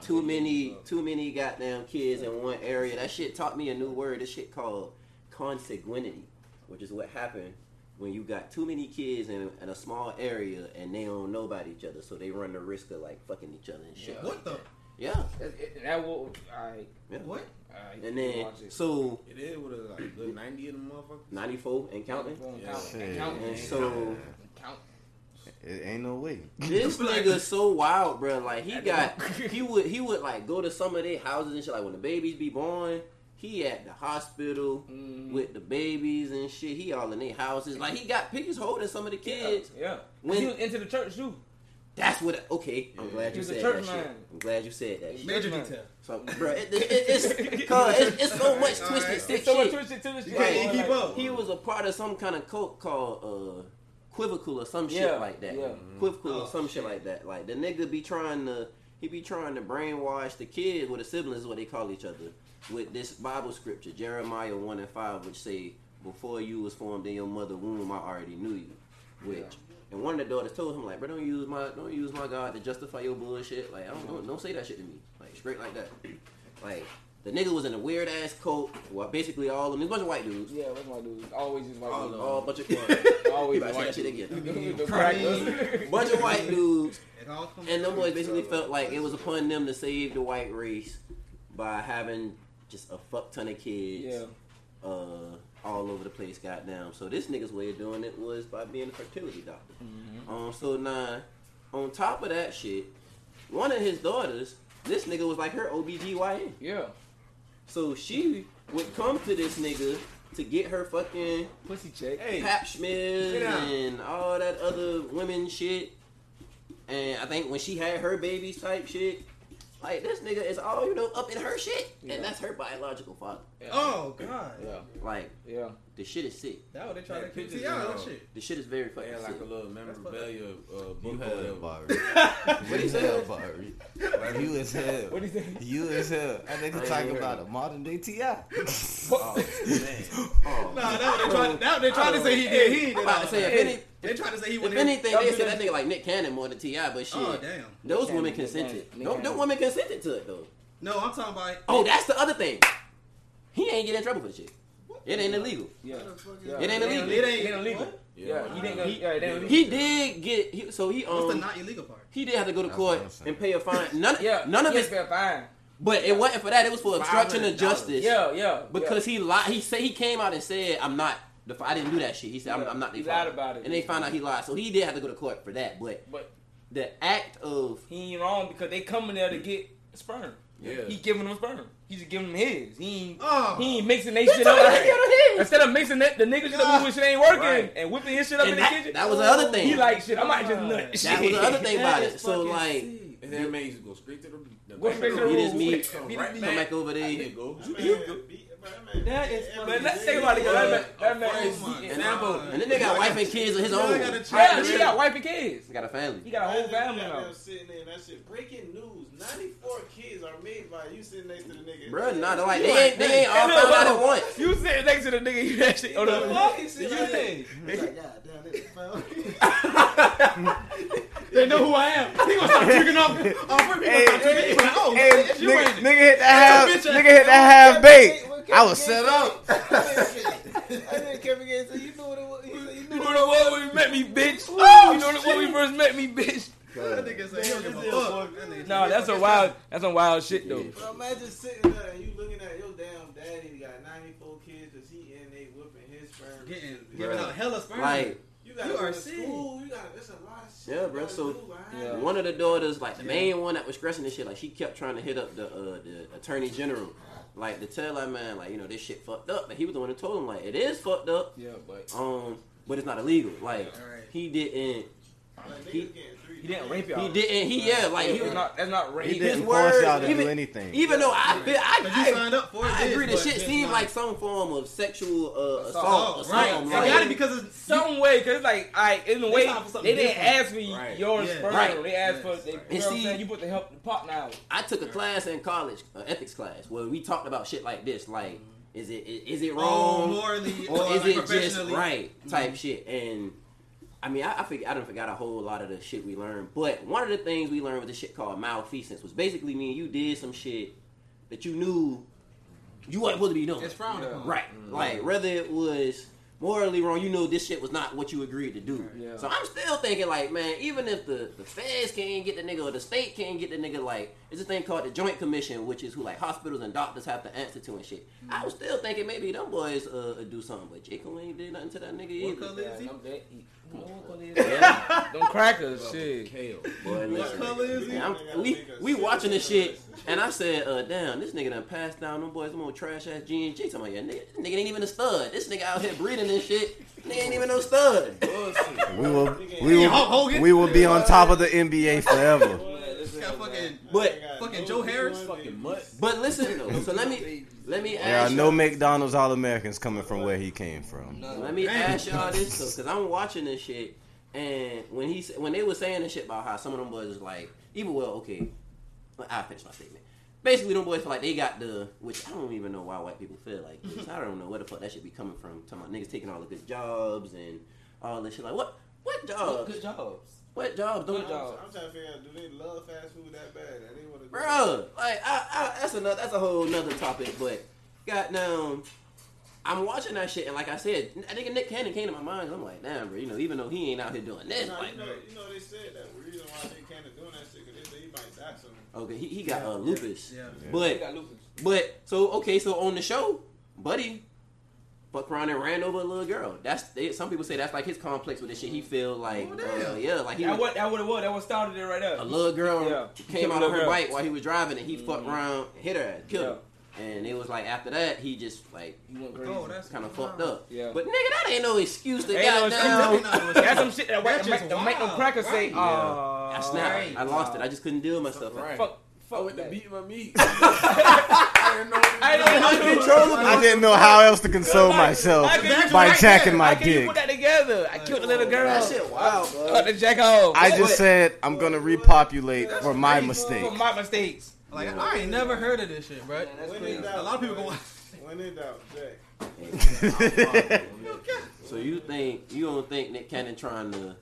Speaker 2: Too many, too many goddamn kids in one area. That shit taught me a new word. This shit called consanguinity, which is what happened when you got too many kids in, in a small area and they don't know about each other, so they run the risk of like fucking each other and shit.
Speaker 1: What the?
Speaker 2: Yeah.
Speaker 4: That, that will. Alright,
Speaker 2: yeah.
Speaker 1: What?
Speaker 4: alright.
Speaker 2: And
Speaker 4: you
Speaker 2: then
Speaker 4: watch it.
Speaker 2: so
Speaker 6: It is what it's like. Good 90 of them motherfuckers.
Speaker 2: ninety four and counting.
Speaker 4: Count,
Speaker 6: Yeah.
Speaker 4: count, count,
Speaker 2: And
Speaker 4: count,
Speaker 2: so
Speaker 4: count.
Speaker 7: It ain't no
Speaker 4: <laughs>
Speaker 7: way.
Speaker 2: <laughs> This nigga so wild, bro. Like he
Speaker 4: I know. <laughs>
Speaker 2: got he would he would like go to some of their houses and shit. Like when the babies be born, he at the hospital
Speaker 4: Mhm.
Speaker 2: with the babies and shit. He all in their houses. Like he got pictures holding some of the kids.
Speaker 4: Yeah.
Speaker 2: When-
Speaker 4: he was into the church too.
Speaker 2: That's what. Okay, I'm glad
Speaker 4: He
Speaker 2: you
Speaker 4: was a
Speaker 2: said that
Speaker 4: church
Speaker 2: shit.
Speaker 4: man.
Speaker 2: I'm glad you said that. Shit.
Speaker 1: Major
Speaker 4: Man.
Speaker 1: detail.
Speaker 4: <laughs>
Speaker 2: So, bro, it, it, it, it's, cause it's it's so much
Speaker 1: All right,
Speaker 2: twisted
Speaker 1: all
Speaker 2: sick
Speaker 4: So much
Speaker 2: shit.
Speaker 4: twisted to this shit.
Speaker 1: You can't even
Speaker 4: Like,
Speaker 1: keep up.
Speaker 2: He was a part of some kind of cult called uh, Quivical or some shit
Speaker 4: Yeah,
Speaker 2: like that.
Speaker 4: yeah.
Speaker 2: Quivical
Speaker 1: Oh,
Speaker 2: or some shit like that. Like the nigga be trying to he be trying to brainwash the kid with the siblings is what they call each other with this Bible scripture Jeremiah one and five which say before you was formed in your mother womb I already knew you, which. And one of the daughters told him like, "Bro, don't use my don't use my God to justify your bullshit. Like, I don't don't, don't say that shit to me. Like, straight like that. Like, the nigga was in a weird ass cult. Well, basically all of them. There's a bunch of white dudes.
Speaker 4: Yeah, what's my dude? Always just white
Speaker 2: All,
Speaker 4: dude.
Speaker 2: all <laughs> bunch of
Speaker 4: Always
Speaker 2: always
Speaker 4: the white
Speaker 2: that shit
Speaker 4: dude.
Speaker 2: again.
Speaker 4: <laughs> The
Speaker 1: Crazy.
Speaker 4: crackers.
Speaker 2: Bunch of white dudes,
Speaker 1: It all comes
Speaker 2: and them boys basically felt like it was upon them to save the white race by having just a fuck ton of
Speaker 4: <laughs> Yeah.
Speaker 2: kids uh, all over the place. Goddamn! So this nigga's way of doing it was by being a fertility doctor.
Speaker 4: Mm-hmm.
Speaker 2: Um, so now, on top of that shit, one of his daughters, this nigga was like her OBGYN.
Speaker 4: Yeah.
Speaker 2: So she would come to this nigga to get her fucking
Speaker 4: Pussy check.
Speaker 2: pap smears and all that other women shit. And I think when she had her babies type shit, like this nigga is all you know up in her shit,
Speaker 4: Yeah.
Speaker 2: and that's her biological father. uh.
Speaker 1: Oh god.
Speaker 4: Yeah.
Speaker 2: Like
Speaker 4: Yeah.
Speaker 2: the shit is sick.
Speaker 1: That what they try
Speaker 6: Man,
Speaker 1: to keep
Speaker 6: pictures
Speaker 1: See, y'all, that
Speaker 6: and all.
Speaker 1: shit.
Speaker 2: The shit is very
Speaker 6: They
Speaker 2: fucking
Speaker 6: had
Speaker 2: sick.
Speaker 6: like a little memorabilia uh,
Speaker 7: You
Speaker 6: book or
Speaker 7: hell,
Speaker 6: whatever.
Speaker 7: Barry.
Speaker 6: <laughs>
Speaker 2: What he
Speaker 7: You hell,
Speaker 2: said?
Speaker 7: Barry. You as hell.
Speaker 4: What do you think?
Speaker 5: <laughs>
Speaker 7: You as hell. That nigga talking about a modern day Ti.
Speaker 2: Oh.
Speaker 1: Nah, that what they tried. That what they tried to say he did. He
Speaker 2: I'm
Speaker 1: did.
Speaker 2: about to
Speaker 1: all
Speaker 2: say
Speaker 1: that.
Speaker 2: if, any,
Speaker 1: They tried to say he
Speaker 2: if
Speaker 1: went in.
Speaker 2: anything, they said that nigga like Nick Cannon more than Ti, but shit,
Speaker 1: Oh damn.
Speaker 2: those women
Speaker 4: Nick Cannon, Nick
Speaker 2: consented.
Speaker 4: Cannon, Nick
Speaker 2: Those
Speaker 4: Cannon.
Speaker 2: those women consented to it though.
Speaker 1: No, I'm talking about.
Speaker 2: Oh, that's the other thing. He ain't get in trouble for the shit. It ain't illegal.
Speaker 4: <laughs> Yeah.
Speaker 1: Yeah.
Speaker 2: It ain't illegal.
Speaker 1: It ain't-
Speaker 4: It ain't illegal.
Speaker 1: what?
Speaker 4: Yeah, he didn't go.
Speaker 2: He-
Speaker 4: yeah, it ain't
Speaker 2: He did get he, so he um
Speaker 1: What's the not illegal part?
Speaker 2: he did have to go to
Speaker 7: That's
Speaker 2: court
Speaker 7: what I'm saying.
Speaker 2: and pay
Speaker 7: <laughs>
Speaker 2: a fine. None
Speaker 4: Yeah,
Speaker 2: none of
Speaker 4: it's
Speaker 2: it,
Speaker 4: been fine.
Speaker 2: but it wasn't for that. It was for obstruction of
Speaker 6: $500.
Speaker 2: justice.
Speaker 4: Yeah, yeah.
Speaker 2: because he lied. He said he came out and said I'm not. The, I didn't do that shit. He said I'm,
Speaker 4: Yeah,
Speaker 2: I'm not. the
Speaker 4: he
Speaker 2: father."
Speaker 4: lied about it.
Speaker 2: and they found out he lied. So he did have to go to court for that. But
Speaker 4: yeah. but
Speaker 2: the act of
Speaker 4: <laughs> he ain't wrong because they coming there to get sperm.
Speaker 6: Yeah.
Speaker 4: He giving them sperm. He just giving them his. He ain't,
Speaker 1: Oh.
Speaker 4: he ain't mixing they shit up. Instead of mixing that, the nigga shit up
Speaker 1: God.
Speaker 4: with shit ain't working
Speaker 6: Right.
Speaker 4: and whipping his shit up
Speaker 2: And
Speaker 4: in
Speaker 2: that-
Speaker 4: the kitchen.
Speaker 2: that was the other thing.
Speaker 4: He like shit. I might just nut.
Speaker 2: <laughs> That was the
Speaker 4: <laughs>
Speaker 2: other thing about
Speaker 6: That
Speaker 2: it.
Speaker 6: is
Speaker 2: So
Speaker 6: fucking
Speaker 2: like,
Speaker 6: sick. and that means you go straight to the, the
Speaker 4: Go straight to the
Speaker 2: beat his
Speaker 4: room.
Speaker 2: meat,
Speaker 4: Beat
Speaker 2: come
Speaker 4: his meat.
Speaker 2: back over there.
Speaker 6: go.
Speaker 1: That is
Speaker 4: But let's think about it. 'cause That man, that man
Speaker 1: Oh my
Speaker 4: eating
Speaker 1: God.
Speaker 4: apple.
Speaker 2: And then they got wife and kids of his
Speaker 1: Now I
Speaker 2: own.
Speaker 1: gotta
Speaker 2: They
Speaker 1: check
Speaker 4: Yeah,
Speaker 1: this.
Speaker 4: she got wife and kids.
Speaker 2: got a
Speaker 4: He
Speaker 2: family.
Speaker 4: got a whole family now.
Speaker 8: Sitting there, and that shit. Breaking news: ninety-four kids are made by you sitting next to the nigga.
Speaker 2: Bruh, nah, they're like they ain't they ain't
Speaker 4: <laughs>
Speaker 2: all found out at once.
Speaker 4: You sitting next to the nigga, you that shit. Oh,
Speaker 1: What the
Speaker 4: no.
Speaker 1: fuck? Shit like that.
Speaker 8: He's like, God damn, this is foul.
Speaker 1: They know who I am. He gonna start tricking up. Oh, hey, start tricking. He gonna, oh,
Speaker 5: Hey,
Speaker 1: shit, you
Speaker 5: nigga,
Speaker 1: ain't-
Speaker 5: nigga hit that half,
Speaker 1: That's a bitch ass-
Speaker 5: nigga hit that half baked. I was set up.
Speaker 8: <laughs> I didn't Kevin Gates said, you knew what it was. He said, you
Speaker 4: You
Speaker 8: knew
Speaker 4: know
Speaker 8: what
Speaker 4: the one when we met me, bitch. you know the one we first met me, bitch.
Speaker 1: That nigga say, he don't give a fuck. That nigga-
Speaker 4: No, that's a wild, that's some wild shit though.
Speaker 8: it was. Imagine sitting there and you looking at your damn daddy he got 94 kids because he and they whipping his sperm.
Speaker 1: Getting, giving out hella sperm.
Speaker 2: Like
Speaker 8: You got
Speaker 1: You
Speaker 8: to
Speaker 1: are
Speaker 8: go to
Speaker 1: sick.
Speaker 8: school. You got that's a lot of shit.
Speaker 2: Yeah,
Speaker 8: you
Speaker 2: bro,
Speaker 8: gotta
Speaker 2: so-
Speaker 8: do behind
Speaker 4: Yeah.
Speaker 8: it.
Speaker 2: one of the daughters, like the main one that was stressing this shit, like she kept trying to hit up the uh, the attorney general, like to tell that man, like you know this shit fucked up. But he was the one who told him, like it is fucked up,
Speaker 6: Yeah, but
Speaker 2: um, but it's not illegal. Like
Speaker 1: Alright.
Speaker 2: he didn't,
Speaker 8: Like, niggas
Speaker 2: He-
Speaker 8: getting three
Speaker 4: He didn't
Speaker 8: kids.
Speaker 4: rape y'all.
Speaker 2: he didn't, he yeah, like he
Speaker 4: That's
Speaker 2: was not.
Speaker 4: not, that's not rape.
Speaker 2: He
Speaker 5: He didn't
Speaker 2: His
Speaker 5: force
Speaker 2: word,
Speaker 5: y'all to
Speaker 2: even-
Speaker 5: do anything.
Speaker 2: Even though I feel,
Speaker 1: But you
Speaker 2: I,
Speaker 1: signed up for
Speaker 2: I,
Speaker 1: it.
Speaker 2: I
Speaker 1: this,
Speaker 2: agree, the
Speaker 1: but
Speaker 2: shit
Speaker 1: just
Speaker 2: seemed
Speaker 1: not-
Speaker 2: like some form of sexual uh, assault.
Speaker 1: Oh,
Speaker 2: or
Speaker 1: right.
Speaker 2: something,
Speaker 1: It
Speaker 2: like-
Speaker 1: gotta be because it's
Speaker 4: Some way, cause it's like, I in a way,
Speaker 1: They off for something
Speaker 4: they didn't
Speaker 1: different.
Speaker 4: ask for
Speaker 6: Right.
Speaker 4: your
Speaker 1: Yeah.
Speaker 4: sperm.
Speaker 2: Right.
Speaker 4: They asked
Speaker 1: Yes.
Speaker 4: for, they,
Speaker 1: And
Speaker 4: you know what I'm
Speaker 2: see-
Speaker 4: saying? You put the help the pot now.
Speaker 2: I took a class in college, an ethics class, where we talked about shit like this, like is it is it
Speaker 1: Mm-hmm. Oh,
Speaker 2: wrong?
Speaker 1: morally
Speaker 2: or is
Speaker 1: like
Speaker 2: it just
Speaker 1: professionally. Mm-hmm.
Speaker 2: right type shit? And I mean, I I, forg I don't forgot a whole lot of the shit we learned, but one of the things we learned with this shit called malfeasance was basically me and you did some shit that you knew you wasn't supposed to be doing.
Speaker 1: It's frowned upon.
Speaker 2: Right. Like whether it was morally wrong, you know this shit was not what you agreed to do.
Speaker 4: Yeah.
Speaker 2: So I'm still thinking like, man, even if the, the feds can't get the nigga or the state can't get the nigga, like it's a thing called the joint commission, which is who like hospitals and doctors have to answer to and shit. I was still thinking maybe them boys uh, do something, but Jacob ain't did nothing to that nigga
Speaker 1: What
Speaker 2: either.
Speaker 1: color is he?
Speaker 4: Them crackers, shit.
Speaker 6: Kale.
Speaker 2: Boy, listen.
Speaker 1: color is he?
Speaker 2: And I'm- we we watching this shit, and I said, uh, damn, this nigga done passed down them boys, them old trash ass G and G. Talking about, yeah, nigga, this nigga ain't even a stud. This nigga out here breeding this shit. Nigga ain't even no stud.
Speaker 6: <laughs>
Speaker 5: We
Speaker 4: <laughs>
Speaker 5: will, we
Speaker 1: Yeah, Hulk
Speaker 5: will,
Speaker 1: Hogan.
Speaker 5: we will
Speaker 1: <laughs>
Speaker 5: be on top of the NBA forever.
Speaker 1: This guy fucking
Speaker 2: But
Speaker 1: fucking Joe Harris.
Speaker 6: Fucking mutt.
Speaker 2: But listen though, so let me let me
Speaker 5: There are
Speaker 2: ask
Speaker 5: no
Speaker 2: y'all,
Speaker 5: McDonald's All Americans coming from where he came from.
Speaker 2: let me ask y'all this though, because I'm watching this shit, and when he s- when they were saying this shit about how some of them boys was like, even well, okay, I will finish my statement. Basically, them boys feel like they got the, which I don't even know why white people feel like this. I don't know where the fuck that should be coming from. Talking about niggas taking all the good jobs and all this shit. Like what? What jobs?
Speaker 4: Good jobs.
Speaker 2: What jobs? Don't
Speaker 4: Good jobs.
Speaker 8: I'm trying to figure out, do they love fast food that bad? That they want to
Speaker 2: Bruh, like I, I, that's another that's a whole another topic, but goddamn, I'm watching that shit and like I said, I think Nick Cannon came to my mind. I'm like, damn, bro, you know, even though he ain't out here doing this,
Speaker 8: Nah,
Speaker 2: like,
Speaker 8: you know, you know they said that the reason why they can't doing that shit because they say you might die soon.
Speaker 2: okay, he, he got uh, lupus,
Speaker 1: Yeah.
Speaker 4: They
Speaker 2: but
Speaker 4: got lupus.
Speaker 2: but so okay, so on the show, buddy, fuck around and ran over a little girl. That's they, some people say that's like his complex with the shit. He feel like,
Speaker 1: Oh, damn.
Speaker 2: uh, yeah, like he
Speaker 4: That
Speaker 2: was,
Speaker 4: what that what it was. That what started it right there.
Speaker 2: a little girl
Speaker 4: Yeah.
Speaker 2: came out
Speaker 4: Little
Speaker 2: on her
Speaker 4: girl.
Speaker 2: bike while he was driving and he fucked around, hit her, ass, killed her. And it was like after that, he just like
Speaker 4: You went crazy.
Speaker 1: Oh, that's
Speaker 2: kind of fucked up.
Speaker 4: Yeah.
Speaker 2: But nigga, that ain't no excuse to
Speaker 4: Ain't no
Speaker 2: goddamn. <laughs>
Speaker 4: excuse. That's
Speaker 1: That's
Speaker 4: some shit that white
Speaker 1: That's
Speaker 4: make
Speaker 1: just
Speaker 4: the make them
Speaker 1: wild,
Speaker 4: crackers say,
Speaker 1: right.
Speaker 4: "Oh,
Speaker 2: I snapped. I lost it. I just couldn't deal with myself.
Speaker 6: Right.
Speaker 4: fuck,
Speaker 6: I
Speaker 4: fuck
Speaker 6: went to
Speaker 4: that."
Speaker 6: beat my
Speaker 4: <laughs>
Speaker 6: meat. I didn't know what to
Speaker 4: I
Speaker 6: do.
Speaker 4: know how to
Speaker 6: <laughs>
Speaker 5: I didn't know how else to console
Speaker 4: Like,
Speaker 5: myself
Speaker 4: I can't
Speaker 5: by
Speaker 4: even-
Speaker 5: jacking my
Speaker 4: I can't even
Speaker 5: dick.
Speaker 4: Put that together. I killed the little girl.
Speaker 2: That shit
Speaker 4: <laughs>
Speaker 2: wild,
Speaker 4: Cut
Speaker 2: bro.
Speaker 4: the jack off.
Speaker 5: I just said I'm gonna repopulate for my mistake.
Speaker 4: for my mistakes.
Speaker 1: Like I ain't never heard of this shit, bro.
Speaker 8: When
Speaker 2: crazy.
Speaker 8: in doubt,
Speaker 1: A lot of
Speaker 2: <laughs>
Speaker 1: people go.
Speaker 8: When in doubt, Jack.
Speaker 2: So you think you don't think Nick Cannon trying to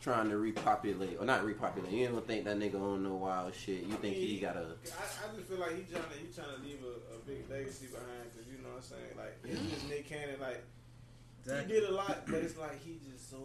Speaker 2: trying to repopulate or not repopulate? You don't think that nigga on no wild shit? You think he got a?
Speaker 8: I, I just feel like he trying to he trying to leave a, a big legacy behind because you know what I'm saying. Like it's just Nick Cannon. Like he did a lot, but it's like he just so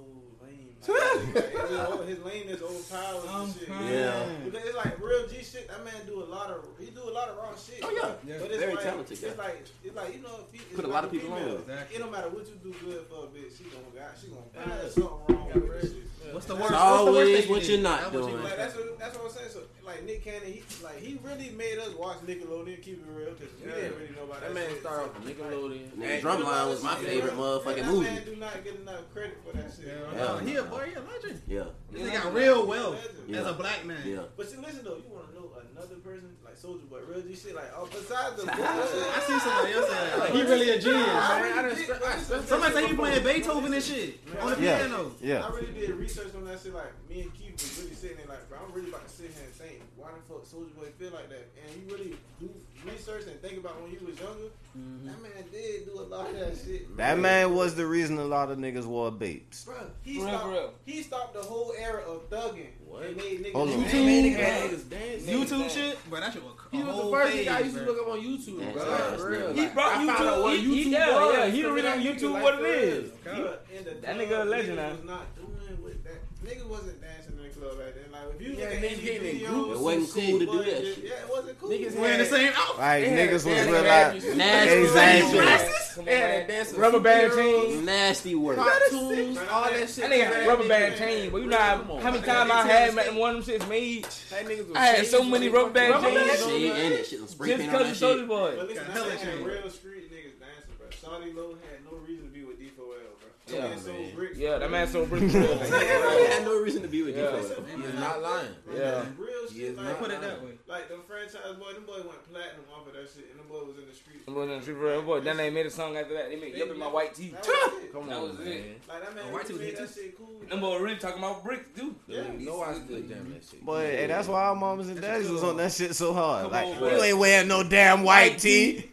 Speaker 8: lame. Like, like,
Speaker 1: <laughs>
Speaker 8: it's just over- his lameness overpowers
Speaker 1: I'm
Speaker 8: the shit.
Speaker 1: crying.
Speaker 2: Yeah.
Speaker 8: Because it's like real G shit. That man do a lot of he do a lot of raw shit.
Speaker 2: Oh, yeah.
Speaker 1: Yeah.
Speaker 8: But it's
Speaker 2: Very
Speaker 8: like,
Speaker 2: talented guy.
Speaker 8: It's like it's like you know if he, it's
Speaker 2: Put a
Speaker 8: like
Speaker 2: lot of people on.
Speaker 8: female.
Speaker 1: Exactly.
Speaker 8: It don't matter what you do good for a bitch. She gonna got she gonna find something wrong with this shit.
Speaker 1: What's the
Speaker 8: And
Speaker 1: worst?
Speaker 2: Always
Speaker 1: what's the worst thing
Speaker 2: what
Speaker 1: you
Speaker 2: you're not
Speaker 1: That's what you
Speaker 2: doing.
Speaker 1: like.
Speaker 8: like that's what, that's what I'm saying. So like Nick Cannon, he like he really made us watch Nickelodeon. Keep it real, because we
Speaker 6: Yeah.
Speaker 8: didn't really know about that.
Speaker 6: That man
Speaker 8: shit.
Speaker 6: started off with Nickelodeon.
Speaker 2: Nigga, Drumline was my favorite
Speaker 8: And
Speaker 2: motherfucking
Speaker 8: that
Speaker 2: movie.
Speaker 8: man do not get enough credit for that shit.
Speaker 1: Yeah,
Speaker 8: bro.
Speaker 1: no, he a boy, he a legend.
Speaker 2: Yeah,
Speaker 1: This nigga got real wealth
Speaker 2: Yeah.
Speaker 1: as a black man.
Speaker 2: yeah.
Speaker 8: But you listen though, you want to know another person like Soldier Boy, real G shit like oh besides the bullshit.
Speaker 1: I see somebody else say that. He really a genius.
Speaker 6: I really did-
Speaker 8: did-
Speaker 6: I done-
Speaker 1: Somebody say he playing Beethoven and shit on the
Speaker 5: Yeah.
Speaker 1: piano.
Speaker 5: Yeah.
Speaker 8: I really did research on that shit. Like me and Keith was really sitting there, like, bro, I'm really about to sit here and think, why the fuck Soldier Boy feel like that? And you really do research and think about when you was younger.
Speaker 4: Mm-hmm.
Speaker 8: That man did do a lot of that shit.
Speaker 5: That man was the reason a lot of niggas wore babes.
Speaker 8: bro, he
Speaker 4: For real,
Speaker 8: stopped.
Speaker 4: for real.
Speaker 8: He stopped the whole era of thugging.
Speaker 6: What?
Speaker 8: And made niggas
Speaker 5: Hold on.
Speaker 6: They
Speaker 8: mad.
Speaker 6: made niggas dance.
Speaker 1: YouTube shit, bro. That shit was a
Speaker 6: He was
Speaker 1: whole
Speaker 6: the first nigga I
Speaker 1: phase,
Speaker 6: used to
Speaker 1: bro.
Speaker 6: look up on YouTube,
Speaker 2: That's
Speaker 6: bro.
Speaker 2: right.
Speaker 6: For real.
Speaker 2: He
Speaker 6: Like,
Speaker 4: brought
Speaker 6: I found
Speaker 4: YouTube-
Speaker 6: out what
Speaker 4: he- he
Speaker 6: YouTube
Speaker 4: down,
Speaker 6: was.
Speaker 4: yeah, he the
Speaker 6: Cause
Speaker 4: reason
Speaker 6: I used to
Speaker 4: YouTube
Speaker 6: like
Speaker 4: what it
Speaker 6: for real.
Speaker 4: is.
Speaker 8: But in the
Speaker 4: That
Speaker 8: club,
Speaker 4: nigga a legend,
Speaker 8: niggas
Speaker 4: huh?
Speaker 8: was not doing with that. Niggas wasn't dancing in the club back then. Like if you
Speaker 6: Yeah,
Speaker 8: look at
Speaker 6: niggas
Speaker 8: any
Speaker 6: getting in
Speaker 8: videos,
Speaker 6: groups
Speaker 2: It wasn't
Speaker 6: and
Speaker 2: cool
Speaker 6: shit.
Speaker 2: to do that
Speaker 8: yeah,
Speaker 2: shit.
Speaker 8: it wasn't cool.
Speaker 6: Niggas
Speaker 1: Wearing the same outfit.
Speaker 5: Like
Speaker 6: They had-
Speaker 5: niggas was
Speaker 6: they had
Speaker 5: real
Speaker 6: had
Speaker 5: out.
Speaker 6: these-
Speaker 2: Nasty.
Speaker 5: Exactly.
Speaker 4: Come on,
Speaker 6: They had that
Speaker 4: man.
Speaker 6: dance with
Speaker 4: Rubber band
Speaker 6: superheroes,
Speaker 4: chains.
Speaker 2: Nasty work.
Speaker 6: Cartoons, all that shit.
Speaker 4: That nigga had rubber band
Speaker 8: Yeah.
Speaker 4: chains, but you know how,
Speaker 6: Come on,
Speaker 4: how many
Speaker 6: man.
Speaker 4: times I
Speaker 6: They
Speaker 4: had
Speaker 6: tell
Speaker 4: man,
Speaker 6: you
Speaker 4: one of them shits made
Speaker 6: That niggas was
Speaker 4: I had so
Speaker 6: changing
Speaker 4: many
Speaker 6: their
Speaker 4: rubber band
Speaker 6: fucking rubber
Speaker 4: chains.
Speaker 6: band
Speaker 2: Shit in it. Shit, some spray
Speaker 4: just
Speaker 2: paint on
Speaker 4: because
Speaker 2: that shit.
Speaker 4: of Soldier Boy.
Speaker 8: But listen,
Speaker 1: Got hella
Speaker 8: I had
Speaker 1: change.
Speaker 8: real street niggas dancing, bro. Shawty Low had no reason to be with D4L, bro.
Speaker 4: Yeah,
Speaker 8: And so
Speaker 6: man.
Speaker 8: Rick-
Speaker 4: Yeah, that man so rich. bro.
Speaker 2: Everybody had no reason to be with
Speaker 4: Yeah.
Speaker 2: you.
Speaker 8: Listen,
Speaker 6: He is
Speaker 8: man,
Speaker 6: not lying.
Speaker 8: like,
Speaker 4: Yeah.
Speaker 8: like, Real
Speaker 6: He is
Speaker 8: shit,
Speaker 1: They
Speaker 8: like,
Speaker 6: not
Speaker 1: put it that way.
Speaker 8: like the franchise boy, them boy went platinum off of that shit, and the boy was in the street.
Speaker 4: Boy, them street real boy. Then they made a song after that. They made Yup in My White Teeth.
Speaker 8: That was it.
Speaker 6: Come
Speaker 4: That
Speaker 6: on,
Speaker 4: was
Speaker 6: man.
Speaker 4: it.
Speaker 8: Like that man
Speaker 1: Oh, White
Speaker 8: really
Speaker 1: Tooth
Speaker 8: made
Speaker 1: hit
Speaker 8: that
Speaker 1: too.
Speaker 8: shit cool.
Speaker 4: Them boy really talking about bricks, dude.
Speaker 6: Yeah.
Speaker 8: Yeah.
Speaker 6: No, I still jam that shit.
Speaker 5: But hey, that's why our moms and daddies was on that shit so hard.
Speaker 4: Come
Speaker 5: Like
Speaker 4: on,
Speaker 5: you
Speaker 4: man.
Speaker 5: ain't wearing no damn white tee.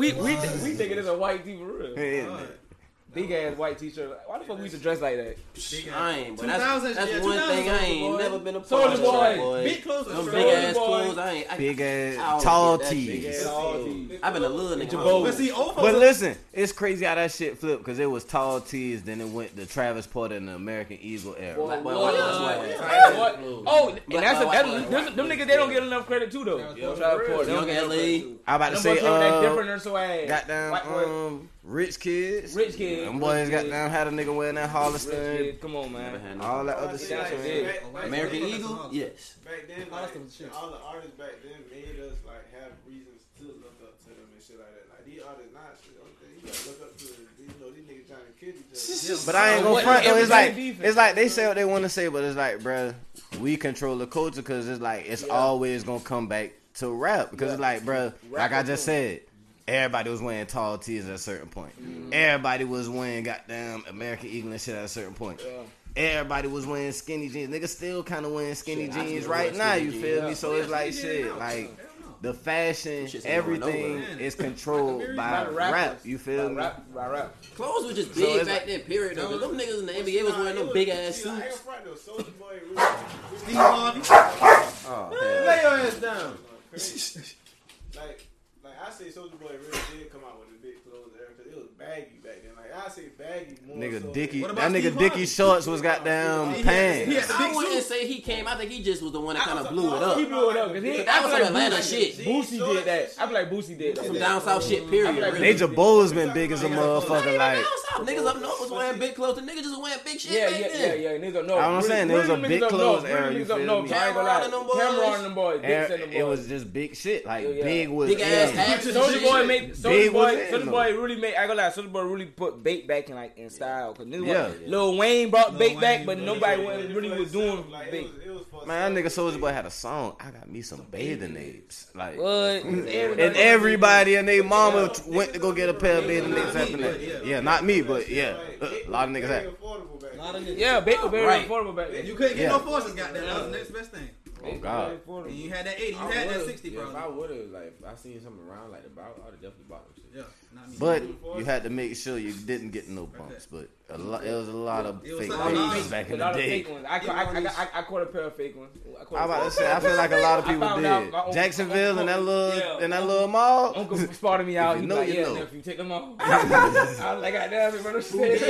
Speaker 4: We we we think it is a white tee for real.
Speaker 5: <laughs> Yeah.
Speaker 4: Big ass white t-shirt. Why the fuck we used to dress like that?
Speaker 2: I ain't, but that's,
Speaker 1: 2000s,
Speaker 2: that's
Speaker 1: yeah,
Speaker 2: one thing I
Speaker 1: 2000s,
Speaker 2: ain't
Speaker 1: boy.
Speaker 2: never been a part
Speaker 4: Soulja
Speaker 2: of.
Speaker 4: Boy.
Speaker 2: boy.
Speaker 1: Big clothes
Speaker 2: Them
Speaker 1: was
Speaker 2: big ass
Speaker 4: Boy.
Speaker 2: clothes, I ain't. I,
Speaker 5: Big
Speaker 2: I
Speaker 5: ass
Speaker 2: don't
Speaker 5: tall
Speaker 2: get that big
Speaker 5: tees.
Speaker 2: ass
Speaker 4: Tall
Speaker 2: shit.
Speaker 4: tees.
Speaker 2: I've been a little
Speaker 1: But
Speaker 2: nigga.
Speaker 1: see, old folks,
Speaker 5: But listen, it's crazy how that shit flipped because it was tall tees, then it went to Travis Porter and the American Eagle era.
Speaker 2: Black boy, white
Speaker 4: What?
Speaker 2: boy, white boy.
Speaker 4: What? Oh, and that's a, that's them, them niggas. They don't get enough credit too though.
Speaker 1: Yeah,
Speaker 4: Travis Porter, they
Speaker 2: Young
Speaker 4: don't get enough
Speaker 2: LA.
Speaker 4: credit, too.
Speaker 5: I'm about to
Speaker 4: Them
Speaker 5: say,
Speaker 4: boys came with that
Speaker 5: uh,
Speaker 4: different or so ass.
Speaker 5: goddamn,
Speaker 4: White boy.
Speaker 5: um, rich kids.
Speaker 4: Rich kids,
Speaker 5: Them boys
Speaker 4: rich kids.
Speaker 5: goddamn had a nigga wearing that
Speaker 4: Rich
Speaker 5: Hollister,
Speaker 4: kid, Come on, man.
Speaker 5: all that other
Speaker 8: Like,
Speaker 5: shit.
Speaker 4: That's
Speaker 8: like,
Speaker 4: what it is.
Speaker 8: back- back
Speaker 2: American
Speaker 8: then,
Speaker 2: Eagle, yes.
Speaker 8: Back then,
Speaker 1: All
Speaker 8: like,
Speaker 1: that was shit.
Speaker 8: all the artists back then made us like have reasons to look up to them and shit like that. Like these artists, not shit. Only thing you gotta look up to is you know these niggas trying to kill each other.
Speaker 5: But I ain't
Speaker 4: So
Speaker 5: gonna
Speaker 4: what-
Speaker 5: front though. It's like
Speaker 4: everything defense.
Speaker 5: it's like they say what they want to say, but it's like, bruh, we control the culture because it's like it's always gonna come back to rap because it's like, bruh, like I just said, everybody was wearing tall tees at a certain point.
Speaker 2: Mm-hmm.
Speaker 5: Everybody was wearing goddamn American Eagle and shit at a certain point. Everybody was wearing skinny jeans. Niggas still kind of wearing skinny
Speaker 2: Shit, I
Speaker 5: jeans
Speaker 2: still
Speaker 5: right
Speaker 2: wear
Speaker 5: now.
Speaker 2: skinny
Speaker 5: You
Speaker 2: jeans.
Speaker 5: feel
Speaker 2: Yeah.
Speaker 5: me? So it's like shit, like. The fashion,
Speaker 2: Shit's ain't going
Speaker 5: everything
Speaker 2: nowhere. <laughs>
Speaker 5: is controlled by
Speaker 4: the rappers.
Speaker 5: rap. You feel
Speaker 4: By
Speaker 5: me?
Speaker 4: rap, by rap.
Speaker 2: Clothes were just
Speaker 5: So
Speaker 2: big
Speaker 5: it's
Speaker 2: back
Speaker 5: like-
Speaker 2: then, period. Though. 'cause Them niggas in the NBA was
Speaker 8: Nah,
Speaker 2: wearing
Speaker 8: it
Speaker 2: them big ass
Speaker 8: see, like, I ain't
Speaker 2: suits.
Speaker 8: gonna front though. Soulja Boy, really,
Speaker 1: Steve Harvey.
Speaker 2: Oh,
Speaker 1: Lay your ass down.
Speaker 8: like, like I say, Soldier Boy really did come out with the big clothes there because it was baggy back then. Like I say, baggy more. so
Speaker 5: Nigga
Speaker 8: than-
Speaker 5: Dicky,
Speaker 1: What
Speaker 5: that
Speaker 1: about Steve
Speaker 5: nigga
Speaker 1: Harvey?
Speaker 5: Dicky shorts was goddamn
Speaker 1: He had-
Speaker 5: pants.
Speaker 1: he had the
Speaker 2: I
Speaker 1: big
Speaker 2: wouldn't
Speaker 1: suit.
Speaker 2: say he came. I think he just was the one that
Speaker 8: That
Speaker 2: kind
Speaker 8: was
Speaker 2: of
Speaker 8: a-
Speaker 2: blew it
Speaker 8: that was
Speaker 4: He
Speaker 2: up.
Speaker 8: a-
Speaker 4: blew it up because
Speaker 8: But
Speaker 2: that was some Atlanta shit.
Speaker 4: Boosie did that. I feel like Boosie did
Speaker 2: Some
Speaker 4: that.
Speaker 2: down south shit, period.
Speaker 4: I feel like
Speaker 2: really.
Speaker 5: They Bowles been big as a motherfucker.
Speaker 2: Not
Speaker 5: Like
Speaker 2: even down south. Niggas up north was wearing big clothes. The niggas just wearing big shit
Speaker 4: Yeah,
Speaker 2: back
Speaker 4: yeah, yeah,
Speaker 2: then.
Speaker 4: yeah. Niggas up north.
Speaker 5: I'm
Speaker 4: Really-
Speaker 5: saying, there was a
Speaker 4: really niggas
Speaker 5: big
Speaker 4: up north.
Speaker 5: clothes
Speaker 4: Really
Speaker 5: era, you
Speaker 4: niggas up
Speaker 5: feel
Speaker 4: north.
Speaker 5: me?
Speaker 4: I ain't gonna
Speaker 2: Cameron and them
Speaker 4: lie.
Speaker 2: boys.
Speaker 4: Cameron and them boys. Dicks and them
Speaker 5: it, it
Speaker 4: boys.
Speaker 5: was just big shit. Like
Speaker 4: Yeah, yeah.
Speaker 5: big was
Speaker 2: Big ass
Speaker 5: yeah.
Speaker 2: hats. and
Speaker 4: Soldier
Speaker 2: shit.
Speaker 4: Boy made Soldier
Speaker 5: Big was
Speaker 4: Boy.
Speaker 5: in
Speaker 4: Soldier
Speaker 5: them.
Speaker 4: Boy really made. I ain't gonna lie. Soldier Boy really put bait back in like in style. Cause niggas
Speaker 5: Yeah.
Speaker 4: like- Lil Wayne brought
Speaker 1: Lil
Speaker 4: bait
Speaker 1: Wayne
Speaker 4: back, but
Speaker 1: was-
Speaker 4: nobody
Speaker 1: Yeah,
Speaker 4: was-
Speaker 8: It
Speaker 4: really
Speaker 8: for
Speaker 4: was
Speaker 8: itself,
Speaker 4: doing
Speaker 8: like, it
Speaker 4: bait.
Speaker 8: was- it was for
Speaker 5: Man, that nigga
Speaker 8: itself.
Speaker 5: Soldier Boy had a song. I got me some bathing apes. Like
Speaker 4: What?
Speaker 5: and everybody and they mama t- went to go get a pair of bathing apes after that. Yeah, not me, but yeah, a lot of niggas
Speaker 8: Very
Speaker 5: had.
Speaker 8: affordable back
Speaker 1: A lot
Speaker 8: then.
Speaker 1: of niggas.
Speaker 4: Yeah, bait was very
Speaker 2: Right.
Speaker 4: affordable back then.
Speaker 1: You couldn't get
Speaker 5: Yeah.
Speaker 1: no forces, goddamn. That was the next best thing.
Speaker 5: Oh God.
Speaker 1: And you had that 80, you had that 60,
Speaker 6: yeah, if I
Speaker 1: bro.
Speaker 6: would have, like, if I seen something around like the I would have definitely bought them shit.
Speaker 1: Yeah, not me.
Speaker 5: But you had to make sure you didn't get no bumps. But a lot, it was a lot of
Speaker 1: It was
Speaker 5: fake
Speaker 1: a lot.
Speaker 5: babies back
Speaker 4: A
Speaker 5: in the
Speaker 4: lot of
Speaker 5: day.
Speaker 4: fake ones. I caught, I, I, I, I caught a pair of fake ones. I caught
Speaker 5: I'm
Speaker 4: a pair
Speaker 5: about to
Speaker 4: of-
Speaker 5: say, I feel like a lot of
Speaker 4: I
Speaker 5: people
Speaker 4: found out
Speaker 5: did.
Speaker 4: my uncle-
Speaker 5: Jacksonville and that little
Speaker 4: Yeah.
Speaker 5: and that little mall.
Speaker 4: Uncle spotted me
Speaker 5: If
Speaker 4: out.
Speaker 5: you
Speaker 4: He
Speaker 5: know,
Speaker 4: like,
Speaker 5: you
Speaker 4: yeah,
Speaker 5: know."
Speaker 4: nephew,
Speaker 5: <laughs>
Speaker 4: take them off. I was like, I damn it, brother. Shit.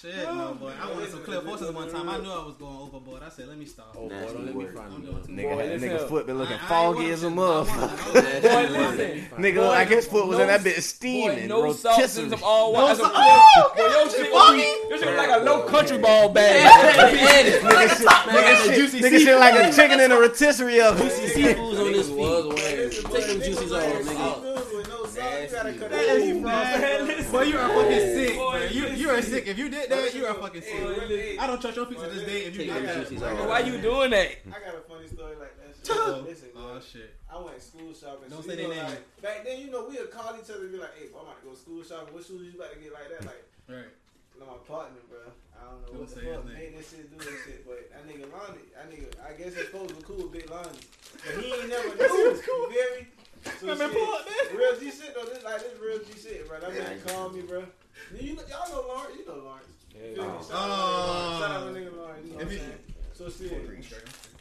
Speaker 1: Shit, no, boy. I wanted some clear forces one time. I knew I was going overboard. I said, let me stop.
Speaker 6: Oh, boy,
Speaker 2: Nasty
Speaker 6: don't let me
Speaker 2: word.
Speaker 6: find
Speaker 1: I'm
Speaker 6: them.
Speaker 1: doing
Speaker 5: Nigga,
Speaker 4: Boy,
Speaker 5: had
Speaker 4: this
Speaker 5: nigga
Speaker 4: hell.
Speaker 5: foot been looking
Speaker 1: I- I ain't
Speaker 5: foggy
Speaker 1: wanted
Speaker 5: as a <laughs>
Speaker 1: to. I wanted
Speaker 5: motherfucker.
Speaker 1: to.
Speaker 4: Boy, listen.
Speaker 5: Nigga,
Speaker 4: Boy,
Speaker 5: I guess foot was in that it steaming.
Speaker 4: Boy, no sauce
Speaker 5: rotisserie.
Speaker 4: in them all white.
Speaker 5: No
Speaker 4: No
Speaker 5: sauce.
Speaker 4: Boy, your shit was your shit was like a low country ball bag.
Speaker 5: Nigga, shit, nigga, shit,
Speaker 2: juicy
Speaker 5: nigga shit like a chicken in a rotisserie oven.
Speaker 2: seafoods on this
Speaker 6: was
Speaker 2: feet.
Speaker 6: wearing.
Speaker 2: Take them juices off, nigga.
Speaker 8: With no sauce, you gotta
Speaker 1: That
Speaker 8: cut <laughs> that.
Speaker 1: is nasty. Boy, you are fucking sick. bro. You you are sick. If you did that, you are fucking sick. I don't trust your pizza this day. If you
Speaker 2: Take
Speaker 1: did
Speaker 2: them
Speaker 1: that,
Speaker 2: juices
Speaker 4: Why
Speaker 2: off.
Speaker 4: you doing that?
Speaker 8: I got a funny story like that.
Speaker 1: <laughs>
Speaker 8: Shit.
Speaker 1: Oh,
Speaker 8: Listen,
Speaker 1: oh,
Speaker 8: man,
Speaker 1: shit.
Speaker 8: I went school shopping.
Speaker 1: Don't
Speaker 8: so
Speaker 1: say
Speaker 8: you
Speaker 1: they
Speaker 8: know,
Speaker 1: name.
Speaker 8: like, Back then, you know, we'll call each other and be like, "Hey, bro, I'm about to go school shopping. What shoes you about to get like that?" Like,
Speaker 1: Right.
Speaker 8: no, my partner, bro. I don't know
Speaker 1: Don't
Speaker 8: what the
Speaker 1: say his
Speaker 8: fuck
Speaker 1: name.
Speaker 8: made this shit do this shit, but that nigga Lonnie, that nigga, I guess his folks were cool with Big Lonnie, but he ain't never knew. cool. You feel me? So
Speaker 1: Man, man,
Speaker 8: shit,
Speaker 1: pull up, man.
Speaker 8: Real G shit though. This like this real G shit, bro. That
Speaker 2: Yeah, I
Speaker 8: man
Speaker 2: know.
Speaker 8: called me, bro. You know, y'all know Lawrence. You know Lawrence. Feel me?
Speaker 2: Oh.
Speaker 8: Shout out my
Speaker 1: Oh.
Speaker 8: nigga Lawrence. You know what
Speaker 1: If
Speaker 8: I'm
Speaker 1: he-
Speaker 8: saying? So shit.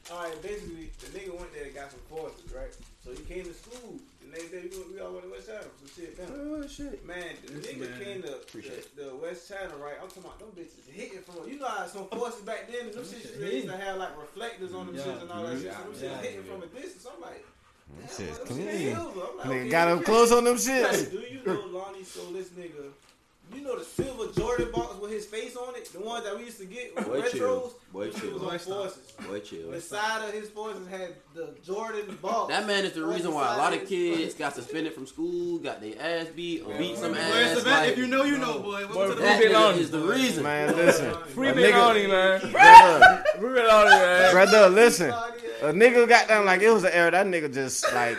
Speaker 8: All right, basically, the nigga went there and got some forces, right? So he came to school. The next day, we, went- we all went to West Channel. Some shit down.
Speaker 2: Oh, shit.
Speaker 8: Man, the
Speaker 1: This
Speaker 8: nigga
Speaker 1: man.
Speaker 8: came to
Speaker 2: Appreciate
Speaker 8: the, the West Channel, right? I'm talking about them bitches hitting from You know how some forces back then, them shits
Speaker 1: shit
Speaker 8: they used to have like reflectors on them
Speaker 1: Yeah.
Speaker 8: shits and all that shit. So them shits
Speaker 1: Yeah.
Speaker 8: hitting from a distance. I'm like, damn,
Speaker 5: That
Speaker 8: boy,
Speaker 5: shit's
Speaker 8: them shits
Speaker 5: clean.
Speaker 8: silver. I'm like,
Speaker 5: Nigga
Speaker 8: okay,
Speaker 5: got him
Speaker 8: okay.
Speaker 5: close on them shits.
Speaker 8: Like, do you know Lonnie sold this nigga? You know the silver Jordan box with his face on it, the ones that we used to get with
Speaker 2: Boy,
Speaker 8: retros.
Speaker 2: chill. Boy,
Speaker 8: Them shit was
Speaker 2: chill.
Speaker 8: on
Speaker 1: Boy, stop.
Speaker 8: forces.
Speaker 2: Boy, chill.
Speaker 8: The side of his forces had the Jordan ball.
Speaker 2: That man is the reason why a lot of kids got suspended from school, got their ass beat, or beat some
Speaker 1: Where's the
Speaker 2: ass.
Speaker 1: vet?
Speaker 2: Like,
Speaker 1: If you know, you know, boy. Welcome
Speaker 4: Boy,
Speaker 1: to the
Speaker 2: that
Speaker 4: Who been
Speaker 2: nigga
Speaker 4: on
Speaker 2: is
Speaker 4: it?
Speaker 2: the reason.
Speaker 5: Man, listen.
Speaker 4: Free
Speaker 5: A
Speaker 4: Big
Speaker 5: nigga-
Speaker 4: Lonnie, man.
Speaker 5: Brother,
Speaker 4: Free Big Lonnie, man.
Speaker 5: brother, listen. A nigga got down like it was an error. That nigga just like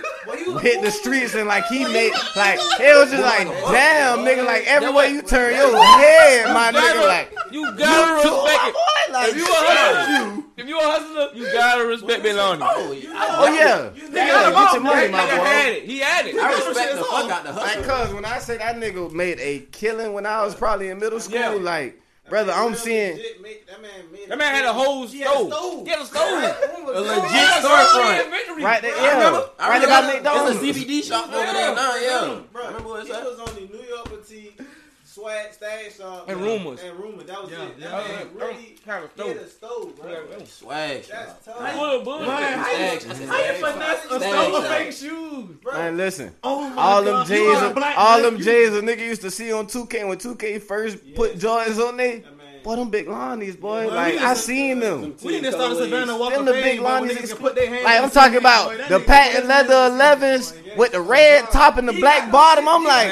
Speaker 5: hit the streets and like he made like it was just like damn nigga like everywhere you turn your head my nigga like
Speaker 4: You gotta respect it.
Speaker 5: like
Speaker 4: If you a hustler, if you a hustler, you gotta respect Big Lonnie.
Speaker 2: Oh, yeah. I,
Speaker 5: oh yeah nigga get your money my
Speaker 4: Nigga had
Speaker 5: boy
Speaker 4: it. He had it.
Speaker 2: I respect the fuck out the
Speaker 5: like
Speaker 2: hustle.
Speaker 5: cuz when I say that nigga made a killing when I was probably in middle school
Speaker 4: Yeah.
Speaker 5: like brother I'm seeing
Speaker 8: that man made
Speaker 4: That man had a whole stove.
Speaker 8: He had a stove.
Speaker 4: He had a stove.
Speaker 2: A legit
Speaker 4: He
Speaker 2: storefront.
Speaker 4: had victory.
Speaker 5: right there
Speaker 2: I
Speaker 5: yeah
Speaker 2: remember. I
Speaker 5: right there
Speaker 2: remember.
Speaker 5: by
Speaker 2: There's a
Speaker 5: McDonald's
Speaker 2: CBD shop over there now. Yeah.
Speaker 8: Bro,
Speaker 2: I remember where it's
Speaker 8: he
Speaker 2: at.
Speaker 8: was on the New Yorker T swag stash shop
Speaker 4: And
Speaker 8: yeah,
Speaker 4: rumors.
Speaker 8: And rumors. That was
Speaker 1: Yeah,
Speaker 8: it. That
Speaker 1: yeah,
Speaker 8: man
Speaker 4: yeah.
Speaker 8: really
Speaker 4: Kind of
Speaker 8: he had a
Speaker 4: stove.
Speaker 8: stove, bro.
Speaker 2: Swag.
Speaker 8: That's tough.
Speaker 4: Bull, bull.
Speaker 2: Stags.
Speaker 1: Finesse a
Speaker 2: Stay
Speaker 1: stole
Speaker 2: inside.
Speaker 1: fake shoes.
Speaker 8: Bro,
Speaker 5: man listen
Speaker 1: Oh my
Speaker 5: All them
Speaker 1: God. You
Speaker 5: J's,
Speaker 1: are a black
Speaker 5: all
Speaker 1: man.
Speaker 5: them
Speaker 1: You-
Speaker 5: J's a nigga used to see on 2K when 2K first put Jordans on they.
Speaker 8: that man.
Speaker 5: Boy, them big Lonnies, boy.
Speaker 1: Well,
Speaker 5: like
Speaker 1: we
Speaker 5: I
Speaker 1: just-
Speaker 5: seen them.
Speaker 1: We need to start a Savannah Walker
Speaker 5: Them the
Speaker 1: fame,
Speaker 5: big
Speaker 1: boy, when
Speaker 5: Lonnies
Speaker 1: niggas
Speaker 5: is-
Speaker 1: can put their hands
Speaker 5: Like
Speaker 1: in
Speaker 5: I'm
Speaker 1: the
Speaker 5: talking
Speaker 1: seat, boy.
Speaker 5: about
Speaker 1: That
Speaker 5: the
Speaker 1: nigga-
Speaker 5: patent leather 11s with the red top and the black bottom. I'm like,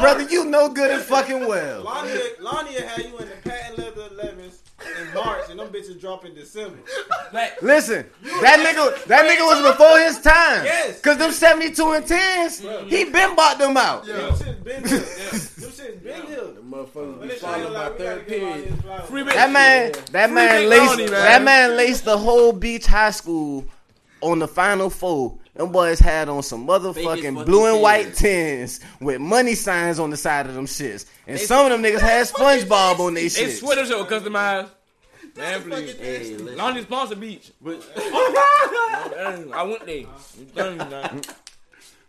Speaker 5: brother, you know good and fucking
Speaker 1: <laughs>
Speaker 5: well.
Speaker 8: Lonnie, Lonnie had you in the patent leather 11s in March, and them bitches drop in December.
Speaker 5: Listen, that nigga, that nigga was before his time.
Speaker 8: Yes.
Speaker 5: Cause them 72 and 10s, he been bought them out.
Speaker 8: Them shits been here. Them shits been here.
Speaker 6: The motherfuckers
Speaker 8: But
Speaker 6: be
Speaker 8: this shit
Speaker 6: falling by
Speaker 8: like, we gotta
Speaker 6: third
Speaker 8: give Lonnie
Speaker 6: period.
Speaker 8: his flowers.
Speaker 4: Free <laughs>
Speaker 5: That
Speaker 4: Big-
Speaker 5: man, that man
Speaker 4: Big
Speaker 5: laced,
Speaker 4: Lonnie, man.
Speaker 5: that man laced the whole Beach High School on the final four. Them boys had on some
Speaker 2: Fakest
Speaker 5: motherfucking
Speaker 2: fucking
Speaker 5: blue and white
Speaker 2: tins.
Speaker 5: tins with money signs on the side of them shits, and some of them niggas had SpongeBob on they
Speaker 4: They
Speaker 5: shit.
Speaker 4: sweater show customized. Man, please.
Speaker 2: Hey, listen.
Speaker 4: Lonnie sponsor beach. <laughs> Oh Dang, I went there. Dang, man.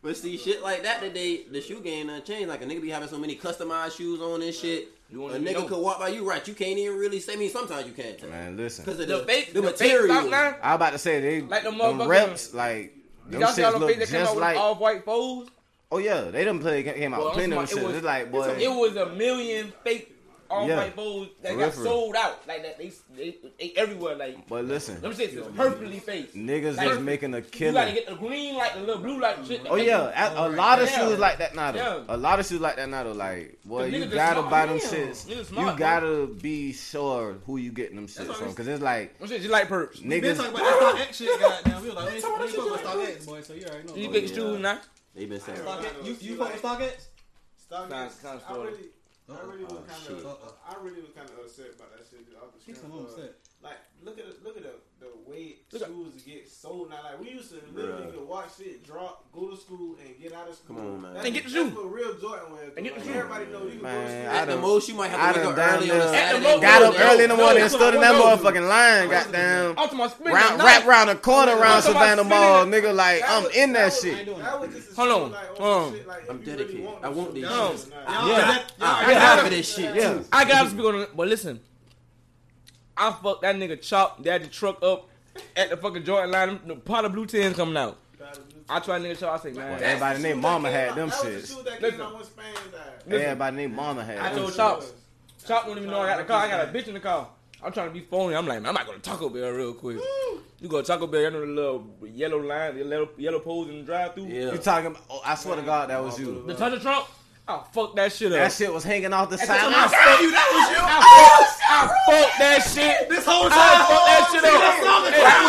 Speaker 2: But see, shit like that today, the shoe game done changed. Like a nigga be having so many customized shoes on and shit.
Speaker 4: You
Speaker 2: A
Speaker 4: wanna
Speaker 2: nigga
Speaker 4: know.
Speaker 2: could walk by you, right? You can't even really say. I mean, sometimes you can't tell
Speaker 5: Man, listen,
Speaker 2: because of
Speaker 4: The
Speaker 2: the,
Speaker 4: fake,
Speaker 2: the,
Speaker 4: the fake
Speaker 2: material.
Speaker 4: stock line.
Speaker 5: I about to say they
Speaker 4: Like them
Speaker 5: them
Speaker 4: motherfucking-
Speaker 5: reps like them
Speaker 4: Y'all see all
Speaker 5: shits
Speaker 4: them
Speaker 5: look
Speaker 4: fake that came out
Speaker 5: just
Speaker 4: with
Speaker 5: like
Speaker 4: off white folds?
Speaker 5: oh yeah they done play came out
Speaker 4: Well,
Speaker 5: plenty of
Speaker 4: I'm
Speaker 5: them
Speaker 4: talking-
Speaker 5: shits.
Speaker 4: it
Speaker 5: It's like boy,
Speaker 4: It was a million fake off
Speaker 5: Yeah.
Speaker 4: white folds that
Speaker 5: For real,
Speaker 4: got
Speaker 5: for real.
Speaker 4: sold out. Like that, they, they, they everywhere. Like
Speaker 5: but listen,
Speaker 4: them shits is perfectly fake.
Speaker 5: niggas
Speaker 4: Like,
Speaker 5: is making a
Speaker 4: You gotta
Speaker 5: killing.
Speaker 4: get the green light, the little blue light, and shit.
Speaker 5: Oh yeah, a, a lot of
Speaker 4: Yeah.
Speaker 5: shoes like that now. though.
Speaker 4: Yeah.
Speaker 5: A lot of shoes like that now. though. Like, boy,
Speaker 4: Cause
Speaker 5: you
Speaker 4: niggas just
Speaker 5: gotta
Speaker 4: smart.
Speaker 5: buy them
Speaker 4: Damn.
Speaker 5: shits.
Speaker 4: Niggas
Speaker 5: you
Speaker 4: smart,
Speaker 5: gotta be sure who you getting them shits
Speaker 1: what
Speaker 5: from,
Speaker 1: I'm
Speaker 5: because it's like
Speaker 4: Them shits just like perps.
Speaker 1: We
Speaker 5: niggas.
Speaker 1: been talking about that Stock X shit, goddamn. We was like, we ain't we ain't fucking with Stock X, boy, so you already know.
Speaker 4: These
Speaker 2: Oh,
Speaker 4: big
Speaker 2: yeah.
Speaker 4: shoes now.
Speaker 2: They been saying.
Speaker 1: Stock X- You you fuck with Stock X?
Speaker 8: Stop
Speaker 4: Nah,
Speaker 8: it.
Speaker 4: it's kinda
Speaker 8: I
Speaker 4: sorta.
Speaker 8: really, I really
Speaker 6: Oh,
Speaker 8: was kind of,
Speaker 1: Uh-uh.
Speaker 8: I really was kind of upset about that shit. off the
Speaker 1: He's
Speaker 8: strength
Speaker 1: so
Speaker 8: of-
Speaker 1: upset.
Speaker 8: Like, look at the, look at the, the way
Speaker 4: Look at-
Speaker 8: schools get sold now. Like, we used to literally
Speaker 2: Bruh.
Speaker 8: could watch shit, drop, go to school, and get out of school.
Speaker 2: Come on, man.
Speaker 8: That's
Speaker 4: And get the
Speaker 8: that's
Speaker 4: shoe.
Speaker 8: what real Jordan wears.
Speaker 4: And get the
Speaker 8: Like,
Speaker 4: shoe.
Speaker 8: Everybody know you can go to
Speaker 5: Man,
Speaker 8: school.
Speaker 5: I
Speaker 2: At the
Speaker 5: done-
Speaker 2: most, you might
Speaker 5: I
Speaker 2: have to
Speaker 5: done
Speaker 2: wake up
Speaker 5: done
Speaker 2: early on a
Speaker 5: done-
Speaker 4: At the
Speaker 2: Saturday.
Speaker 4: most-
Speaker 5: Got
Speaker 4: No,
Speaker 5: up early in the
Speaker 4: no,
Speaker 5: morning
Speaker 4: no,
Speaker 5: and stood in that
Speaker 4: no, no,
Speaker 5: motherfucking line. Goddamn,
Speaker 4: I'm talking about spending
Speaker 5: round,
Speaker 4: the
Speaker 5: wrap
Speaker 4: night.
Speaker 5: round a corner
Speaker 8: I'm
Speaker 5: around
Speaker 4: talking about
Speaker 5: Savannah
Speaker 4: spinning
Speaker 5: Mall,
Speaker 4: it.
Speaker 5: nigga. Like I'm
Speaker 8: was-
Speaker 5: in that
Speaker 8: was-
Speaker 5: shit.
Speaker 8: That was just a
Speaker 4: Hold
Speaker 8: shit,
Speaker 4: on.
Speaker 8: like,
Speaker 4: Hold
Speaker 8: some
Speaker 4: on.
Speaker 8: shit, like, if
Speaker 2: I'm
Speaker 8: you really
Speaker 2: dedicated.
Speaker 8: want
Speaker 2: I
Speaker 8: this
Speaker 2: want
Speaker 8: shit,
Speaker 2: these
Speaker 8: nah.
Speaker 4: shoes.
Speaker 1: Y'all,
Speaker 5: Yeah.
Speaker 1: that- y'all
Speaker 2: I'm
Speaker 1: already
Speaker 4: Yeah.
Speaker 2: happy
Speaker 1: know.
Speaker 2: for this shit.
Speaker 5: Yeah.
Speaker 2: too.
Speaker 4: I gotta speak on it, but listen, I fucked that nigga Chop Daddy truck up at the fucking Jordan line. The pot of blue tin coming out. I try nigga show. I say, man.
Speaker 5: Well, everybody named Mama had them
Speaker 8: That was the
Speaker 5: shits.
Speaker 8: shoe that
Speaker 4: Listen.
Speaker 8: came out when Spain's out.
Speaker 4: Listen.
Speaker 5: Everybody named Mama had
Speaker 4: I
Speaker 5: them
Speaker 4: told
Speaker 5: shits.
Speaker 4: Chop. Chop don't even know I got the car. I got a bitch in the car. I'm trying to be phony. I'm like, man, I'm not going to Taco Bell real quick. You go to Taco Bell, you know the little yellow line, the little yellow poles in the drive through
Speaker 2: Yeah.
Speaker 5: You talking? About, oh, I swear to God, that was you.
Speaker 4: The touch of Trump? Oh, fuck that shit up.
Speaker 5: That shit was hanging off the side.
Speaker 4: I
Speaker 5: I
Speaker 4: you, that was you. I fucked that shit.
Speaker 1: This whole time,
Speaker 4: I fucked that shit up.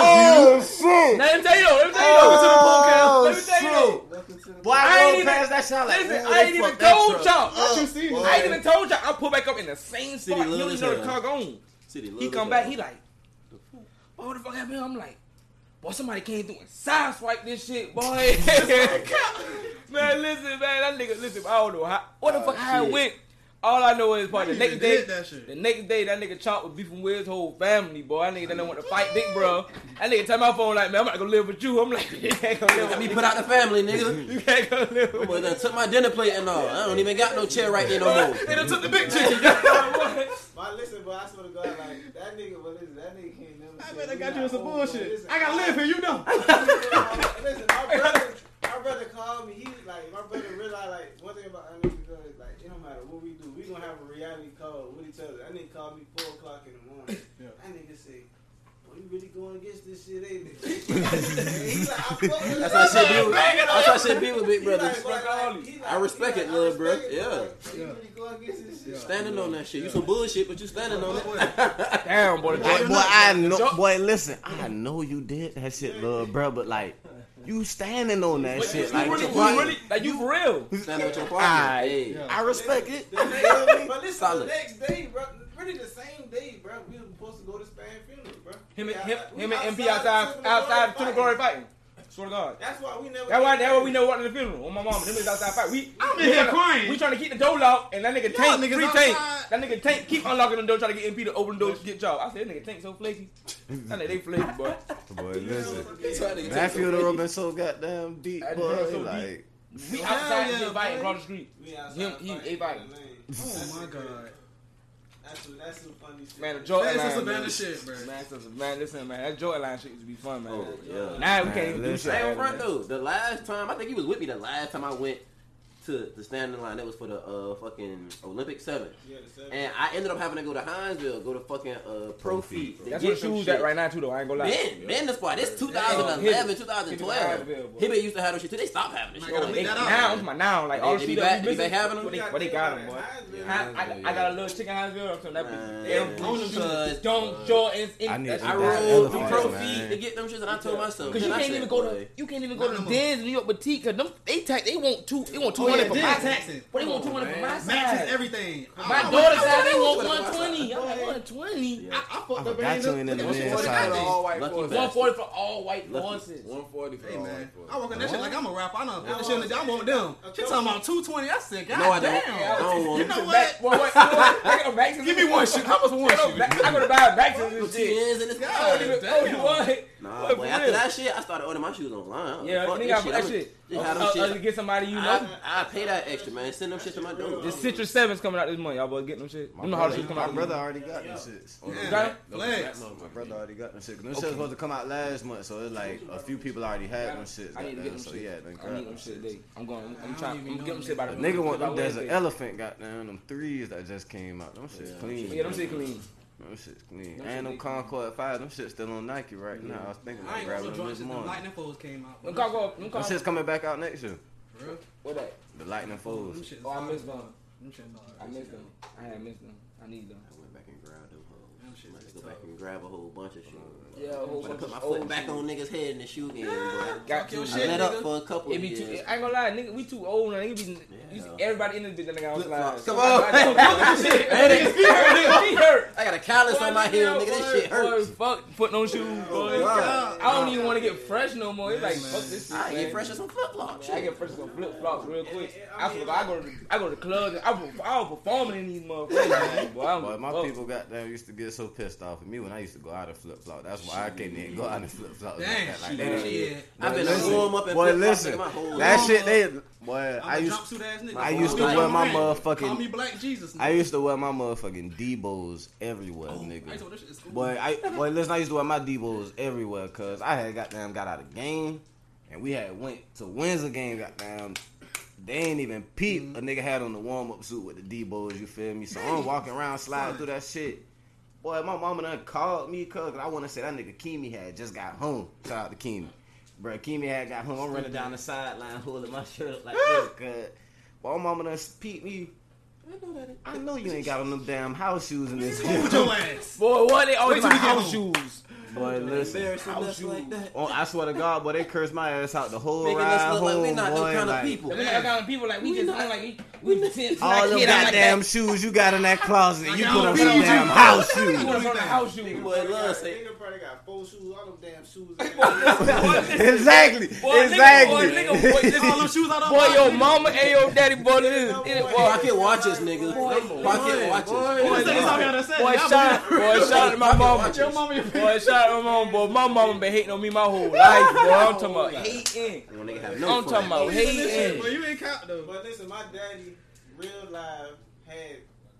Speaker 5: Oh shit!
Speaker 4: Now, let me tell you Oh, though. Let me tell you though.
Speaker 5: Oh,
Speaker 4: Let me tell you though.
Speaker 5: Boy, I,
Speaker 4: I ain't
Speaker 5: rolled
Speaker 4: even-
Speaker 5: past that shit. I was like,
Speaker 4: Listen,
Speaker 5: ooh,
Speaker 4: I
Speaker 5: they
Speaker 4: ain't even
Speaker 5: fucked that
Speaker 4: told
Speaker 5: truck.
Speaker 4: y'all.
Speaker 1: What you see?
Speaker 4: I ain't even told y'all. I pull back up in the same spot.
Speaker 2: City
Speaker 4: You don't
Speaker 2: love
Speaker 4: even know the
Speaker 2: him.
Speaker 4: car gone.
Speaker 2: City
Speaker 4: He
Speaker 2: love
Speaker 4: come
Speaker 2: that.
Speaker 4: back. He like, boy, what the fuck happened? I'm like, boy, somebody came through and side swipe this shit, boy. <laughs> man, listen, man, that nigga, listen. I don't know how. What the fuck? How it went? All I know is, boy, the
Speaker 1: You
Speaker 4: next
Speaker 1: even
Speaker 4: day,
Speaker 1: did that shit.
Speaker 4: the next day, that nigga Chop was beefing with his whole family, boy. That nigga done want to fight Big Bro. That nigga tell my phone like, man, I'm not gonna live with you. I'm like, <laughs> you ain't gonna live with
Speaker 2: Let me
Speaker 4: me.
Speaker 2: put out the family,
Speaker 5: <laughs>
Speaker 2: nigga.
Speaker 4: You ain't gonna live with
Speaker 2: Boy, done took my dinner plate and all. I don't even got no chair right there <laughs> no more.
Speaker 4: They done took the big chicken. boy.
Speaker 8: But listen, but I swear to God, like that nigga, but listen, that nigga can't never.
Speaker 1: I
Speaker 8: say
Speaker 1: bet they
Speaker 8: we
Speaker 1: got you
Speaker 8: not
Speaker 1: in some
Speaker 8: old, but
Speaker 1: bullshit.
Speaker 8: listen,
Speaker 1: I gotta live here, you know.
Speaker 8: listen, my brother, my brother called me. He like my brother realized like one thing about American girl is like it don't matter what we do, we gonna have a reality call with each other. That nigga called me four o'clock in the morning.
Speaker 1: Yeah.
Speaker 8: That nigga say. Boy, you really going against this shit, ain't it? <laughs> He's like, I fuck with
Speaker 2: That's
Speaker 8: it.
Speaker 2: how shit be with. That's how shit be with big
Speaker 4: <laughs>
Speaker 8: He
Speaker 2: brothers.
Speaker 8: like, boy, like, he like-
Speaker 2: I respect
Speaker 8: he
Speaker 2: it,
Speaker 8: like, I
Speaker 2: little bro.
Speaker 8: respect it, but,
Speaker 2: Yeah.
Speaker 8: like, boy, You really going against this shit.
Speaker 2: Standing on that shit. You some bullshit, but you standing
Speaker 4: <laughs>
Speaker 2: on it.
Speaker 4: Damn, boy. the
Speaker 5: Boy,
Speaker 4: joint-
Speaker 5: boy, I know. Boy, listen, I know you did that shit, little bro, but like, you standing on that
Speaker 4: But you
Speaker 5: shit. Like,
Speaker 4: really,
Speaker 5: you
Speaker 4: you really, like you for real.
Speaker 2: Standing with your
Speaker 5: Ah,
Speaker 2: partner. Hey.
Speaker 1: yeah.
Speaker 5: I respect it.
Speaker 8: The next- but
Speaker 2: <laughs>
Speaker 8: listen,
Speaker 2: Solid.
Speaker 8: the next day, bro, really the same day, bro, we were supposed to go to Span funeral, bro.
Speaker 4: Him
Speaker 8: We
Speaker 4: and him,
Speaker 8: outside- we
Speaker 4: him and MP
Speaker 8: Tooth
Speaker 4: outside,
Speaker 8: and
Speaker 4: outside of
Speaker 8: Glory
Speaker 4: Tuna Glory
Speaker 8: fighting.
Speaker 4: fighting. Swear to God.
Speaker 8: That's why we never.
Speaker 4: That's why, that's why we never went to the funeral. On my mama, them niggas outside fight. We,
Speaker 1: I'm
Speaker 4: we
Speaker 1: in here
Speaker 4: tryna-
Speaker 1: crying.
Speaker 4: We trying to keep the door locked, and that nigga
Speaker 1: Y'all
Speaker 4: Tank,
Speaker 1: niggas
Speaker 4: free Tank.
Speaker 1: outside.
Speaker 4: That nigga Tank keep unlocking the door, trying to get MP to open the door to get y'all. I said, that nigga Tank so flaky. That nigga, they flaky, boy.
Speaker 5: Boy, listen,
Speaker 2: Trying to get
Speaker 5: that
Speaker 2: some-
Speaker 5: funeral been so goddamn deep,
Speaker 4: That
Speaker 5: boy.
Speaker 4: drug so
Speaker 5: Like,
Speaker 4: We outside
Speaker 1: yeah,
Speaker 4: yeah, fighting
Speaker 1: boy.
Speaker 4: across the street.
Speaker 8: We outside
Speaker 4: Him-
Speaker 8: fighting
Speaker 4: he- they
Speaker 8: in the
Speaker 4: fighting.
Speaker 8: lane.
Speaker 1: <laughs> Oh my god.
Speaker 8: That's what. That's some funny shit.
Speaker 4: Man, the Jordan
Speaker 1: That's
Speaker 4: line.
Speaker 1: some
Speaker 4: man.
Speaker 1: Savannah shit, bro.
Speaker 4: Man, that's some- man, listen, man, that Jordan line shit used to be fun, man.
Speaker 2: Oh, yeah.
Speaker 4: Now we
Speaker 5: Man,
Speaker 4: can't even do
Speaker 5: listen.
Speaker 4: shit.
Speaker 2: Hey, on
Speaker 4: man.
Speaker 2: front though, the last time I think he was with me. The last time I went to the standing line, that was for the uh fucking Olympic Seven,
Speaker 8: Yeah, the seven.
Speaker 2: and I ended up having to go to Hinesville, go to fucking uh Pro Feet. to
Speaker 4: That's
Speaker 2: get
Speaker 4: what
Speaker 2: some
Speaker 4: shoes
Speaker 2: shit.
Speaker 4: at right now too, though. I ain't gonna lie.
Speaker 2: Then, then the spot. This
Speaker 4: Hit
Speaker 2: 2011,
Speaker 4: it.
Speaker 2: 2012.
Speaker 4: Hit it.
Speaker 2: Hibbit used to have those shit too. They stopped having this
Speaker 1: I
Speaker 2: shit.
Speaker 1: gotta
Speaker 2: Like,
Speaker 4: Yo, they
Speaker 1: leave
Speaker 2: they,
Speaker 1: that out.
Speaker 4: now, my now, like all
Speaker 2: they,
Speaker 4: the
Speaker 2: they
Speaker 4: shit
Speaker 2: be
Speaker 4: that
Speaker 2: back.
Speaker 4: we
Speaker 2: They back
Speaker 4: missing.
Speaker 2: having
Speaker 4: What
Speaker 2: them.
Speaker 4: they,
Speaker 8: gotta
Speaker 4: what they
Speaker 8: think
Speaker 4: got
Speaker 8: about
Speaker 4: them, boy?
Speaker 8: that. Hinesville,
Speaker 4: I, I, I got a little chicken house girl from that
Speaker 2: Man.
Speaker 4: bitch. Every
Speaker 2: Cuz,
Speaker 4: Don't
Speaker 2: uh,
Speaker 4: Jordan's in
Speaker 5: I need
Speaker 4: that-
Speaker 5: to
Speaker 2: I
Speaker 5: That
Speaker 2: rolled through
Speaker 5: elephant,
Speaker 2: Pro
Speaker 5: man.
Speaker 2: Feet to get them shits, and I told myself,
Speaker 4: Cause you
Speaker 2: man, I
Speaker 4: can't
Speaker 2: said,
Speaker 4: even go to
Speaker 2: boy,
Speaker 4: you can't even go
Speaker 1: Not
Speaker 4: to
Speaker 1: no
Speaker 4: dens in New York boutique cause them they tax they want two they want two
Speaker 1: Oh, yeah,
Speaker 4: hundred for my
Speaker 1: dens.
Speaker 4: taxes. But they want two hundred for my
Speaker 1: Matches
Speaker 4: side.
Speaker 1: everything.
Speaker 4: My
Speaker 1: I- I-
Speaker 4: daughter's
Speaker 1: I-
Speaker 4: side they want
Speaker 2: I-
Speaker 4: one twenty. I'm like one twenty.
Speaker 1: I, <laughs> I fucked up.
Speaker 5: forgot
Speaker 1: and
Speaker 5: you
Speaker 1: ended
Speaker 5: ain't
Speaker 1: up-
Speaker 5: in the
Speaker 1: look at
Speaker 5: men's
Speaker 1: what
Speaker 5: side.
Speaker 1: happened.
Speaker 6: all white
Speaker 2: Lucky
Speaker 6: boys.
Speaker 2: bastard.
Speaker 4: One forty for all white
Speaker 2: Lucky.
Speaker 4: horses.
Speaker 6: 140 for
Speaker 1: Hey
Speaker 6: all
Speaker 1: man,
Speaker 6: white boys.
Speaker 1: I walk on that shit like I'm a rapper. I know. That shit in the I want them. She talking about 220. I said, God
Speaker 2: No, I don't.
Speaker 4: Oh,
Speaker 2: I
Speaker 1: damn.
Speaker 2: don't want
Speaker 1: You know
Speaker 2: them.
Speaker 1: what?
Speaker 4: Boy, wait, boy, wait,
Speaker 1: Give me one shoe. How much one
Speaker 4: I go
Speaker 1: shoe?
Speaker 4: back- I go to buy vaccines and
Speaker 2: Put
Speaker 4: shit.
Speaker 2: your hands in this
Speaker 1: God
Speaker 2: bag.
Speaker 1: damn.
Speaker 4: what?
Speaker 2: Nah, boy,
Speaker 4: for
Speaker 2: after
Speaker 4: real.
Speaker 2: that shit, I started ordering my shoes online. I was
Speaker 4: Yeah,
Speaker 2: like,
Speaker 4: you
Speaker 2: fuck this
Speaker 4: nigga, got that
Speaker 2: I'm-
Speaker 4: shit.
Speaker 2: Just have
Speaker 4: Uh,
Speaker 2: them
Speaker 4: uh, to
Speaker 2: shit.
Speaker 4: get somebody you know.
Speaker 2: I, I pay that extra, man. Send them shit to my dude.
Speaker 4: The Citrus Sevens coming out this month. Y'all boys getting them shit. You know how the shit come
Speaker 5: my
Speaker 4: out.
Speaker 5: brother already got them shits.
Speaker 1: Yeah,
Speaker 4: Got
Speaker 1: Flex.
Speaker 5: My brother already got them shit. 'Cause Them shit was supposed to come out last month, so it's like a few people already had them shits.
Speaker 4: I need to get
Speaker 5: goddamn,
Speaker 4: them
Speaker 5: So
Speaker 4: shit.
Speaker 5: yeah, then
Speaker 4: I
Speaker 5: grab
Speaker 4: need them
Speaker 5: them
Speaker 4: shit
Speaker 5: shits.
Speaker 4: today. I'm going. I'm, I'm trying. I'm gonna get them shit by the
Speaker 5: A nigga want them
Speaker 4: by
Speaker 5: desert
Speaker 4: Wednesday.
Speaker 5: elephant, goddamn, them threes that just came out. Them shits clean.
Speaker 4: Yeah, them shit clean.
Speaker 5: Them shits clean.
Speaker 4: Them shit
Speaker 5: and them
Speaker 4: they-
Speaker 5: Concord 5, them shits still on Nike right now. I was thinking
Speaker 1: I
Speaker 5: about
Speaker 1: ain't got
Speaker 5: grabbing
Speaker 1: so
Speaker 5: them
Speaker 1: drunk
Speaker 5: this
Speaker 1: since the
Speaker 5: morning.
Speaker 1: lightning foes came out.
Speaker 4: Them cargo. Them
Speaker 5: Them
Speaker 4: cargo.
Speaker 5: shit's coming back out next year.
Speaker 4: What that?
Speaker 5: The Lightning
Speaker 1: Them
Speaker 5: Foes.
Speaker 1: shit is
Speaker 4: Oh, I
Speaker 1: fire.
Speaker 4: missed them.
Speaker 1: Them shit is fire.
Speaker 4: I missed them. I had missed them. I need them.
Speaker 2: I went back and grabbed them
Speaker 1: Them shit
Speaker 2: hoes.
Speaker 1: is
Speaker 2: Might go
Speaker 1: tough.
Speaker 2: back and grab a whole bunch of shoes.
Speaker 4: Yeah, a whole
Speaker 2: Might
Speaker 4: bunch
Speaker 2: put my
Speaker 4: of
Speaker 2: foot
Speaker 4: old
Speaker 2: back
Speaker 4: shoes.
Speaker 2: on niggas' head in the shoe game, boy.
Speaker 4: Got
Speaker 1: your
Speaker 4: too-
Speaker 2: I
Speaker 1: shit,
Speaker 2: let up
Speaker 1: nigga.
Speaker 2: for a couple
Speaker 4: It be too,
Speaker 2: years.
Speaker 4: I ain't gonna lie, nigga, we too old now. Nigga be, you see
Speaker 2: Yeah.
Speaker 4: everybody in this bitch, that nigga
Speaker 2: Flip
Speaker 4: outside.
Speaker 2: flops. Come on.
Speaker 4: nigga, feet hurt, nigga, feet hurt.
Speaker 2: I got a callus on my heel, nigga. That shit hurts.
Speaker 4: Boy, fuck putting on shoes, boy.
Speaker 2: God.
Speaker 4: I don't even want to get fresh no more. It's like fuck this shit.
Speaker 2: I
Speaker 4: man.
Speaker 2: get fresh as some flip flops.
Speaker 4: I get fresh on flip flops real quick. I forgot I go to I go to clubs. and I was I was performing in these motherfuckers. man. Boy, I'm,
Speaker 5: Boy, my
Speaker 4: fuck.
Speaker 5: people got them used to get so pissed off at me when I used to go out in flip flop. That's why I can't even go out in flip flop.
Speaker 1: Damn.
Speaker 5: like that.
Speaker 1: shit.
Speaker 2: I've been
Speaker 5: Listen.
Speaker 2: a warm up and
Speaker 5: Boy,
Speaker 2: flip flops.
Speaker 5: listen,
Speaker 2: nigga, my whole
Speaker 5: that
Speaker 2: life.
Speaker 5: shit they boy. I
Speaker 1: I'm a
Speaker 5: used
Speaker 1: jumpsuit ass nigga.
Speaker 5: I used to
Speaker 1: Call me
Speaker 5: wear my
Speaker 1: Black Miranda. Call
Speaker 5: motherfucking-
Speaker 1: me Black Jesus.
Speaker 5: I used to wear my motherfucking Debos everywhere,
Speaker 1: Oh, I used to
Speaker 5: nigga.
Speaker 1: wear this shit at school.
Speaker 5: Boy, I boy listen, I used to wear my Debos everywhere, cause I had goddamn got out of game. and we had went to Windsor game. Goddamn, they ain't even peep. A nigga had on the warm up suit with the D boys. You feel me? So I'm walking around sliding through that shit. Boy, my mama done called me cuz 'cause I want to say that nigga Kimi had just got home. Shout out to Kimi. Bro, Kimi had got home. I'm running down the sideline holding my shirt up like this, cuz. Boy, my mama done peeped me. I know you ain't got on them damn house shoes in this
Speaker 1: Hold
Speaker 5: shit.
Speaker 1: your ass.
Speaker 4: Boy, what they
Speaker 1: Wait
Speaker 4: always
Speaker 1: till
Speaker 4: my
Speaker 1: we get
Speaker 4: house
Speaker 1: home.
Speaker 4: shoes.
Speaker 5: Boy, listen.
Speaker 2: Embarrassing us like that.
Speaker 5: Oh, I swear to God, boy, they cursed my ass out the whole
Speaker 2: Making
Speaker 5: ride
Speaker 2: us look
Speaker 5: home,
Speaker 2: like we're not
Speaker 5: boy,
Speaker 2: them kind
Speaker 5: like,
Speaker 2: of people.
Speaker 4: We got kind of people like we, just not, like we pretend to
Speaker 5: All
Speaker 4: not
Speaker 5: them
Speaker 4: kid out like
Speaker 5: goddamn
Speaker 4: <laughs> that.
Speaker 5: shoes you got in that closet, you
Speaker 1: got
Speaker 5: put
Speaker 1: on
Speaker 5: on some
Speaker 1: PG.
Speaker 5: damn
Speaker 1: <laughs>
Speaker 5: house
Speaker 4: We
Speaker 5: shoes.
Speaker 4: put them on the house shoes.
Speaker 2: Boy, love say,
Speaker 8: Nigga probably got four shoes, all them
Speaker 4: <laughs>
Speaker 8: damn shoes. Nigga
Speaker 5: exactly,
Speaker 4: Boy,
Speaker 5: exactly.
Speaker 4: Nigga, boy, <laughs> nigga, boy,
Speaker 1: Take all them shoes out of
Speaker 4: Boy, your mama and your daddy, boy, this.
Speaker 8: Boy,
Speaker 4: it- Boy,
Speaker 2: pocket watches, nigga. Pocket watches.
Speaker 1: That's all y'all done said.
Speaker 4: boy,
Speaker 1: Y'all
Speaker 4: shout out, boy, shout out to my mama.
Speaker 1: Your mama, your
Speaker 4: Boy, shout out to my mama, boy. My mama been hating on me my whole life, boy. I'm talking about hating.
Speaker 2: When nigga have no
Speaker 4: I'm talking
Speaker 2: fun.
Speaker 4: about hating.
Speaker 1: But you ain't count though.
Speaker 8: But listen, my daddy, real life, had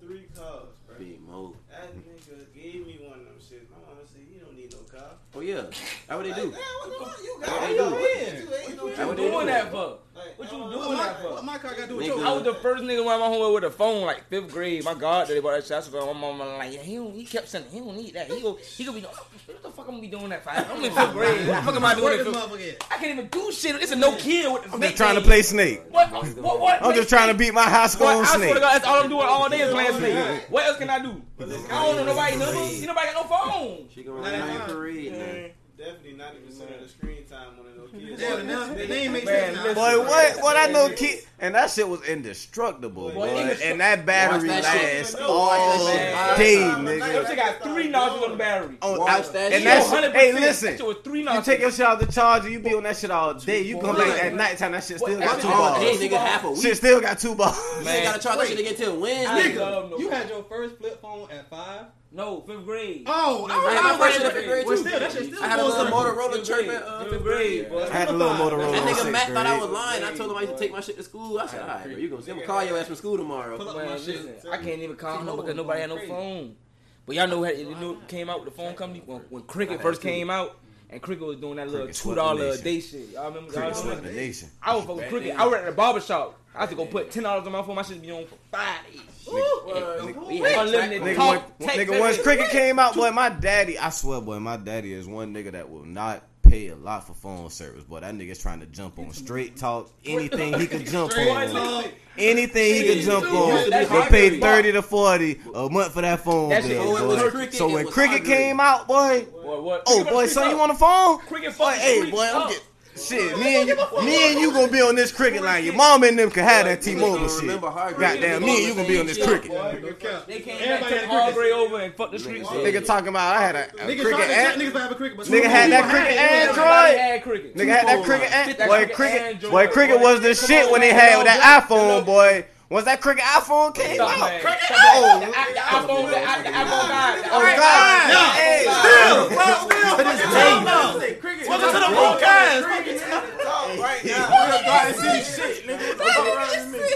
Speaker 8: three cars, bro.
Speaker 2: Big Mo.
Speaker 8: That nigga gave me one of them shit. My mama said, "You don't need no car."
Speaker 2: Oh yeah, how would they
Speaker 8: Like,
Speaker 2: do?
Speaker 8: Damn, what the fuck you
Speaker 2: What
Speaker 8: got?
Speaker 2: they
Speaker 8: You
Speaker 2: do?
Speaker 8: don't need it. Ain't no
Speaker 4: What
Speaker 8: car.
Speaker 4: you
Speaker 2: What they
Speaker 4: doing
Speaker 2: do?
Speaker 4: that for?
Speaker 8: Like,
Speaker 4: What you
Speaker 8: I'm-
Speaker 4: doing
Speaker 8: I'm
Speaker 4: that
Speaker 8: like,
Speaker 4: for?
Speaker 1: What my car got to do with
Speaker 2: Nigga.
Speaker 1: your
Speaker 4: I was the first nigga went my homeboy with a phone like fifth grade. My god, they bought that shit. I swear, my mama like he don't, he kept saying he don't need that. He go he gonna be doing- what the fuck I'm gonna be doing that for? I'm in fifth grade. What the fuck am I doing?
Speaker 1: Where
Speaker 4: in
Speaker 1: this
Speaker 4: fifth-
Speaker 1: motherfucker at?
Speaker 4: I can't even do shit. It's a no kid with the
Speaker 5: I'm
Speaker 4: fake
Speaker 5: just trying to
Speaker 4: name.
Speaker 5: play Snake.
Speaker 4: What? What? What?
Speaker 5: I'm just trying to beat my high school
Speaker 4: Boy,
Speaker 5: on
Speaker 4: I swear
Speaker 5: Snake.
Speaker 4: to God, that's all I'm doing all day is playing Snake. What else can I do? I don't know nobody number. See, nobody got no phone.
Speaker 2: She gonna run out your parade now.
Speaker 8: Definitely ninety percent of the screen time
Speaker 4: <laughs>
Speaker 8: on those kids.
Speaker 1: Yeah, the- the name makes
Speaker 4: Man,
Speaker 1: sense now.
Speaker 4: listen.
Speaker 5: Boy, what? What I know, kid, and that shit was indestructible, boy.
Speaker 8: Boy,
Speaker 4: indestructible.
Speaker 5: And that battery
Speaker 2: Watch that shit.
Speaker 5: lasts all
Speaker 4: Man.
Speaker 5: day,
Speaker 4: Them
Speaker 5: nigga.
Speaker 4: shit got three nozzles on the battery.
Speaker 5: On-
Speaker 2: Watch
Speaker 5: out-
Speaker 2: that
Speaker 5: Oh, and
Speaker 2: shit.
Speaker 5: that's
Speaker 2: Yo,
Speaker 5: hey, listen.
Speaker 4: That shit was three
Speaker 5: You
Speaker 4: nozzles.
Speaker 5: take your shit out the charger, you be on that shit all day. You come back
Speaker 2: Right.
Speaker 5: at nighttime, that shit still
Speaker 4: What-
Speaker 5: got two
Speaker 2: All day,
Speaker 5: balls.
Speaker 2: nigga, half a week.
Speaker 5: Shit
Speaker 2: You
Speaker 5: still got two balls.
Speaker 4: Man.
Speaker 2: ain't gotta try that shit again till
Speaker 4: I
Speaker 2: Wednesday.
Speaker 4: love no
Speaker 1: Nigga, you
Speaker 4: phone.
Speaker 1: had your first flip phone at five.
Speaker 4: No, fifth grade.
Speaker 1: Oh, I
Speaker 2: I
Speaker 1: was-
Speaker 2: had
Speaker 1: I
Speaker 2: my
Speaker 1: was
Speaker 2: first
Speaker 1: like,
Speaker 2: shit up in grade
Speaker 1: well,
Speaker 2: two.
Speaker 1: still, that shit still
Speaker 2: I had a
Speaker 1: full
Speaker 2: little
Speaker 1: circle.
Speaker 2: Motorola chirping uh,
Speaker 4: Fifth
Speaker 2: fifth
Speaker 4: grade,
Speaker 2: grade.
Speaker 4: boy.
Speaker 5: I had a little Motorola.
Speaker 2: That nigga
Speaker 5: sixth
Speaker 2: Matt thought I
Speaker 5: grade.
Speaker 2: was lying. I told him I used to take my shit to school. I said, all right, bro, you gonna see. I'm gonna call your ass from school
Speaker 1: Pull
Speaker 2: tomorrow.
Speaker 1: up
Speaker 4: Man,
Speaker 1: my
Speaker 4: listen,
Speaker 1: shit.
Speaker 4: I can't even call him because nobody had no phone. But y'all know how you know, came out with the phone company when, when Cricket first came out, and Cricket was doing that little
Speaker 5: Cricket
Speaker 4: two
Speaker 5: swept the
Speaker 4: dollar a
Speaker 5: nation.
Speaker 4: day shit. Y'all remember? Y'all
Speaker 5: Cricket swept
Speaker 4: remember?
Speaker 5: the nation.
Speaker 4: I was fucking Cricket. I was at the barber shop. I had to go put ten dollars on my phone. My shit be on for five days.
Speaker 2: We had track-
Speaker 4: Unlimited
Speaker 5: Nigga,
Speaker 4: talk.
Speaker 5: when-
Speaker 4: text,
Speaker 5: nigga once
Speaker 4: everything.
Speaker 5: cricket came out, boy, my daddy, I swear, boy, my daddy is one nigga that will not pay a lot for phone service. Boy, that nigga's trying to jump on straight talk, anything he can jump on, anything he can jump on.
Speaker 2: That's
Speaker 5: He'll pay
Speaker 2: hungry.
Speaker 5: thirty to forty a month for that phone
Speaker 4: That shit
Speaker 5: bill.
Speaker 4: was- it was
Speaker 5: boy.
Speaker 2: Cricket,
Speaker 5: so
Speaker 2: it
Speaker 5: when
Speaker 2: was
Speaker 5: cricket
Speaker 2: hungry.
Speaker 5: came out, boy,
Speaker 4: Boy, what?
Speaker 5: oh
Speaker 4: Cricket
Speaker 5: boy,
Speaker 4: was
Speaker 5: son, you
Speaker 4: up.
Speaker 5: want a phone?
Speaker 4: Cricket
Speaker 5: Boy,
Speaker 4: fucking
Speaker 5: hey,
Speaker 4: freaked
Speaker 5: boy, I'm
Speaker 4: up.
Speaker 5: getting. Shit, me and, you, me and you gonna be on this cricket line. Your mom and them can have that T-Mobile
Speaker 2: Nigga,
Speaker 5: shit.
Speaker 2: remember Hargrave.
Speaker 5: Goddamn, me and you gonna be on this cricket.
Speaker 1: No cap.
Speaker 4: They came back,
Speaker 1: Everybody
Speaker 4: took
Speaker 1: had
Speaker 4: all
Speaker 1: cricket.
Speaker 4: gray over and fucked the streets. up.
Speaker 5: Nigga talking about I had a, a
Speaker 1: Niggas
Speaker 5: cricket
Speaker 1: cricket
Speaker 5: app.
Speaker 1: niggas have a cricket, but
Speaker 5: Nigga had that cricket
Speaker 4: Everybody
Speaker 5: Android.
Speaker 4: had Cricket.
Speaker 5: Nigga had that
Speaker 2: phone
Speaker 5: cricket
Speaker 4: Fit
Speaker 5: app.
Speaker 4: that
Speaker 5: Boy,
Speaker 4: cricket
Speaker 5: cricket,
Speaker 4: Android,
Speaker 5: boy, cricket
Speaker 4: boy.
Speaker 5: was the
Speaker 4: Come
Speaker 5: shit
Speaker 4: on,
Speaker 5: when they
Speaker 4: man.
Speaker 5: had that
Speaker 4: Hello,
Speaker 5: iPhone,
Speaker 4: hello.
Speaker 5: boy. Once that cricket iPhone came
Speaker 4: Stop,
Speaker 5: out,
Speaker 4: man.
Speaker 5: cricket
Speaker 4: Stop,
Speaker 5: oh,
Speaker 4: The i- the iPhone, the i- the iPhone guy.
Speaker 5: oh God, hey,
Speaker 1: Still,
Speaker 5: still.
Speaker 1: well, still, but it's lame now. Welcome to the podcast.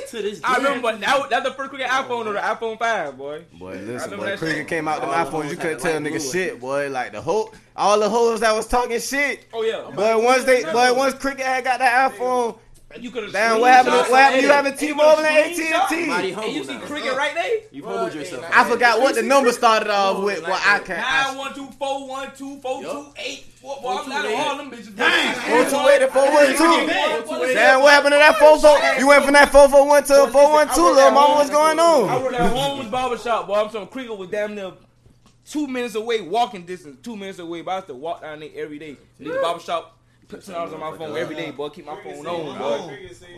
Speaker 2: To this
Speaker 4: I
Speaker 2: day.
Speaker 4: remember but that, that's the first cricket iPhone or the iPhone 5, boy.
Speaker 5: Boy,
Speaker 4: I
Speaker 5: listen,
Speaker 4: remember
Speaker 5: boy,
Speaker 4: that
Speaker 5: cricket
Speaker 4: shit.
Speaker 5: came out them
Speaker 2: All the
Speaker 5: iPhones.
Speaker 2: hoes
Speaker 5: You
Speaker 2: had
Speaker 5: couldn't
Speaker 2: light
Speaker 5: tell nigga
Speaker 2: blue
Speaker 5: shit, boy. Like the whole, all the hoes that was talking shit.
Speaker 4: Oh, yeah.
Speaker 5: Boy, once they, boy, once cricket had got that iPhone,
Speaker 4: You could have
Speaker 5: damn, what happened? to- What happened? You having T-Mobile and
Speaker 2: Mighty
Speaker 5: AT&T?
Speaker 2: humble
Speaker 4: And you see
Speaker 2: now.
Speaker 4: cricket right there?
Speaker 2: You fumbled yourself.
Speaker 5: I forgot
Speaker 4: <laughs>
Speaker 5: what the number started off with. Well, I can't. I
Speaker 4: 9124124284. Boy, I'm out of all them bitches.
Speaker 5: Four
Speaker 4: Dang.
Speaker 5: two eight and four one two. Damn, what happened to that four four?
Speaker 4: Shit.
Speaker 5: You went from that four four one to a four one two, little mama. What's going
Speaker 4: I
Speaker 5: on?
Speaker 4: worked at Holmes Barbershop, boy. I'm talking Cricket was damn near two minutes away, walking distance, two minutes away, but I used to walk down there every day. Leave the barbershop, put some dollars on my phone every day, boy. Keep my phone on, boy.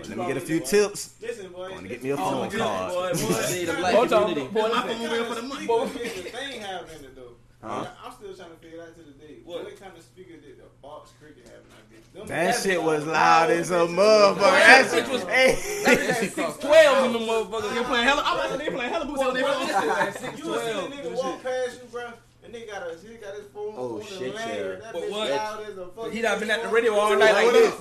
Speaker 5: Let me get a few tips.
Speaker 8: Listen, boy.
Speaker 5: Gonna get me a phone card.
Speaker 2: See the black
Speaker 4: Hold on,
Speaker 2: community.
Speaker 4: boy.
Speaker 1: My phone bill for the month.
Speaker 8: What thing have in it though?
Speaker 2: Huh?
Speaker 8: I'm still trying to figure out to the day. What, kind of speaker did the box cricket have in that bitch?
Speaker 5: That shit was loud as a motherfucker. That shit was. Hey,
Speaker 4: Twelve in the motherfucker.
Speaker 1: They playing hella. I'm watching they playing hella boots on their phone.
Speaker 8: You will see a nigga walk past you, bro. And they got a, he got his phone
Speaker 2: Oh,
Speaker 8: on
Speaker 2: shit,
Speaker 8: the ladder.
Speaker 2: yeah.
Speaker 8: That
Speaker 4: But
Speaker 8: bitch
Speaker 4: what?
Speaker 8: loud as a fuck.
Speaker 4: He done been at the radio all night like this.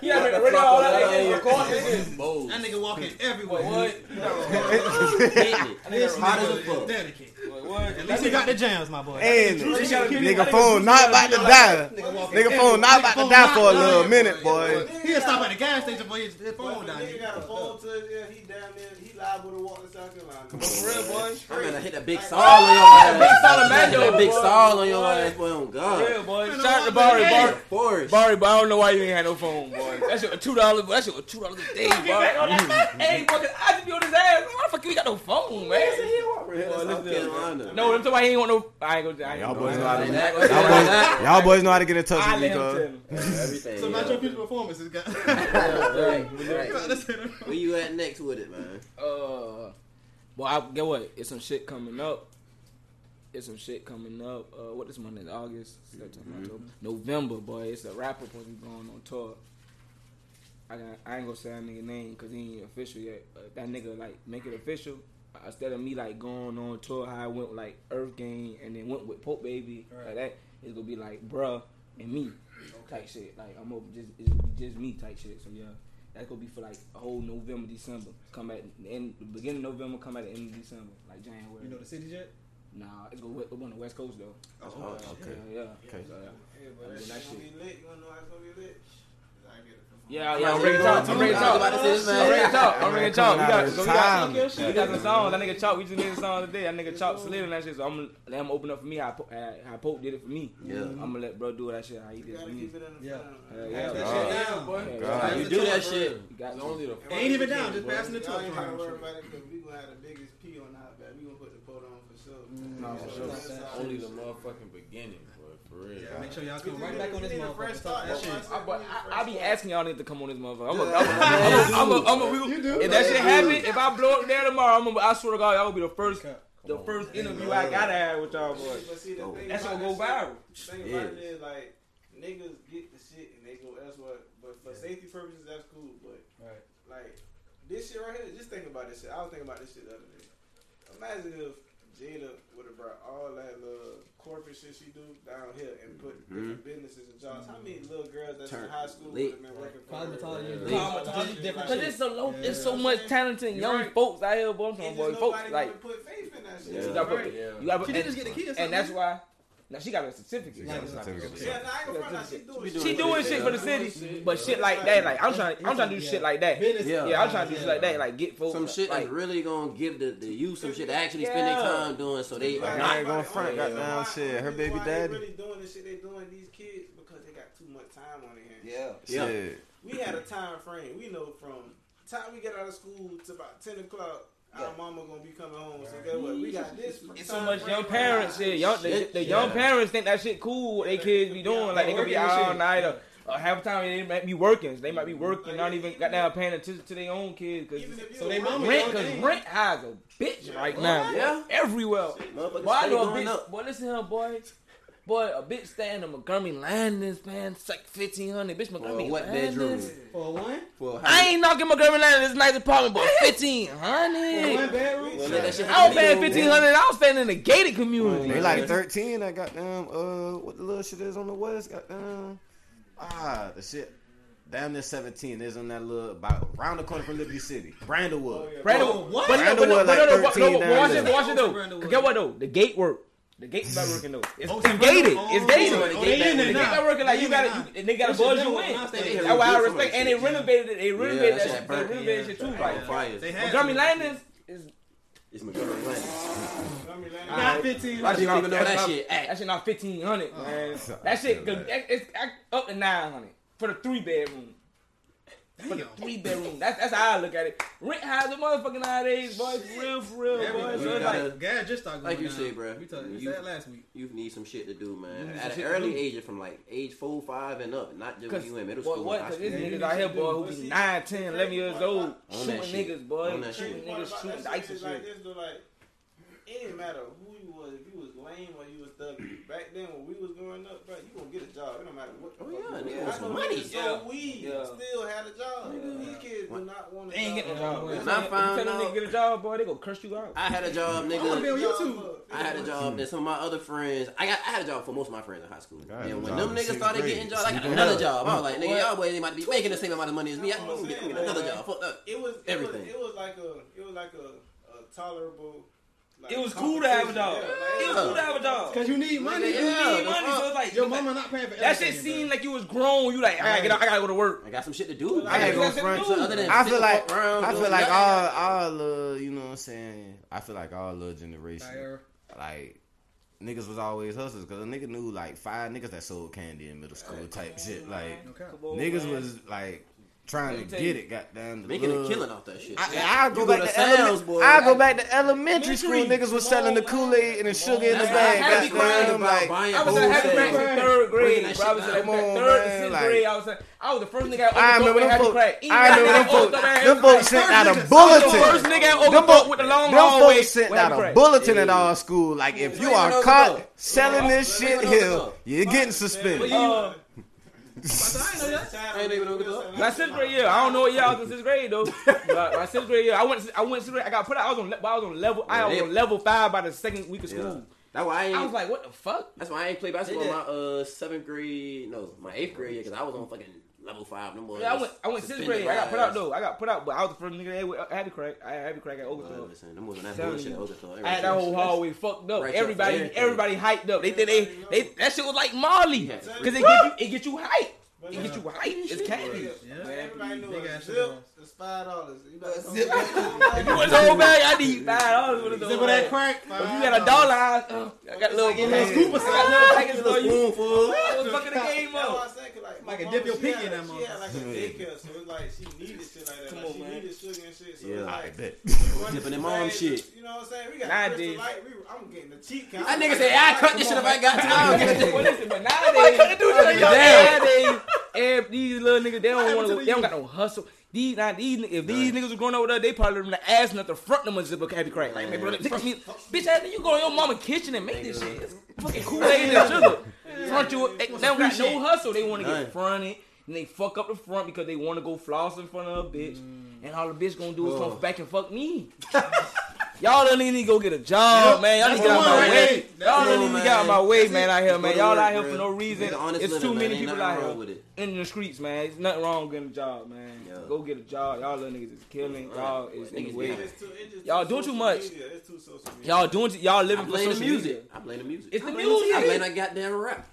Speaker 4: He done been at the radio all night like this. Recording this.
Speaker 1: That nigga walking everywhere.
Speaker 4: What?
Speaker 2: Hitting it.
Speaker 1: This
Speaker 2: Hot as a
Speaker 1: nigga is
Speaker 2: fuck.
Speaker 1: dedicated.
Speaker 4: What?
Speaker 1: At least he got the jams, my boy.
Speaker 5: And
Speaker 1: Drew got a-
Speaker 5: nigga phone not about to die. Nigga phone not about to die for a little minute, boy.
Speaker 1: He'll stop at the gas station for his his phone down
Speaker 8: Nigga
Speaker 1: here.
Speaker 8: got a phone to his ear, he down there, he liable to walk to South Carolina.
Speaker 2: I'm gonna hit that big saw on your ass.
Speaker 4: Big saw
Speaker 2: I'm gonna hit
Speaker 4: Mando,
Speaker 2: that big
Speaker 4: boy.
Speaker 2: saw on your ass, boy. Oh God.
Speaker 4: Real boy.
Speaker 1: Man,
Speaker 4: Shout out
Speaker 1: I'm
Speaker 4: to Barry.
Speaker 1: like,
Speaker 4: Barry,
Speaker 1: hey.
Speaker 2: Forrest.
Speaker 4: Barry, but I don't know why you ain't had no phone, boy. That shit was two dollars. That shit was two dollars a day, boy. Mm-hmm. Hey, boy, 'cause I just be on his ass. Why the fuck you ain't got no phone, man?
Speaker 2: South Carolina.
Speaker 4: No, I'm talking about he ain't want no. I ain't gonna. I ain't
Speaker 5: Y'all
Speaker 4: gonna-
Speaker 5: boys
Speaker 4: I
Speaker 5: know how
Speaker 4: ain't gonna-
Speaker 5: to
Speaker 2: That was-
Speaker 5: y'all boys, <laughs> y'all boys know how to get in touch
Speaker 4: I
Speaker 5: with me,
Speaker 4: let him tell
Speaker 5: cuz.
Speaker 4: him.
Speaker 2: Everything.
Speaker 1: So
Speaker 2: yeah.
Speaker 1: not your <laughs> future performances, guys.
Speaker 2: Right, right. Where you at next with it, man?
Speaker 4: Uh, well, I get what? It's some shit coming up. It's some shit coming up. Uh, what this month is August, September, October, November, boy. It's a rapper supposed to be going on tour. I got, I ain't gonna say that nigga name because he ain't official yet. But that nigga like make it official. Uh, Instead of me like going on tour, how I went with, like Earth Gang and then went with Pope Baby like that, it's gonna be like bruh and me type shit. Like I'm gonna just it's gonna be just me type shit. So yeah. That's gonna be for like a whole November, December. Come at the end, the beginning of November, come at the end of December, like January.
Speaker 1: You know the city jet?
Speaker 4: nah, it's gonna we- go on the West Coast though.
Speaker 2: Oh, okay.
Speaker 4: Yeah, yeah.
Speaker 5: Okay.
Speaker 4: So, yeah.
Speaker 8: Yeah, but that shit gonna be lit. You wanna know how it's gonna be lit? I get it from
Speaker 4: Yeah, yeah, I'm ready to talk. I'm ready to
Speaker 2: I was about to
Speaker 4: talk.
Speaker 2: say this,
Speaker 4: I'm ready
Speaker 2: man.
Speaker 4: to talk. I'm ready to talk. We got, so we got,
Speaker 5: Time.
Speaker 4: we got some songs. That nigga Chalk, we just did a song today. That nigga Chalk slid on that shit. So I'm gonna let him open up for me. How, Po- uh, how Pope did it for me.
Speaker 2: Yeah.
Speaker 4: I'm gonna let bro do that shit. How he
Speaker 8: You
Speaker 4: did it for
Speaker 8: gotta
Speaker 4: me.
Speaker 8: keep it in the
Speaker 1: Yeah.
Speaker 8: front.
Speaker 4: Uh,
Speaker 1: Pass
Speaker 4: yeah,
Speaker 1: that
Speaker 5: God.
Speaker 1: shit down, boy.
Speaker 4: Yeah,
Speaker 5: God.
Speaker 1: Pass
Speaker 2: You
Speaker 1: the
Speaker 2: do
Speaker 1: torch,
Speaker 2: that
Speaker 1: bro.
Speaker 2: shit.
Speaker 4: You got
Speaker 6: It's
Speaker 4: some-
Speaker 6: only the
Speaker 1: It ain't even down, just passing the
Speaker 8: Y'all
Speaker 1: torch.
Speaker 8: ain't gotta worry
Speaker 1: bro.
Speaker 8: about it because we gonna have the biggest P on our back. We gonna put the boat on for sure.
Speaker 6: Nah,
Speaker 8: So
Speaker 6: for sure.
Speaker 8: that's how-
Speaker 6: only the motherfucking beginning, boy. For real.
Speaker 1: Make sure y'all
Speaker 8: We
Speaker 1: come
Speaker 8: just
Speaker 1: right
Speaker 8: need
Speaker 1: back
Speaker 8: a-
Speaker 1: on this
Speaker 8: we need a
Speaker 1: motherfucker.
Speaker 8: fresh
Speaker 1: Talk that
Speaker 8: start.
Speaker 1: shit.
Speaker 8: That's
Speaker 4: I,
Speaker 8: why
Speaker 4: but
Speaker 8: said we
Speaker 4: I, I
Speaker 8: need
Speaker 4: be
Speaker 8: a fresh
Speaker 4: asking y'all niggas to come on this motherfucker. I'm a,
Speaker 2: Yeah,
Speaker 4: I'm a, I'm a, I'm a,
Speaker 1: You
Speaker 4: we
Speaker 1: do.
Speaker 4: gonna- if that shit happen, if I blow up there tomorrow, I'm a, I swear to God, y'all gonna be the first, the first interview I gotta have with y'all boys.
Speaker 8: But see, the
Speaker 2: Oh.
Speaker 8: thing
Speaker 4: That shit
Speaker 8: about
Speaker 4: gonna go viral.
Speaker 8: Thing about it
Speaker 2: Yeah.
Speaker 8: is like niggas get the shit and they go elsewhere. But for safety purposes, that's cool. But
Speaker 1: Right.
Speaker 8: like this shit right here, just think about this shit. I was thinking about this shit the other day. Imagine if Jada would have brought all that little corporate shit she do down here and put different businesses and jobs. How many little girls that's
Speaker 2: Mm-hmm. Turn
Speaker 8: in high school would
Speaker 2: lit.
Speaker 8: have been working for her?
Speaker 1: Cosmetology.
Speaker 2: Yeah.
Speaker 1: Cosmetology, different
Speaker 4: Cause it's
Speaker 1: shit.
Speaker 4: so low,
Speaker 1: Yeah.
Speaker 4: it's so much talented
Speaker 8: You're
Speaker 4: young
Speaker 8: right.
Speaker 4: folks out here, boy. I'm talking
Speaker 8: And
Speaker 4: about
Speaker 8: just
Speaker 4: folks
Speaker 8: nobody
Speaker 4: like
Speaker 8: gonna put faith in that shit.
Speaker 2: Yeah.
Speaker 4: you gotta put,
Speaker 8: Right?
Speaker 4: you gotta
Speaker 1: She
Speaker 4: put,
Speaker 1: did just
Speaker 4: and,
Speaker 1: get a kid or something.
Speaker 4: and that's why. Now she got a certificate.
Speaker 1: Like,
Speaker 8: Yeah, nah, I ain't gonna front that shit. doing
Speaker 4: She doing shit for the city, but shit like that, like I'm trying, I'm trying to do shit like that.
Speaker 1: Business.
Speaker 2: Yeah.
Speaker 4: Yeah, I'm trying to do shit like that, like get folks.
Speaker 2: Some shit
Speaker 4: like,
Speaker 2: that's really gonna give the, the youth some shit to actually spend
Speaker 4: Yeah.
Speaker 2: their time doing so they
Speaker 8: Like,
Speaker 2: are
Speaker 5: Nah, I
Speaker 2: not.
Speaker 5: ain't gonna front,
Speaker 8: only reason
Speaker 5: goddamn
Speaker 8: why-
Speaker 5: shit.
Speaker 8: only
Speaker 5: Her
Speaker 8: reason
Speaker 5: baby
Speaker 8: why they
Speaker 5: daddy.
Speaker 8: really doing the shit they doing these kids because they got too much time on their hands.
Speaker 3: Yeah.
Speaker 2: Yeah.
Speaker 5: Shit.
Speaker 8: We had a time frame. We know from time we get out of school to about ten o'clock, our mama gonna be coming home. So guess what? We got this.
Speaker 4: It's so
Speaker 8: time
Speaker 4: much
Speaker 8: frame
Speaker 4: young
Speaker 8: right
Speaker 4: parents
Speaker 8: now.
Speaker 4: shit. Young, the,
Speaker 2: Shit,
Speaker 4: the young
Speaker 2: yeah.
Speaker 4: parents think that shit cool. What they kids be doing, like they gonna be
Speaker 1: Working and
Speaker 4: out all
Speaker 1: shit.
Speaker 4: night or, or half the time they might be working. They might be working, not even goddamn paying attention to their own kids. Cause
Speaker 8: Even if you
Speaker 1: So they
Speaker 8: don't
Speaker 1: mama-
Speaker 4: rent, cause rent high as a bitch right now.
Speaker 2: Yeah.
Speaker 4: everywhere.
Speaker 2: Motherfuckers
Speaker 4: Boy, I
Speaker 2: steady
Speaker 4: know a
Speaker 2: going
Speaker 4: bitch.
Speaker 2: up.
Speaker 4: Boy, listen here, boy. Boy, a bitch staying in Montgomery Landings, man. It's like fifteen hundred. Bitch,
Speaker 2: Or
Speaker 4: Montgomery
Speaker 2: what bedroom?
Speaker 4: Landings.
Speaker 1: For one?
Speaker 2: For how
Speaker 4: I ain't knocking Montgomery Landings. It's a nice
Speaker 2: <laughs>
Speaker 4: apartment, but fifteen
Speaker 1: For one
Speaker 4: hundred.
Speaker 1: bedroom?
Speaker 2: Well, let that shit
Speaker 4: I was paying
Speaker 2: happen.
Speaker 4: fifteen hundred. I was staying in a gated community.
Speaker 5: They like 13. I got them. Uh, what the little shit is on the west? Got them. Ah, the shit. Damn near 17 is on that little about round the corner from Liberty City, Brandonwood.
Speaker 1: Oh,
Speaker 4: Brandon,
Speaker 1: what?
Speaker 4: But no, but
Speaker 5: Brandon
Speaker 4: no,
Speaker 5: was
Speaker 4: but
Speaker 5: like
Speaker 4: no, but no,
Speaker 5: 13
Speaker 4: but
Speaker 5: down
Speaker 4: watch
Speaker 5: there.
Speaker 4: it, but watch it
Speaker 1: Brandon
Speaker 4: though.
Speaker 1: was.
Speaker 4: Get what though? The gate work. The gate's not working though. It's,
Speaker 1: Oh,
Speaker 4: it's
Speaker 1: so
Speaker 4: gated.
Speaker 1: Brandon-
Speaker 4: It's
Speaker 1: oh,
Speaker 4: gated.
Speaker 1: so
Speaker 4: the
Speaker 1: they
Speaker 4: gate
Speaker 1: in
Speaker 4: not
Speaker 1: there now.
Speaker 4: working like
Speaker 1: They
Speaker 4: you
Speaker 1: in
Speaker 4: gotta.
Speaker 1: there
Speaker 4: You, they gotta
Speaker 1: That shit
Speaker 4: buzz
Speaker 1: never
Speaker 4: you
Speaker 1: went
Speaker 4: in.
Speaker 1: out.
Speaker 2: They
Speaker 4: That's why I
Speaker 2: Yeah,
Speaker 4: respect. And they
Speaker 2: yeah.
Speaker 4: renovated it. They
Speaker 2: Yeah,
Speaker 4: renovated
Speaker 2: that
Speaker 4: that
Speaker 2: shit
Speaker 4: shit. They
Speaker 2: burnt,
Speaker 4: renovated shit too.
Speaker 2: yeah.
Speaker 4: Like
Speaker 2: On fire.
Speaker 1: They had
Speaker 4: Montgomery
Speaker 1: to.
Speaker 4: Landings is
Speaker 2: It's Montgomery Landing.
Speaker 8: Montgomery Landing.
Speaker 1: Not 15.
Speaker 2: I
Speaker 4: That's
Speaker 2: don't
Speaker 4: not-
Speaker 2: even know
Speaker 4: that's
Speaker 2: that
Speaker 4: not-
Speaker 2: shit Oh.
Speaker 4: that
Speaker 2: act.
Speaker 4: shit not fifteen hundred. Man, that shit could- that- it's I- up to nine hundred for the three bedroom. For the three bedroom. That's that's how I look at it. Rent high as a motherfucking nowadays, boy. For real, for real, boy.
Speaker 1: Everybody-
Speaker 4: So
Speaker 2: You
Speaker 4: it's
Speaker 2: gotta-
Speaker 4: like,
Speaker 1: Gas just started going
Speaker 2: Like you
Speaker 1: down.
Speaker 2: said, bruh.
Speaker 1: We talked we
Speaker 2: You-
Speaker 1: said last week.
Speaker 2: You need some shit to do, man.
Speaker 1: need some
Speaker 2: At an
Speaker 1: shit to
Speaker 2: early
Speaker 1: do.
Speaker 2: age, from like age four, five, and up, not just when
Speaker 4: Cause
Speaker 2: you in middle
Speaker 4: what-
Speaker 2: school.
Speaker 4: what?
Speaker 2: high
Speaker 4: Cause
Speaker 2: school.
Speaker 4: this niggas out here, boy, who be 9, 10, 11 years old,
Speaker 2: On
Speaker 4: shooting
Speaker 2: that shit.
Speaker 4: niggas, boy,
Speaker 2: On that
Speaker 4: shooting
Speaker 2: shit.
Speaker 4: niggas, shooting
Speaker 8: That
Speaker 4: dice
Speaker 8: shit
Speaker 4: and
Speaker 8: is like
Speaker 4: shit.
Speaker 8: this, though, like, it didn't matter who you was, if you was lame or you was thuggy. Back then, when we was growing up, bro, you gonna get a job. It don't matter what. the
Speaker 2: Oh,
Speaker 8: fuck
Speaker 2: yeah,
Speaker 8: you
Speaker 2: nigga
Speaker 8: do.
Speaker 2: want
Speaker 8: I
Speaker 2: some
Speaker 8: know
Speaker 2: money.
Speaker 8: niggas
Speaker 4: Yeah.
Speaker 8: sold weed,
Speaker 4: Yeah.
Speaker 8: still had a job. These kids do not want a
Speaker 4: They ain't
Speaker 8: job.
Speaker 4: getting a job.
Speaker 1: When
Speaker 4: boy. If you
Speaker 2: I
Speaker 4: tell
Speaker 2: found
Speaker 4: them niggas
Speaker 2: out-
Speaker 4: get a job, boy, they gonna curse you out.
Speaker 2: I had a job,
Speaker 1: would've been
Speaker 2: nigga.
Speaker 1: on YouTube.
Speaker 2: I had a job that some of my other friends. I got. I had a job for most of my friends in high school.
Speaker 5: I had a
Speaker 2: and when
Speaker 5: job
Speaker 2: them
Speaker 5: in
Speaker 2: niggas
Speaker 5: sixth
Speaker 2: started
Speaker 5: grade.
Speaker 2: getting jobs, I got
Speaker 5: Sleeping
Speaker 2: another
Speaker 5: up.
Speaker 2: job. I was like, nigga,
Speaker 4: What?
Speaker 2: y'all boys, they might be making the same amount of money as me. I
Speaker 8: That's
Speaker 2: am
Speaker 8: what I'm
Speaker 2: gonna get
Speaker 8: saying,
Speaker 2: another
Speaker 8: like-
Speaker 2: job. Fuck up.
Speaker 8: It was it
Speaker 2: Everything.
Speaker 8: Was, it was like a it was like a, a tolerable like,
Speaker 4: It was cool to have a dog.
Speaker 8: competition. Yeah,
Speaker 4: It was cool to have a dog.
Speaker 1: Cause you need money.
Speaker 4: You need money, so it's like
Speaker 1: Your mama not paying for
Speaker 4: that shit
Speaker 1: everything,
Speaker 4: seemed like you was grown. You like I gotta get out. I gotta go to work.
Speaker 2: I got some shit to do.
Speaker 4: I
Speaker 2: gotta
Speaker 4: got
Speaker 2: go
Speaker 4: nothing
Speaker 2: front.
Speaker 4: to do.
Speaker 2: Other than
Speaker 5: I
Speaker 2: sit
Speaker 5: feel
Speaker 2: the
Speaker 5: like
Speaker 2: fuck around,
Speaker 5: I
Speaker 2: doing
Speaker 5: feel like
Speaker 2: nothing.
Speaker 5: all all uh, you know what I'm saying. I feel like all little generation
Speaker 1: Like, uh,
Speaker 5: like niggas was always hustlers because a nigga knew like five niggas that sold candy in middle school type shit. Like
Speaker 1: Okay.
Speaker 5: niggas was like trying to
Speaker 4: Let me tell
Speaker 5: get it. Goddamn, the
Speaker 2: making a
Speaker 5: love.
Speaker 2: killing off that shit.
Speaker 5: I, I
Speaker 2: You
Speaker 5: go
Speaker 2: go
Speaker 5: back
Speaker 2: to
Speaker 5: to,
Speaker 2: Sam's,
Speaker 5: elemen-
Speaker 2: boy.
Speaker 5: I go back to elementary school.
Speaker 4: Elementary.
Speaker 5: Niggas was selling the Kool Aid and the sugar in the
Speaker 2: That's why I had
Speaker 5: bag.
Speaker 2: to be crying
Speaker 5: Goddamn,
Speaker 2: about
Speaker 5: like
Speaker 2: buying
Speaker 4: I was
Speaker 2: whole
Speaker 4: at happy
Speaker 2: things.
Speaker 4: crack in third grade.
Speaker 2: Bringing that
Speaker 4: bro. I was
Speaker 2: shit
Speaker 4: at
Speaker 5: down. Come on,
Speaker 4: third and
Speaker 5: man,
Speaker 4: sixth
Speaker 5: like-
Speaker 4: grade. I was at, I was the first nigga
Speaker 5: I
Speaker 4: at Oakdale
Speaker 5: remember
Speaker 4: with
Speaker 5: them
Speaker 4: happy
Speaker 5: folks.
Speaker 4: crack. Even
Speaker 5: I remember
Speaker 4: got
Speaker 5: them
Speaker 4: Oakdale
Speaker 5: folks. Them
Speaker 4: that had
Speaker 5: folks
Speaker 4: crack.
Speaker 5: sent out a
Speaker 1: niggas-
Speaker 5: bulletin.
Speaker 4: The first nigga at
Speaker 5: Them
Speaker 4: Oakdale
Speaker 5: folks-
Speaker 4: with the long
Speaker 5: Them
Speaker 4: hallway.
Speaker 5: folks sent
Speaker 4: with happy
Speaker 5: out a
Speaker 4: crack.
Speaker 5: bulletin at our school. Like, if you
Speaker 2: ain't
Speaker 5: are
Speaker 2: know
Speaker 5: caught
Speaker 2: the law.
Speaker 5: selling this
Speaker 2: You ain't
Speaker 5: shit
Speaker 2: know the
Speaker 5: here,
Speaker 2: law.
Speaker 5: <laughs> you're getting
Speaker 4: But
Speaker 5: suspended.
Speaker 4: you- uh,
Speaker 2: I ain't even know what
Speaker 4: My sixth grade year, I don't know what y'all was in sixth grade though. But my sixth grade year, I went, I went, sixth grade, I got put out. I was on, le- I was on level, I was
Speaker 2: Yeah.
Speaker 4: on level five by the second week of
Speaker 2: it was.
Speaker 4: school.
Speaker 2: That's why I
Speaker 4: I was
Speaker 2: ain't.
Speaker 4: like, what the fuck?
Speaker 2: That's why I ain't played basketball
Speaker 4: They
Speaker 2: my
Speaker 4: did.
Speaker 2: uh seventh grade. No, my eighth grade year because I was on fucking level five. No more.
Speaker 4: Yeah, I went, I went sixth grade. I got put out though. I got put out, but I was the first nigga that had- with- had to crack. I had to crack at Oakland.
Speaker 2: Listen, them was that
Speaker 4: Telling
Speaker 2: bullshit.
Speaker 4: you.
Speaker 2: I was at the-
Speaker 4: I had that
Speaker 2: <laughs>
Speaker 4: whole hallway fucked up.
Speaker 2: Right, yeah,
Speaker 4: everybody,
Speaker 2: everything.
Speaker 4: everybody hyped up. They think they, they that shit was like Molly,
Speaker 2: Yeah.
Speaker 4: cause it get you, it get you hyped.
Speaker 8: But
Speaker 4: It get
Speaker 8: now-
Speaker 4: you hyped. It's candy.
Speaker 8: Yeah, everybody knew
Speaker 1: Big
Speaker 8: it.
Speaker 1: ass
Speaker 8: Zip
Speaker 1: cigarettes.
Speaker 8: is five dollars. You better come
Speaker 4: Zip.
Speaker 8: <laughs> get
Speaker 4: You want the whole bag? I need five dollars for the
Speaker 1: Zip
Speaker 4: whole
Speaker 1: of that
Speaker 4: bag.
Speaker 1: crack.
Speaker 4: If you got a dollar, I, uh, I got a little,
Speaker 1: a little
Speaker 4: scoop
Speaker 1: scoop
Speaker 4: or
Speaker 1: of
Speaker 4: something. I <laughs> got little packets for you.
Speaker 2: spoonful.
Speaker 4: I was fucking the game
Speaker 8: That's why
Speaker 4: up.
Speaker 8: I said, 'cause,
Speaker 1: Like
Speaker 8: like, my
Speaker 1: a dip
Speaker 8: mama,
Speaker 1: your
Speaker 8: she
Speaker 1: pinky
Speaker 8: had
Speaker 1: in
Speaker 8: a-
Speaker 1: that
Speaker 8: She had like a
Speaker 5: motherfucker.
Speaker 8: daycare, so it's
Speaker 4: <laughs>
Speaker 8: like she needed shit like that.
Speaker 4: Come
Speaker 8: like,
Speaker 4: on,
Speaker 8: she
Speaker 4: man.
Speaker 8: needed sugar and shit. So
Speaker 2: Yeah.
Speaker 8: it's
Speaker 5: I
Speaker 8: like,
Speaker 5: bet.
Speaker 4: <laughs>
Speaker 8: we wanted
Speaker 2: Dipping
Speaker 8: to
Speaker 2: in mom
Speaker 8: save-
Speaker 2: shit.
Speaker 8: You know what I'm saying? We got
Speaker 4: Nowadays-
Speaker 8: Crystal Light. We, I'm getting the cheap kind.
Speaker 2: That nigga say I cut this shit if I got time.
Speaker 4: Well, listen,
Speaker 2: <laughs>
Speaker 4: but nowadays,
Speaker 2: that, yo.
Speaker 4: nowadays, ev- these little niggas, they don't
Speaker 1: happened
Speaker 4: want
Speaker 1: to
Speaker 4: to.
Speaker 1: the
Speaker 4: They don't
Speaker 1: youth?
Speaker 4: got no hustle. These, now these, niggas- if these niggas was growing up with us, they probably would have asked nothing to front them a zipper happy crack. Like, man, bro, front me, bitch, after you go in your mama's kitchen and make this shit, it's fucking Kool Aid and sugar. Front you, they, they don't got no hustle. They want to get
Speaker 2: None.
Speaker 4: fronted, and they fuck up the front because they want to go floss in front of a bitch, and all the bitch gonna do is come back and fuck
Speaker 2: <laughs>
Speaker 4: me. Y'all don't even need to go get a job,
Speaker 1: Yep.
Speaker 4: man. Y'all need
Speaker 1: That's
Speaker 4: to get out
Speaker 1: the one
Speaker 4: my
Speaker 1: right
Speaker 4: way.
Speaker 1: there.
Speaker 4: Y'all
Speaker 2: That's
Speaker 4: don't
Speaker 2: it,
Speaker 4: even
Speaker 2: man.
Speaker 4: get out my way,
Speaker 2: That's
Speaker 4: man,
Speaker 2: it.
Speaker 4: out here,
Speaker 2: Just go
Speaker 4: man.
Speaker 2: to
Speaker 4: Y'all
Speaker 2: work,
Speaker 4: out here for
Speaker 2: bruh.
Speaker 4: no reason.
Speaker 2: Make an honest
Speaker 4: It's
Speaker 2: living,
Speaker 4: too
Speaker 2: man.
Speaker 4: many
Speaker 2: Ain't
Speaker 4: people
Speaker 2: nothing
Speaker 4: out
Speaker 2: wrong
Speaker 4: here
Speaker 2: with it.
Speaker 4: in the streets, man. It's nothing wrong with getting a job, man.
Speaker 2: Yeah.
Speaker 4: Go get a job. Y'all little niggas is killing. Y'all is in the
Speaker 2: Niggas
Speaker 4: way.
Speaker 2: be
Speaker 8: It's too- it's just
Speaker 4: Y'all doing too
Speaker 8: social
Speaker 4: much.
Speaker 8: media. It's too social media.
Speaker 4: Y'all doing t- y'all
Speaker 2: I
Speaker 4: living for
Speaker 2: blame the
Speaker 4: social
Speaker 2: music.
Speaker 4: music.
Speaker 2: I blame the music.
Speaker 4: It's the
Speaker 2: I blame I blame that
Speaker 4: music.
Speaker 2: goddamn rap.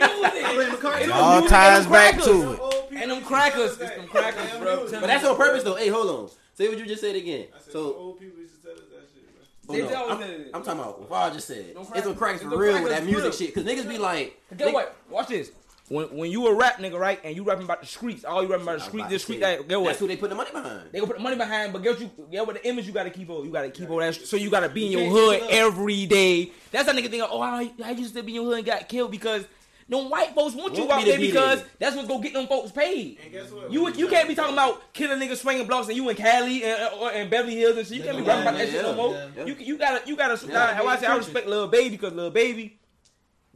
Speaker 4: It's the <laughs> music.
Speaker 5: All ties back to it.
Speaker 8: Old people
Speaker 4: And them
Speaker 8: be
Speaker 4: crackers,
Speaker 8: telling us
Speaker 4: it's them
Speaker 8: that.
Speaker 4: crackers,
Speaker 8: Damn
Speaker 4: bro.
Speaker 8: music.
Speaker 2: But that's on purpose though. Hey, hold on. Say what you just said again.
Speaker 8: I said,
Speaker 2: So
Speaker 8: old people used to tell us that shit, bro.
Speaker 2: Oh,
Speaker 4: They
Speaker 2: no.
Speaker 4: tell us
Speaker 2: I'm,
Speaker 4: that it is.
Speaker 2: I'm talking about what Var just said.
Speaker 4: Don't crack
Speaker 2: It's on
Speaker 4: us.
Speaker 2: cracks for
Speaker 4: Don't
Speaker 2: real
Speaker 4: crack
Speaker 2: with
Speaker 4: us
Speaker 2: that
Speaker 4: for real.
Speaker 2: music shit. Cause niggas be like,
Speaker 4: Get
Speaker 2: nigga-
Speaker 4: what? Watch this. When when you a rap nigga, right, and you rapping about the streets, all you rapping about the
Speaker 2: I'm
Speaker 4: street,
Speaker 2: about
Speaker 4: this
Speaker 2: to
Speaker 4: street,
Speaker 2: say,
Speaker 4: that. Get what?
Speaker 2: That's who they put the money behind.
Speaker 4: They gonna put the money behind, but get what you get what the image you gotta keep on. You gotta keep on that. So you gotta be in your
Speaker 1: can't
Speaker 4: hood
Speaker 1: give it up.
Speaker 4: every day. That's how nigga think. Oh, I, I used to be in your hood and got killed because no white folks want you
Speaker 2: Want me
Speaker 4: out
Speaker 2: to
Speaker 4: there
Speaker 2: be
Speaker 4: because
Speaker 2: there.
Speaker 4: that's what's gonna get them folks paid.
Speaker 8: And guess what?
Speaker 4: You you can't be talking about killing niggas swinging blocks and you in Cali and, uh, or in Beverly Hills and shit. You can't be rapping about that shit no more.
Speaker 2: Yeah.
Speaker 4: You you gotta you gotta.
Speaker 2: Yeah.
Speaker 4: Now, I say I respect Lil Baby because Lil Baby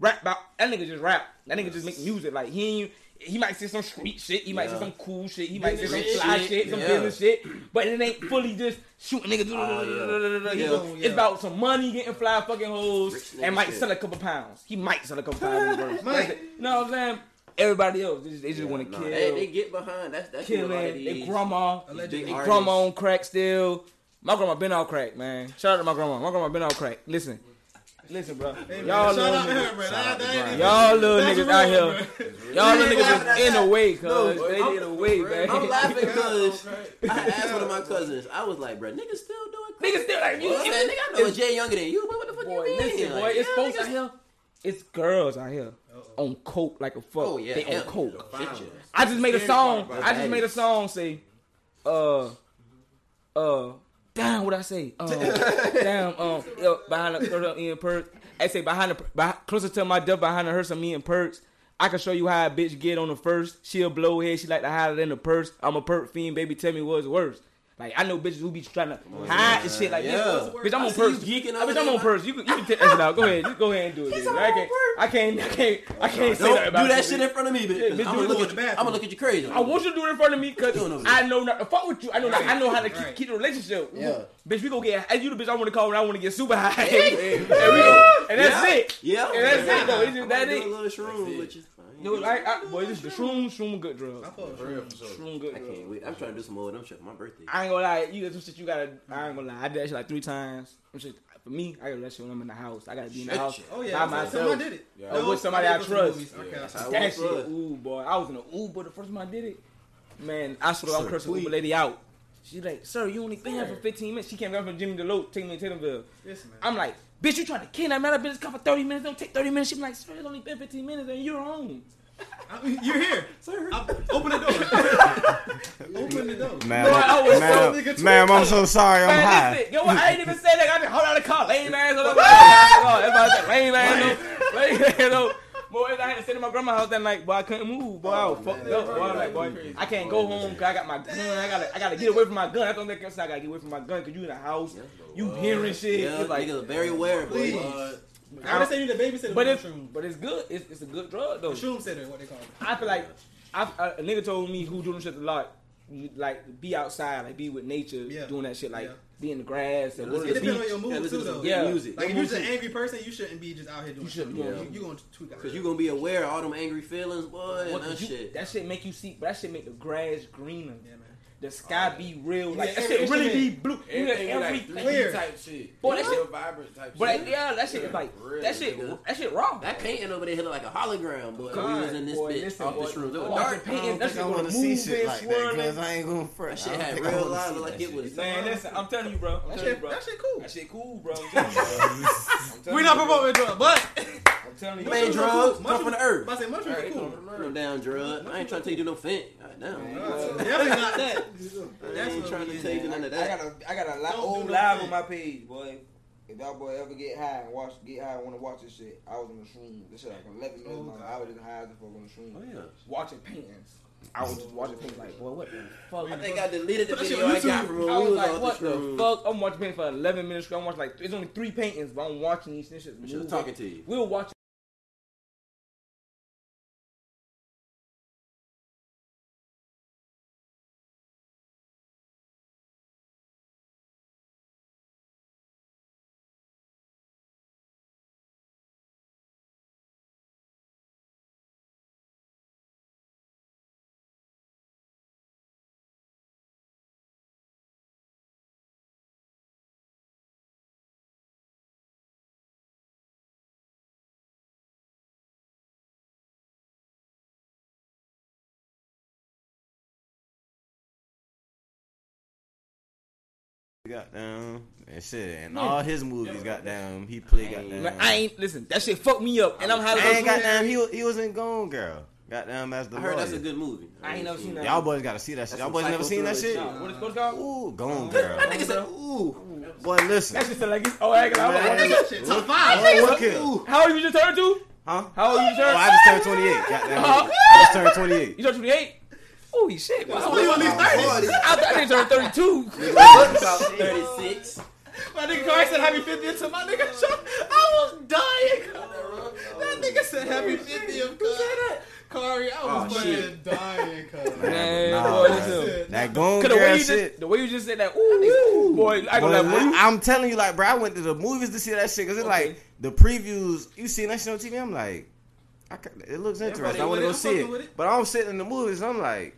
Speaker 4: rap about that nigga just rap. That nigga just make music like he ain't. He might say some street shit. He might say
Speaker 2: Yeah.
Speaker 4: some cool shit. He might say some
Speaker 2: Business
Speaker 4: fly
Speaker 2: shit.
Speaker 4: shit, some
Speaker 2: Yeah. Ah,
Speaker 4: business shit. But it ain't fully just shooting niggas. He
Speaker 2: Yeah.
Speaker 4: gon- It's about some money getting fly fucking
Speaker 2: Rich
Speaker 4: hoes
Speaker 2: nigga
Speaker 4: and might
Speaker 2: shit.
Speaker 4: sell a couple pounds. He might sell a couple
Speaker 2: <laughs>
Speaker 4: pounds. in verse. That's it. You know what I'm saying? Everybody else, they just, they just want to
Speaker 2: Nah,
Speaker 4: kill,
Speaker 2: they, they get behind. That's that's what a
Speaker 4: killing.
Speaker 2: lot of
Speaker 4: They
Speaker 2: these.
Speaker 4: grandma,
Speaker 2: these
Speaker 4: they
Speaker 2: big artists-
Speaker 4: grandma on crack still. My grandma been on crack, man. Shout out to my grandma. My grandma been on crack. Listen, listen, bro.
Speaker 1: Shout
Speaker 4: Y'all little
Speaker 1: out to
Speaker 4: niggas,
Speaker 1: her, bro. That- that ain't even-
Speaker 4: y'all little
Speaker 1: That's
Speaker 4: niggas out
Speaker 1: real,
Speaker 4: here.
Speaker 1: bro.
Speaker 4: Y'all
Speaker 2: You
Speaker 4: little
Speaker 2: ain't laughing
Speaker 4: niggas
Speaker 2: at
Speaker 4: is in
Speaker 2: that.
Speaker 4: the way, cuz
Speaker 2: No,
Speaker 4: they
Speaker 2: I'm-
Speaker 4: in the way,
Speaker 2: <laughs>
Speaker 4: man.
Speaker 2: I'm
Speaker 4: <laughs>
Speaker 2: laughing because
Speaker 8: Okay.
Speaker 2: I asked one of
Speaker 1: <laughs>
Speaker 2: my cousins. I was like, bro, niggas still doing crack.
Speaker 4: Niggas still like you.
Speaker 2: Well, man, nigga, I know a
Speaker 4: it's-
Speaker 2: Jay younger than you, but what the fuck
Speaker 4: Boy,
Speaker 2: you mean?
Speaker 4: listen,
Speaker 2: Like,
Speaker 4: boy. It's
Speaker 2: yeah,
Speaker 4: folks <laughs>
Speaker 2: niggas-
Speaker 4: out here. It's girls out here on coke like a fuck.
Speaker 2: Oh yeah,
Speaker 4: they
Speaker 2: hell
Speaker 4: on coke.
Speaker 2: yeah, shit, yeah.
Speaker 4: I just made a song. I just
Speaker 2: Bags.
Speaker 4: made a song say, uh, uh, damn, what I say? Um, damn, um, uh, behind the closer me and perks. I say behind the behind, closer to my death behind the hearse of me and perks. I can show you how a bitch get on the first. She'll blow head. She like to hide it in the purse. I'm a perk fiend, baby. Tell me what's worse. Like I know bitches who be trying to hide and shit like
Speaker 2: Yeah.
Speaker 4: this. Bitch, I'm
Speaker 2: I
Speaker 4: on
Speaker 2: see you
Speaker 4: purse.
Speaker 2: geeking
Speaker 4: I
Speaker 2: over
Speaker 4: bitch,
Speaker 2: there,
Speaker 4: I'm on
Speaker 2: man.
Speaker 4: purse. You can, you can take that shit out. Go aad. Just go ahead and do it.
Speaker 2: He's
Speaker 4: nigga.
Speaker 2: on
Speaker 4: I can't. I can't. I can't. I can't say nothing
Speaker 2: Don't
Speaker 4: about
Speaker 2: do
Speaker 4: it,
Speaker 2: that
Speaker 4: bitch.
Speaker 2: shit in front of me,
Speaker 4: Yeah,
Speaker 2: bitch.
Speaker 4: bitch,
Speaker 2: I'm
Speaker 4: do it
Speaker 2: gonna look
Speaker 4: in
Speaker 2: at
Speaker 1: the
Speaker 2: you. I'm
Speaker 1: bathroom.
Speaker 2: gonna look at you crazy.
Speaker 4: I want you to do it in front of me because
Speaker 2: Doing over
Speaker 4: I know not to fuck with you. I know I know how to keep,
Speaker 1: Right.
Speaker 4: keep the relationship.
Speaker 2: Yeah.
Speaker 4: Bitch, we gonna get as you the bitch I wanna call when I wanna get super high. and, we
Speaker 2: Yeah.
Speaker 4: gonna, <laughs> and
Speaker 2: Yeah.
Speaker 4: that's it.
Speaker 2: Yeah,
Speaker 4: And that's it, though. It's just
Speaker 2: I'm
Speaker 4: that
Speaker 2: gonna do
Speaker 4: it.
Speaker 2: A little shroom with you.
Speaker 4: Dude, I, I, boy, this is the shroom, shroom a good drug.
Speaker 1: I fuck with
Speaker 6: real,
Speaker 1: you.
Speaker 6: for sure.
Speaker 4: Shroom good
Speaker 2: I
Speaker 4: drug.
Speaker 2: can't wait. I'm trying to do some more of them shit for my birthday.
Speaker 4: I ain't gonna lie, you got some shit you gotta I ain't gonna lie. I did that shit like three times. Some shit For me, I gotta do that shit when I'm in the house. I gotta be in the house.
Speaker 1: Oh
Speaker 4: By
Speaker 1: yeah,
Speaker 4: myself.
Speaker 1: somebody did it.
Speaker 6: Yeah.
Speaker 4: Or with somebody I
Speaker 1: did go to the
Speaker 4: trust.
Speaker 1: movies. Okay,
Speaker 6: Yeah.
Speaker 1: I see.
Speaker 2: How
Speaker 4: That
Speaker 2: was
Speaker 4: shit,
Speaker 2: us?
Speaker 4: ooh boy. I was in an Uber the first time I did it. Man, I swear I'm cursing Uber lady out. She like, sir, you only been here for 15 minutes. She came down from Jimmy Deloach, take me to Tatumville.
Speaker 1: Yes, man.
Speaker 4: I'm like, bitch, you trying to kidnap me? I've been in this car for 30 minutes. Don't take 30 minutes. She be like, sir, it's only been 15 minutes and you're home.
Speaker 1: I'm- You're here.
Speaker 4: <laughs> Sir.
Speaker 1: I'm- Open the door.
Speaker 4: <laughs>
Speaker 1: Open the door.
Speaker 5: Ma'am,
Speaker 4: Boy, I was so
Speaker 5: ma'am,
Speaker 1: nigga
Speaker 5: ma'am, I'm so sorry. I'm
Speaker 4: Man,
Speaker 5: high.
Speaker 4: listen, yo, I ain't even say that. I just hold out the car. Lame ass oh on the car. Lame ass though. Lame ass though. <laughs> Boy, I had to sit in my grandma's house that night, boy. I couldn't move, boy. I was fucked up, boy. I'm like, boy, I can't go home because I got my gun. I gotta, I gotta get away from my gun. That's the only thing I said, I gotta get away from my gun because you in the house, you hearing shit.
Speaker 2: Yeah,
Speaker 4: It's like,
Speaker 2: niggas are very aware, boy.
Speaker 1: Please. I would say you the babysitter.
Speaker 4: but it's,
Speaker 1: mushroom.
Speaker 4: but it's good. It's, it's a good drug though.
Speaker 1: mushroom sitter, what they call it.
Speaker 4: I feel like I, a a nigga told me who doing shit a lot. You like be outside, like be with nature,
Speaker 1: Yeah.
Speaker 4: doing that shit, like
Speaker 1: Yeah.
Speaker 4: be in the grass and go to
Speaker 1: It
Speaker 4: the
Speaker 1: depends on
Speaker 4: beach.
Speaker 1: your mood
Speaker 2: Yeah, listen
Speaker 1: too,
Speaker 2: to
Speaker 1: though.
Speaker 2: some
Speaker 4: Yeah.
Speaker 2: good music.
Speaker 1: Like if
Speaker 4: Your
Speaker 1: you're just an
Speaker 4: mood
Speaker 1: angry person, you shouldn't be just out here doing.
Speaker 4: You shouldn't
Speaker 1: shit.
Speaker 4: be
Speaker 1: You
Speaker 4: doing
Speaker 1: you gonna tweak out.
Speaker 2: Cause you gonna be aware of all them angry feelings, boy,
Speaker 4: What
Speaker 2: and that
Speaker 4: you-
Speaker 2: shit.
Speaker 4: That shit make you see. That shit make the grass greener.
Speaker 1: Yeah, man.
Speaker 4: The sky be real. Like
Speaker 1: Yeah,
Speaker 4: that
Speaker 1: every
Speaker 4: shit really be
Speaker 1: instrument.
Speaker 4: blue. You know,
Speaker 6: Everything be like
Speaker 4: everything.
Speaker 6: 3D type shit.
Speaker 4: Boy, that
Speaker 6: Real
Speaker 4: shit-
Speaker 6: vibrant type
Speaker 4: But
Speaker 6: shit.
Speaker 4: yeah, that shit is like
Speaker 6: Real,
Speaker 4: that shit.
Speaker 2: nigga.
Speaker 4: That shit raw.
Speaker 2: That painting over there hit like a hologram, boy. we was in this
Speaker 4: boy,
Speaker 2: bitch
Speaker 4: listen,
Speaker 2: off
Speaker 4: boy.
Speaker 2: this room. It was
Speaker 4: Oh,
Speaker 2: dark.
Speaker 4: the painting, that shit
Speaker 5: I
Speaker 4: gonna
Speaker 5: want
Speaker 4: move
Speaker 5: to see shit
Speaker 4: and
Speaker 5: like that
Speaker 4: swirl
Speaker 5: because
Speaker 4: and-
Speaker 5: I ain't going to
Speaker 2: That
Speaker 5: front.
Speaker 2: shit had real life. Look like it was.
Speaker 4: Man, listen, I'm telling you, bro. I'm
Speaker 1: Uh-huh. That
Speaker 4: telling you,
Speaker 1: shit,
Speaker 4: bro.
Speaker 1: that shit cool.
Speaker 4: That shit cool, bro. I'm telling you, bro. I'm telling
Speaker 1: We
Speaker 4: you,
Speaker 1: not
Speaker 4: bro.
Speaker 1: promoting drugs, but
Speaker 4: I'm telling you,
Speaker 2: Man,
Speaker 1: Mushrooms are
Speaker 2: drugs
Speaker 1: cool.
Speaker 2: come from the earth.
Speaker 1: But I say mushrooms are cool.
Speaker 2: Put them down, drug. I ain't trying to take you no fent. Goddamn.
Speaker 1: Definitely
Speaker 4: <laughs>
Speaker 1: not that.
Speaker 2: I ain't
Speaker 1: what
Speaker 2: trying to
Speaker 1: we-
Speaker 2: take you none of
Speaker 4: I
Speaker 2: that.
Speaker 4: got a, I got a lot
Speaker 1: Don't
Speaker 4: old
Speaker 1: do
Speaker 4: live
Speaker 1: nothing.
Speaker 4: on my page, boy. If y'all boy ever get high and watch, get high and want to watch this shit, I was on the shroom. This shit like 11 minutes long. I was just high as a fuck on the shroom.
Speaker 2: Oh, yeah.
Speaker 4: Watching paintings. I was just watching paintings like, boy, what the fuck?
Speaker 2: I think <laughs> I deleted the
Speaker 1: That shit
Speaker 2: video I
Speaker 1: on
Speaker 2: got
Speaker 1: YouTube.
Speaker 2: from
Speaker 4: I
Speaker 2: when we
Speaker 4: was
Speaker 2: was
Speaker 4: like,
Speaker 2: off
Speaker 4: what
Speaker 2: this
Speaker 4: the
Speaker 2: room.
Speaker 4: fuok? I'm watching paintings for 11 minutes. straight. I'm watching like, it's only three paintings, but I'm watching these this shit.
Speaker 2: I should've
Speaker 4: moving.
Speaker 2: talking to you.
Speaker 4: We were watching.
Speaker 5: Goddamn. And shit. And
Speaker 4: Yeah.
Speaker 5: all his movies, goddamn. He played goddamn.
Speaker 4: Man, I ain't listen. That shit fucked me up, and I'm high.
Speaker 5: I
Speaker 4: as a
Speaker 5: ain't
Speaker 4: got
Speaker 5: goddamn. He, wa- he was in Gone Girl. Goddamn, as the
Speaker 2: I heard that's a
Speaker 5: lawyer.
Speaker 2: good movie.
Speaker 4: I ain't never seen that.
Speaker 5: Y'all boys gotta see that shit.
Speaker 2: That's
Speaker 5: Y'all
Speaker 2: some
Speaker 5: boys never seen that
Speaker 2: psycho
Speaker 5: shit?
Speaker 2: thriller
Speaker 4: What is supposed to call?
Speaker 5: Ooh, Gone Girl.
Speaker 2: That nigga said, ooh.
Speaker 5: Boy, listen.
Speaker 4: That shit sound like it's oh, I ain't gonna-
Speaker 5: Man.
Speaker 1: That shit top five.
Speaker 5: Oh, look here.
Speaker 4: How old you just turned to?
Speaker 5: Huh?
Speaker 4: How old you just
Speaker 5: Oh,
Speaker 4: turned?
Speaker 5: I just turned 28. Goddamn. I just turned 28.
Speaker 4: You turned 28? Holy shit, boy.
Speaker 1: I believe at least thirty.
Speaker 4: I, I think turned <laughs> 32.
Speaker 2: About 36.
Speaker 1: My nigga Corey said happy 50th to my nigga Chuck. I was dying. That nigga said happy 50th. Who said that? Corey, I was
Speaker 2: Oh,
Speaker 1: fucking
Speaker 2: shit.
Speaker 1: dying.
Speaker 5: <laughs>
Speaker 1: cuz.
Speaker 4: Man,
Speaker 5: Nah,
Speaker 4: boy,
Speaker 5: bruh.
Speaker 4: listen.
Speaker 5: That Gone
Speaker 4: Cause the way
Speaker 5: Girl
Speaker 4: you just,
Speaker 5: shit.
Speaker 4: the way you just said that, ooh, ooh, boy, I
Speaker 5: Boy,
Speaker 4: gonna lie, boy.
Speaker 5: I'm telling you, like, bro, I went to the movies to see that shit because it's
Speaker 4: Okay.
Speaker 5: like the previews. You seen that shit on TV? I'm like, I ca- it looks interesting. I want to go
Speaker 1: with it. I'm
Speaker 5: see
Speaker 1: fucking
Speaker 5: it.
Speaker 1: with it.
Speaker 5: But I'm sitting in the movies. I'm like,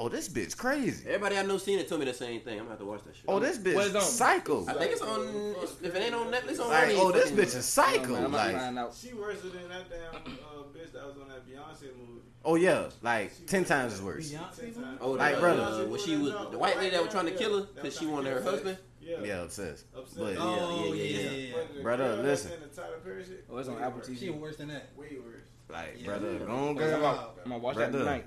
Speaker 5: oh, this bitch crazy.
Speaker 2: Everybody I know seen it told me the same thing. I'm gonna have to watch that shit.
Speaker 5: Oh, this
Speaker 4: What is
Speaker 5: bitch
Speaker 4: on?
Speaker 5: psycho.
Speaker 2: I think it's on. it's- If it ain't on Netflix, it's on
Speaker 5: Like,
Speaker 2: any
Speaker 5: oh, this
Speaker 2: fucking-
Speaker 5: bitch is psycho.
Speaker 4: I'm about to
Speaker 5: Like,
Speaker 4: find out.
Speaker 8: She worse than that damn uh, bitch that was on that Beyonce movie.
Speaker 5: oh yeah, like ten times as worse.
Speaker 1: Beyonce movie?
Speaker 2: Oh,
Speaker 5: Like,
Speaker 2: the,
Speaker 5: brother.
Speaker 2: uh, when she was the white lady that was trying to kill her because she wanted her husband.
Speaker 8: Yeah.
Speaker 5: Yeah, obsessed.
Speaker 8: Obsessed.
Speaker 5: But
Speaker 8: Oh,
Speaker 1: Oh,
Speaker 2: yeah,
Speaker 1: yeah,
Speaker 2: yeah,
Speaker 1: yeah,
Speaker 8: But
Speaker 1: yeah.
Speaker 8: the
Speaker 5: Brother,
Speaker 8: girl that's
Speaker 5: listen.
Speaker 8: in the Tyler Perry shit,
Speaker 4: Oh, it's on
Speaker 8: way
Speaker 4: Apple
Speaker 8: worse.
Speaker 4: TV.
Speaker 1: She worse than that.
Speaker 8: Way worse.
Speaker 5: like,
Speaker 1: Yeah.
Speaker 5: brother, gone
Speaker 4: I'm
Speaker 5: girl.
Speaker 4: about- I'm gonna watch
Speaker 5: Right
Speaker 4: that
Speaker 5: there.
Speaker 4: tonight.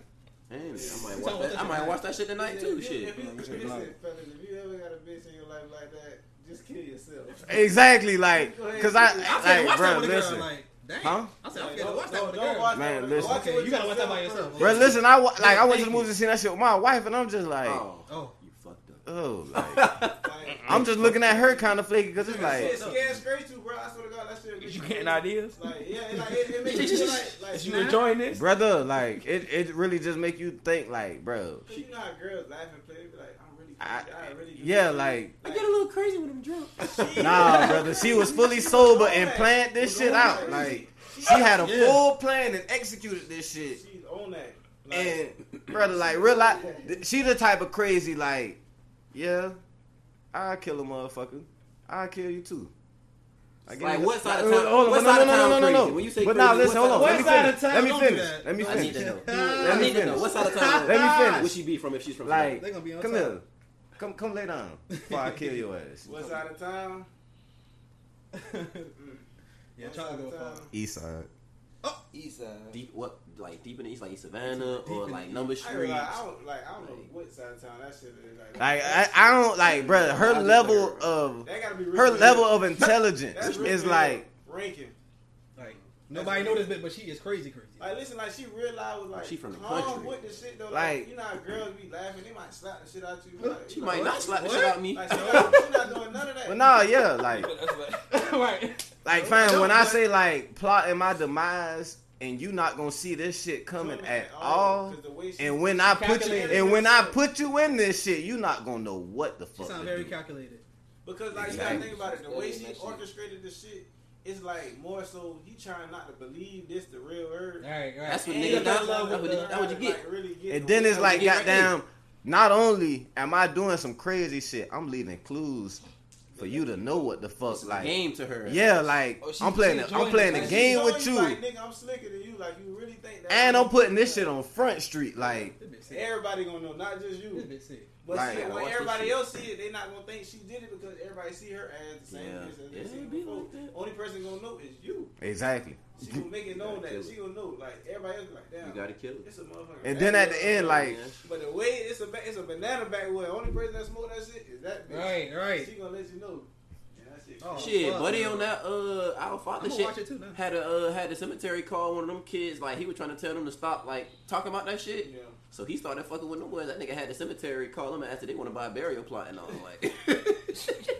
Speaker 2: Damn, I might watch that. I might watch that shit tonight too. Shit.
Speaker 8: If you,
Speaker 4: shit,
Speaker 8: listen,
Speaker 4: like-
Speaker 8: fellas, if you ever got a bitch in your life like that, just
Speaker 2: <laughs>
Speaker 8: kill yourself.
Speaker 5: Exactly, like, cause I,
Speaker 1: I said,
Speaker 5: like,
Speaker 1: watch that
Speaker 5: bro,
Speaker 1: with a girl.
Speaker 5: listen.
Speaker 1: Like, damn.
Speaker 5: Huh?
Speaker 1: I said, okay,
Speaker 8: Don't-
Speaker 1: watch that
Speaker 8: don't-
Speaker 1: with a
Speaker 8: don't
Speaker 1: girl.
Speaker 8: watch that
Speaker 5: Man,
Speaker 8: with a girl.
Speaker 5: listen.
Speaker 8: Watch it with
Speaker 1: You gotta watch that by yourself.
Speaker 8: first.
Speaker 5: Bro, listen, I wa- like I went to
Speaker 1: Thank
Speaker 5: the
Speaker 1: you.
Speaker 5: movies to see that shit with my wife, and I'm just like,
Speaker 2: Oh,
Speaker 1: Oh.
Speaker 2: you fucked up.
Speaker 5: oh,
Speaker 1: <laughs>
Speaker 5: like,
Speaker 2: <laughs>
Speaker 8: Like,
Speaker 5: I'm just looking at her kind of flaky because it's
Speaker 8: shit
Speaker 5: like,
Speaker 8: scared straight to, bro. I swear to God, that
Speaker 1: <laughs>
Speaker 8: shit.
Speaker 4: You getting ideas?
Speaker 8: Like, yeah, it, like, it, it makes you feel like, like
Speaker 4: You
Speaker 8: nah,
Speaker 4: enjoying this?
Speaker 5: brother, like it, it really just make you think, like, bro,
Speaker 8: 'cause you know how girls laugh and play, be like, I'm really,
Speaker 5: I,
Speaker 8: crazy, I, really, do
Speaker 5: yeah,
Speaker 1: <laughs>
Speaker 8: this.
Speaker 5: like,
Speaker 2: I get a little crazy when I'm drunk.
Speaker 5: <laughs> nah, brother, she was fully sober and planned this shit out, like, she had a
Speaker 1: Yeah.
Speaker 5: full plan and executed this shit,
Speaker 8: she's on that. Like,
Speaker 5: and brother, like, realize she the type of crazy, like, yeah, I kill a motherfucker, I kill you too. I
Speaker 2: Like
Speaker 5: it.
Speaker 2: what side of
Speaker 5: Hold
Speaker 2: town?
Speaker 5: on, Uh, hold on,
Speaker 2: what
Speaker 5: no,
Speaker 2: side of
Speaker 5: no, no,
Speaker 2: town
Speaker 5: no, no,
Speaker 2: crazy?
Speaker 5: no.
Speaker 2: When you say
Speaker 5: But
Speaker 2: crazy,
Speaker 5: now listen,
Speaker 2: what
Speaker 5: hold on.
Speaker 2: side
Speaker 5: Let me
Speaker 2: of
Speaker 1: side
Speaker 5: finish.
Speaker 1: of town
Speaker 5: Let me
Speaker 1: don't do
Speaker 5: finish.
Speaker 1: that?
Speaker 5: Let me
Speaker 2: town- I need
Speaker 5: finish.
Speaker 1: <laughs>
Speaker 2: to know.
Speaker 5: Let
Speaker 2: I
Speaker 5: me
Speaker 2: need to know
Speaker 5: finish.
Speaker 2: what side of town.
Speaker 5: Let me
Speaker 2: Where
Speaker 5: finish.
Speaker 2: she be from if she's from?
Speaker 5: Like,
Speaker 1: They gonna be on
Speaker 5: come
Speaker 1: top.
Speaker 5: here. Come, come lay down before I kill your ass.
Speaker 8: West side of town?
Speaker 1: <laughs> yeah, try to go far.
Speaker 5: East side.
Speaker 4: East side.
Speaker 2: deep what? Like deep in the east, like Savannah or
Speaker 1: in
Speaker 2: like Number
Speaker 8: I, ain't
Speaker 2: Street.
Speaker 8: gonna lie, I don't like. I don't know what side of town that shit is. Like,
Speaker 5: Like, I, I don't like, brother. Her level of
Speaker 8: that gotta be
Speaker 5: her
Speaker 8: Richmond
Speaker 5: level
Speaker 8: Hill.
Speaker 5: of intelligence
Speaker 8: That's
Speaker 5: is
Speaker 8: Richmond
Speaker 5: like,
Speaker 8: Hill, Rankin.
Speaker 1: Like nobody know this bit, but she is crazy, crazy.
Speaker 8: Like listen, like she realized was like
Speaker 2: She from the
Speaker 8: calm
Speaker 2: country.
Speaker 8: with the shit though. Like,
Speaker 5: Like-
Speaker 8: you know how girls be laughing, they might slap the shit out you. Like,
Speaker 2: She
Speaker 8: you
Speaker 2: might
Speaker 8: know,
Speaker 2: not slap the
Speaker 1: What?
Speaker 2: shit out me.
Speaker 8: Like she not, she not doing none of that.
Speaker 5: well, nah, yeah, like,
Speaker 4: <laughs>
Speaker 1: right.
Speaker 5: like, fam. When I say like plotting my demise, and you not gonna see this shit coming at all.
Speaker 8: 'cause the way she-
Speaker 5: And when I put you,
Speaker 1: calculated
Speaker 5: and when
Speaker 8: this
Speaker 5: I
Speaker 8: shit.
Speaker 5: put you in this shit, you not gonna know what the
Speaker 1: She
Speaker 5: fuck.
Speaker 1: sound
Speaker 5: to
Speaker 1: very
Speaker 5: do.
Speaker 1: calculated.
Speaker 8: because like you gotta
Speaker 5: Exactly.
Speaker 8: think about it, the way
Speaker 2: She's studying
Speaker 8: she
Speaker 2: that shit.
Speaker 8: orchestrated the shit, it's like more so you trying not to believe this the real
Speaker 1: All
Speaker 8: word.
Speaker 1: right, all right.
Speaker 2: That's what
Speaker 8: And
Speaker 2: niggas.
Speaker 8: you
Speaker 2: That's
Speaker 8: gotta
Speaker 2: what
Speaker 8: love
Speaker 2: you-
Speaker 8: the-
Speaker 2: that's what you get.
Speaker 8: like, really get
Speaker 5: And
Speaker 8: the
Speaker 5: then
Speaker 8: way-
Speaker 5: it's like,
Speaker 2: get right
Speaker 5: goddamn, not only am I doing some crazy shit, I'm leaving clues for you to know what the fuck,
Speaker 2: It's a
Speaker 5: like,
Speaker 2: game to her.
Speaker 5: yeah, like,
Speaker 4: Oh, she-
Speaker 5: I'm playing,
Speaker 4: she
Speaker 5: the, I'm
Speaker 4: enjoying
Speaker 5: playing
Speaker 4: it.
Speaker 5: the
Speaker 8: Like, she
Speaker 5: game
Speaker 8: know
Speaker 5: with
Speaker 8: you,
Speaker 5: you,
Speaker 8: Like, nigga, I'm slicker than you. Like you really think that?
Speaker 5: and I'm putting this shit on Front Street, like,
Speaker 1: This bit sick.
Speaker 8: Everybody gonna know, not just you.
Speaker 2: <laughs>
Speaker 1: This bit sick.
Speaker 8: But
Speaker 5: Like,
Speaker 8: see,
Speaker 2: I watch
Speaker 8: when
Speaker 2: this
Speaker 8: everybody
Speaker 2: shit.
Speaker 8: else see it, they not gonna think she did it because everybody see her as the same
Speaker 2: Yeah.
Speaker 8: as they
Speaker 2: Yeah,
Speaker 8: seen
Speaker 2: it
Speaker 8: her
Speaker 2: be
Speaker 8: before.
Speaker 2: like that.
Speaker 8: Only person gonna know is you.
Speaker 5: exactly.
Speaker 8: She gonna make
Speaker 2: <laughs>
Speaker 8: it known that
Speaker 2: kill
Speaker 8: she gonna know. Like everybody else, be like
Speaker 2: You
Speaker 8: damn,
Speaker 2: gotta kill it.
Speaker 8: it's a motherfucker.
Speaker 5: And then at the end, like,
Speaker 8: but the way it's a ba- it's a banana backwood. Only person that smoke that shit is that bitch.
Speaker 1: Right, right.
Speaker 8: She gonna let you know. And that shit.
Speaker 1: Oh,
Speaker 2: Shit,
Speaker 1: fuck,
Speaker 2: buddy
Speaker 1: man.
Speaker 2: on that uh our father
Speaker 1: I'm gonna
Speaker 2: shit
Speaker 1: watch it too now.
Speaker 2: had a uh, had the cemetery call one of them kids like he was trying to tell them to stop like talking about that shit.
Speaker 8: Yeah.
Speaker 2: So he started fucking with them boys. That nigga had the cemetery call him and asked if they want to buy a burial plot and all. Like <laughs>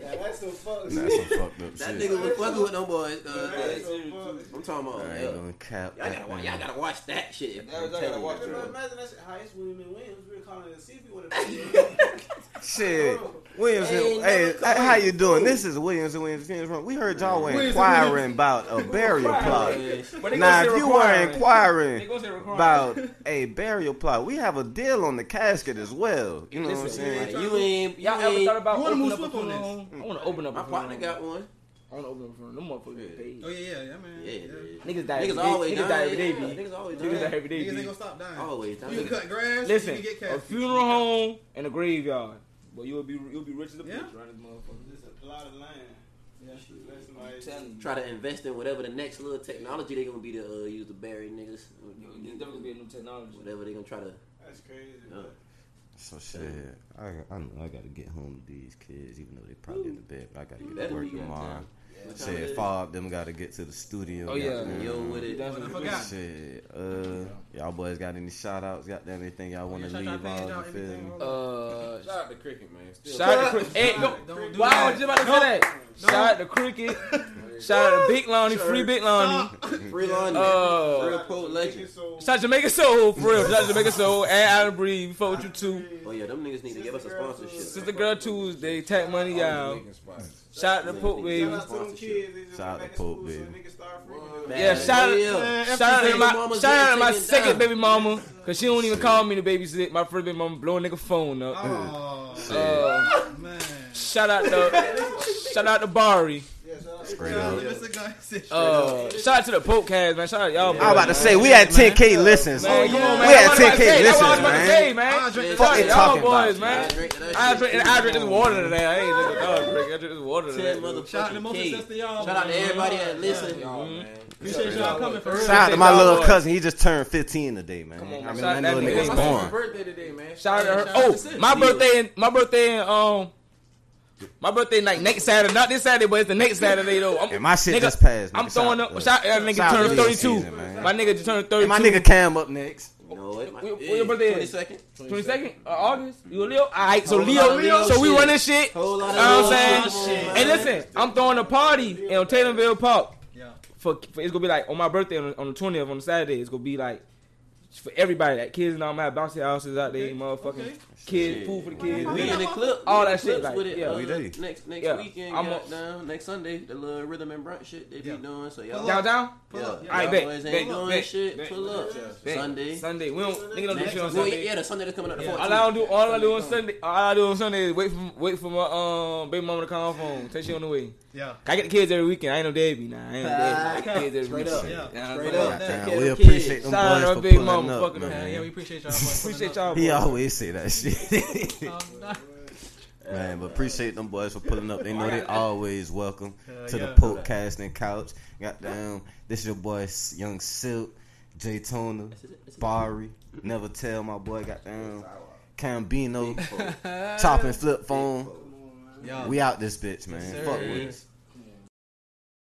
Speaker 8: Now, that's some fuck.
Speaker 5: that's some fucked up
Speaker 2: that
Speaker 5: shit.
Speaker 2: nigga was fucking with them boys. Uh,
Speaker 8: That's
Speaker 2: like,
Speaker 8: some fuck.
Speaker 2: I'm talking about.
Speaker 5: I
Speaker 2: yeah.
Speaker 5: ain't gonna cap.
Speaker 2: Y'all gotta, watch, y'all gotta watch that shit.
Speaker 4: That was-
Speaker 2: I'm
Speaker 4: I gotta
Speaker 2: telling
Speaker 4: watch
Speaker 2: you,
Speaker 4: it,
Speaker 8: Bro,
Speaker 2: bro.
Speaker 8: Imagine that shit. How it's William and Williams. We're calling to see if he <laughs> would have.
Speaker 5: Shit. Williams,
Speaker 2: Ain't
Speaker 5: and,
Speaker 2: never
Speaker 5: hey,
Speaker 2: come
Speaker 5: how
Speaker 2: in.
Speaker 5: you doing? This is Williams and Williams Funerals Room. We heard y'all were
Speaker 1: Williams and
Speaker 5: inquiring
Speaker 1: Williams.
Speaker 5: about a burial plot.
Speaker 2: Yeah.
Speaker 4: But they
Speaker 5: Now,
Speaker 4: gonna
Speaker 5: if
Speaker 4: say
Speaker 5: you were
Speaker 4: requirement.
Speaker 5: inquiring
Speaker 4: They gonna say requirement.
Speaker 5: about a burial plot, we have a deal on the casket as well. You know what I'm
Speaker 4: Listen,
Speaker 5: saying?
Speaker 2: Like, you ain't. You
Speaker 4: <laughs> Y'all ever thought
Speaker 2: ain't.
Speaker 4: about
Speaker 1: You wanna
Speaker 4: opening
Speaker 1: move
Speaker 4: up a
Speaker 1: swift on
Speaker 4: funeral
Speaker 1: this?
Speaker 4: home? I want to open up
Speaker 2: My
Speaker 4: a funeral
Speaker 2: partner
Speaker 4: home.
Speaker 2: got one.
Speaker 4: I want to open up a funeral home. Them motherfuckers get paid.
Speaker 1: Oh yeah, yeah, yeah, man.
Speaker 2: Yeah,
Speaker 1: Yeah.
Speaker 2: yeah.
Speaker 4: Niggas die every
Speaker 2: Niggas
Speaker 4: day.
Speaker 2: always
Speaker 4: Niggas die every day,
Speaker 2: dying.
Speaker 4: B.
Speaker 2: Yeah, Niggas always
Speaker 4: Niggas die
Speaker 2: dying.
Speaker 4: every day,
Speaker 1: Niggas ain't
Speaker 4: B.
Speaker 1: gonna stop dying.
Speaker 5: Oh,
Speaker 2: Always
Speaker 1: You can
Speaker 2: dying.
Speaker 1: cut grass.
Speaker 4: Listen,
Speaker 1: you can get
Speaker 4: a
Speaker 1: cash.
Speaker 4: funeral home and a graveyard. But you'll be you'll be rich as a bitch
Speaker 1: Yeah.
Speaker 4: around this motherfucker.
Speaker 8: It's a plot of land.
Speaker 1: Yeah.
Speaker 8: Let somebody-
Speaker 2: Try to invest in whatever the next little technology they gonna be to uh, use to bury niggas.
Speaker 4: There's definitely be a new technology.
Speaker 2: Whatever they gonna try to.
Speaker 8: That's crazy.
Speaker 2: Uh,
Speaker 8: but-
Speaker 5: So shit, I, I, know I gotta get home to these kids, even though they probably in the bed. But I gotta get
Speaker 2: That'd
Speaker 5: to work
Speaker 2: be
Speaker 5: tomorrow.
Speaker 2: What time it
Speaker 5: Shit,
Speaker 2: is?
Speaker 5: Fob, them gotta get to the studio.
Speaker 4: Oh, yeah.
Speaker 5: goddamn.
Speaker 2: Yo, with it.
Speaker 4: That's
Speaker 1: I
Speaker 4: what
Speaker 1: forgot.
Speaker 5: Shit, uh, y'all boys got any shout outs? Got anything y'all want
Speaker 1: Y'all
Speaker 5: to
Speaker 1: try to
Speaker 5: leave
Speaker 1: finish
Speaker 5: out?
Speaker 1: out
Speaker 5: You feel
Speaker 1: everything.
Speaker 5: me?
Speaker 4: Uh,
Speaker 6: Shout out to cricket, man. Still
Speaker 4: shout out to Cricket. Hey,
Speaker 1: Don't
Speaker 4: no,
Speaker 1: do
Speaker 4: Wow, I was just
Speaker 1: that.
Speaker 4: about to say that.
Speaker 1: No.
Speaker 4: Shout out to <laughs> Cricket. Shout out to Big Lonnie, free Big Lonnie.
Speaker 1: Stop.
Speaker 2: Free lawn.
Speaker 4: Uh,
Speaker 2: Real quote legend.
Speaker 8: So,
Speaker 4: Shout out Jamaica Soul, for real. Shout out Jamaica Soul and Adam Breed, fuck you too.
Speaker 2: Oh yeah, them niggas need to give us a sponsorship.
Speaker 4: Sister Girl Tuesday, Tag Money Y'all. Shout out to Pope
Speaker 2: Shout
Speaker 4: Baby.
Speaker 8: Shout out to them kids. They just
Speaker 5: Shout out
Speaker 8: went back
Speaker 5: to
Speaker 8: to school
Speaker 5: Pope,
Speaker 8: so
Speaker 5: baby.
Speaker 8: niggas start freaking.
Speaker 4: Yeah, shout out,
Speaker 2: Yeah.
Speaker 4: shout out to my, shout out to my second baby mama, cause she don't even call me to babysit. My first baby mama blow a nigga phone up.
Speaker 1: Oh
Speaker 4: Uh,
Speaker 1: man.
Speaker 4: shout out to, shout out to Bari.
Speaker 8: Yeah, shout out to
Speaker 5: Straight
Speaker 1: Y'all,
Speaker 5: up.
Speaker 1: Mr. Gunn said straight up.
Speaker 4: Uh, shout out to the podcast, man. Shout out to y'all.
Speaker 5: I was about to
Speaker 4: man.
Speaker 5: say we had 10k listens.
Speaker 4: Man, come on, man.
Speaker 5: We
Speaker 4: That's
Speaker 5: had
Speaker 4: what I was about to
Speaker 5: 10k
Speaker 4: say. That's what I
Speaker 5: listens,
Speaker 4: was about to
Speaker 5: man.
Speaker 4: say, man.
Speaker 1: I'll drink the
Speaker 5: Fuck
Speaker 1: shot.
Speaker 5: it,
Speaker 4: Y'all
Speaker 5: talking about,
Speaker 4: boys, man.
Speaker 2: I drink that
Speaker 4: I
Speaker 2: shit.
Speaker 4: drink, I drink this water today. I ain't drinking dog drink. I drink this water
Speaker 2: Ten
Speaker 4: today.
Speaker 2: motherfucking
Speaker 1: Shout out to most
Speaker 2: K.
Speaker 1: success to y'all.
Speaker 2: Shout out to
Speaker 1: man.
Speaker 2: everybody that listen.
Speaker 1: Appreciate y'all coming for real.
Speaker 5: Shout out to
Speaker 4: Shout
Speaker 5: my
Speaker 4: out
Speaker 5: little
Speaker 4: to-
Speaker 5: cousin. He just turned 15 today, man.
Speaker 4: Come on,
Speaker 5: I
Speaker 4: man.
Speaker 5: mean,
Speaker 4: Shout
Speaker 5: I
Speaker 4: out
Speaker 5: know a
Speaker 4: to
Speaker 5: nigga was
Speaker 4: that nigga.
Speaker 5: born.
Speaker 6: birthday today, man.
Speaker 4: Shout out to her.
Speaker 1: Shout out to
Speaker 4: Oh,
Speaker 1: Sis.
Speaker 4: my birthday and my birthday and um. My birthday night next Saturday, not this Saturday, but it's the next Saturday though. I'm,
Speaker 5: And my shit
Speaker 4: nigga,
Speaker 5: just passed.
Speaker 4: I'm
Speaker 5: nigga.
Speaker 4: throwing
Speaker 5: Shout
Speaker 4: up.
Speaker 5: out
Speaker 4: Shout out, that
Speaker 5: Shout
Speaker 4: nigga
Speaker 5: out to
Speaker 4: turned
Speaker 5: this
Speaker 4: 32.
Speaker 5: season, man.
Speaker 4: my nigga just turned
Speaker 5: to-
Speaker 4: 32.
Speaker 5: And my nigga Cam up next.
Speaker 2: No, it might
Speaker 4: When- when your birthday
Speaker 2: Twenty
Speaker 4: is?
Speaker 2: second.
Speaker 4: 22nd uh, August. You a Leo? All right, so
Speaker 2: Whole lot
Speaker 4: Leo,
Speaker 2: of Leo
Speaker 4: So we
Speaker 2: shit.
Speaker 4: running shit.
Speaker 2: Whole lot of
Speaker 4: You know what
Speaker 2: Leo
Speaker 4: I'm
Speaker 2: shit.
Speaker 4: saying? And listen, I'm throwing a party in Taylorville Park.
Speaker 1: Yeah.
Speaker 4: For, for it's gonna be like on my birthday on, on the 20th on the Saturday. It's gonna be like for everybody, like kids and all my bouncy houses out there, motherfucking
Speaker 1: Okay.
Speaker 4: kids, food for the kids.
Speaker 2: We in the clip.
Speaker 4: All
Speaker 2: we in
Speaker 4: that
Speaker 2: the
Speaker 4: shit,
Speaker 2: clips
Speaker 4: like,
Speaker 2: with it.
Speaker 4: yeah.
Speaker 2: uh,
Speaker 7: We did.
Speaker 2: Next next
Speaker 4: Yeah.
Speaker 2: weekend,
Speaker 4: I'm a-
Speaker 2: goddamn, next Sunday, the little rhythm and brunch shit they be doing. So y'all,
Speaker 4: Y'all down?
Speaker 2: yeah,
Speaker 1: up.
Speaker 2: y'all
Speaker 4: All right, bet,
Speaker 2: boys
Speaker 4: bet,
Speaker 2: ain't doing
Speaker 4: bet,
Speaker 2: shit.
Speaker 4: bet.
Speaker 2: pull up
Speaker 4: Bet.
Speaker 2: Sunday.
Speaker 4: Sunday. We don't. Nigga don't do
Speaker 2: Next-
Speaker 4: shit on
Speaker 2: well,
Speaker 4: Sunday.
Speaker 2: yeah, the Sunday that's coming up. The
Speaker 4: All I
Speaker 2: 14th.
Speaker 4: don't do, all I do on Sunday, all I do on Sunday is wait for wait for my um baby mama to come home phone. Take she on the way.
Speaker 1: Yeah.
Speaker 4: I get the kids every weekend. I ain't no deadbeat nah. I ain't no deadbeat. I get kids every
Speaker 2: Straight up.
Speaker 4: weekend.
Speaker 1: Yeah.
Speaker 4: You know what I'm
Speaker 2: Straight
Speaker 4: saying?
Speaker 2: up.
Speaker 5: Damn,
Speaker 2: Kill
Speaker 5: we
Speaker 2: the
Speaker 5: appreciate
Speaker 2: kids.
Speaker 5: them
Speaker 4: Shout out
Speaker 5: boys
Speaker 4: to our
Speaker 5: for
Speaker 4: big
Speaker 5: pulling
Speaker 4: mama,
Speaker 5: up,
Speaker 4: fucking
Speaker 1: Yeah,
Speaker 5: man.
Speaker 1: yeah, we appreciate y'all.
Speaker 4: Appreciate y'all. <laughs>
Speaker 5: He
Speaker 4: boys.
Speaker 5: always say that shit.
Speaker 4: <laughs>
Speaker 1: Um, <laughs> nah.
Speaker 5: Man, but appreciate them boys for pulling up. They know
Speaker 4: <laughs>
Speaker 5: they always welcome
Speaker 1: Hell
Speaker 5: to the
Speaker 1: yeah.
Speaker 5: podcasting couch. Goddamn, this your boy S- Young Silk, Jay Tona, Barry, Never Tell my boy. Goddamn, Cambino, Top and Flip Phone.
Speaker 1: Yo.
Speaker 5: We out this bitch, man.
Speaker 1: Yes, sir.
Speaker 5: Fuck with us.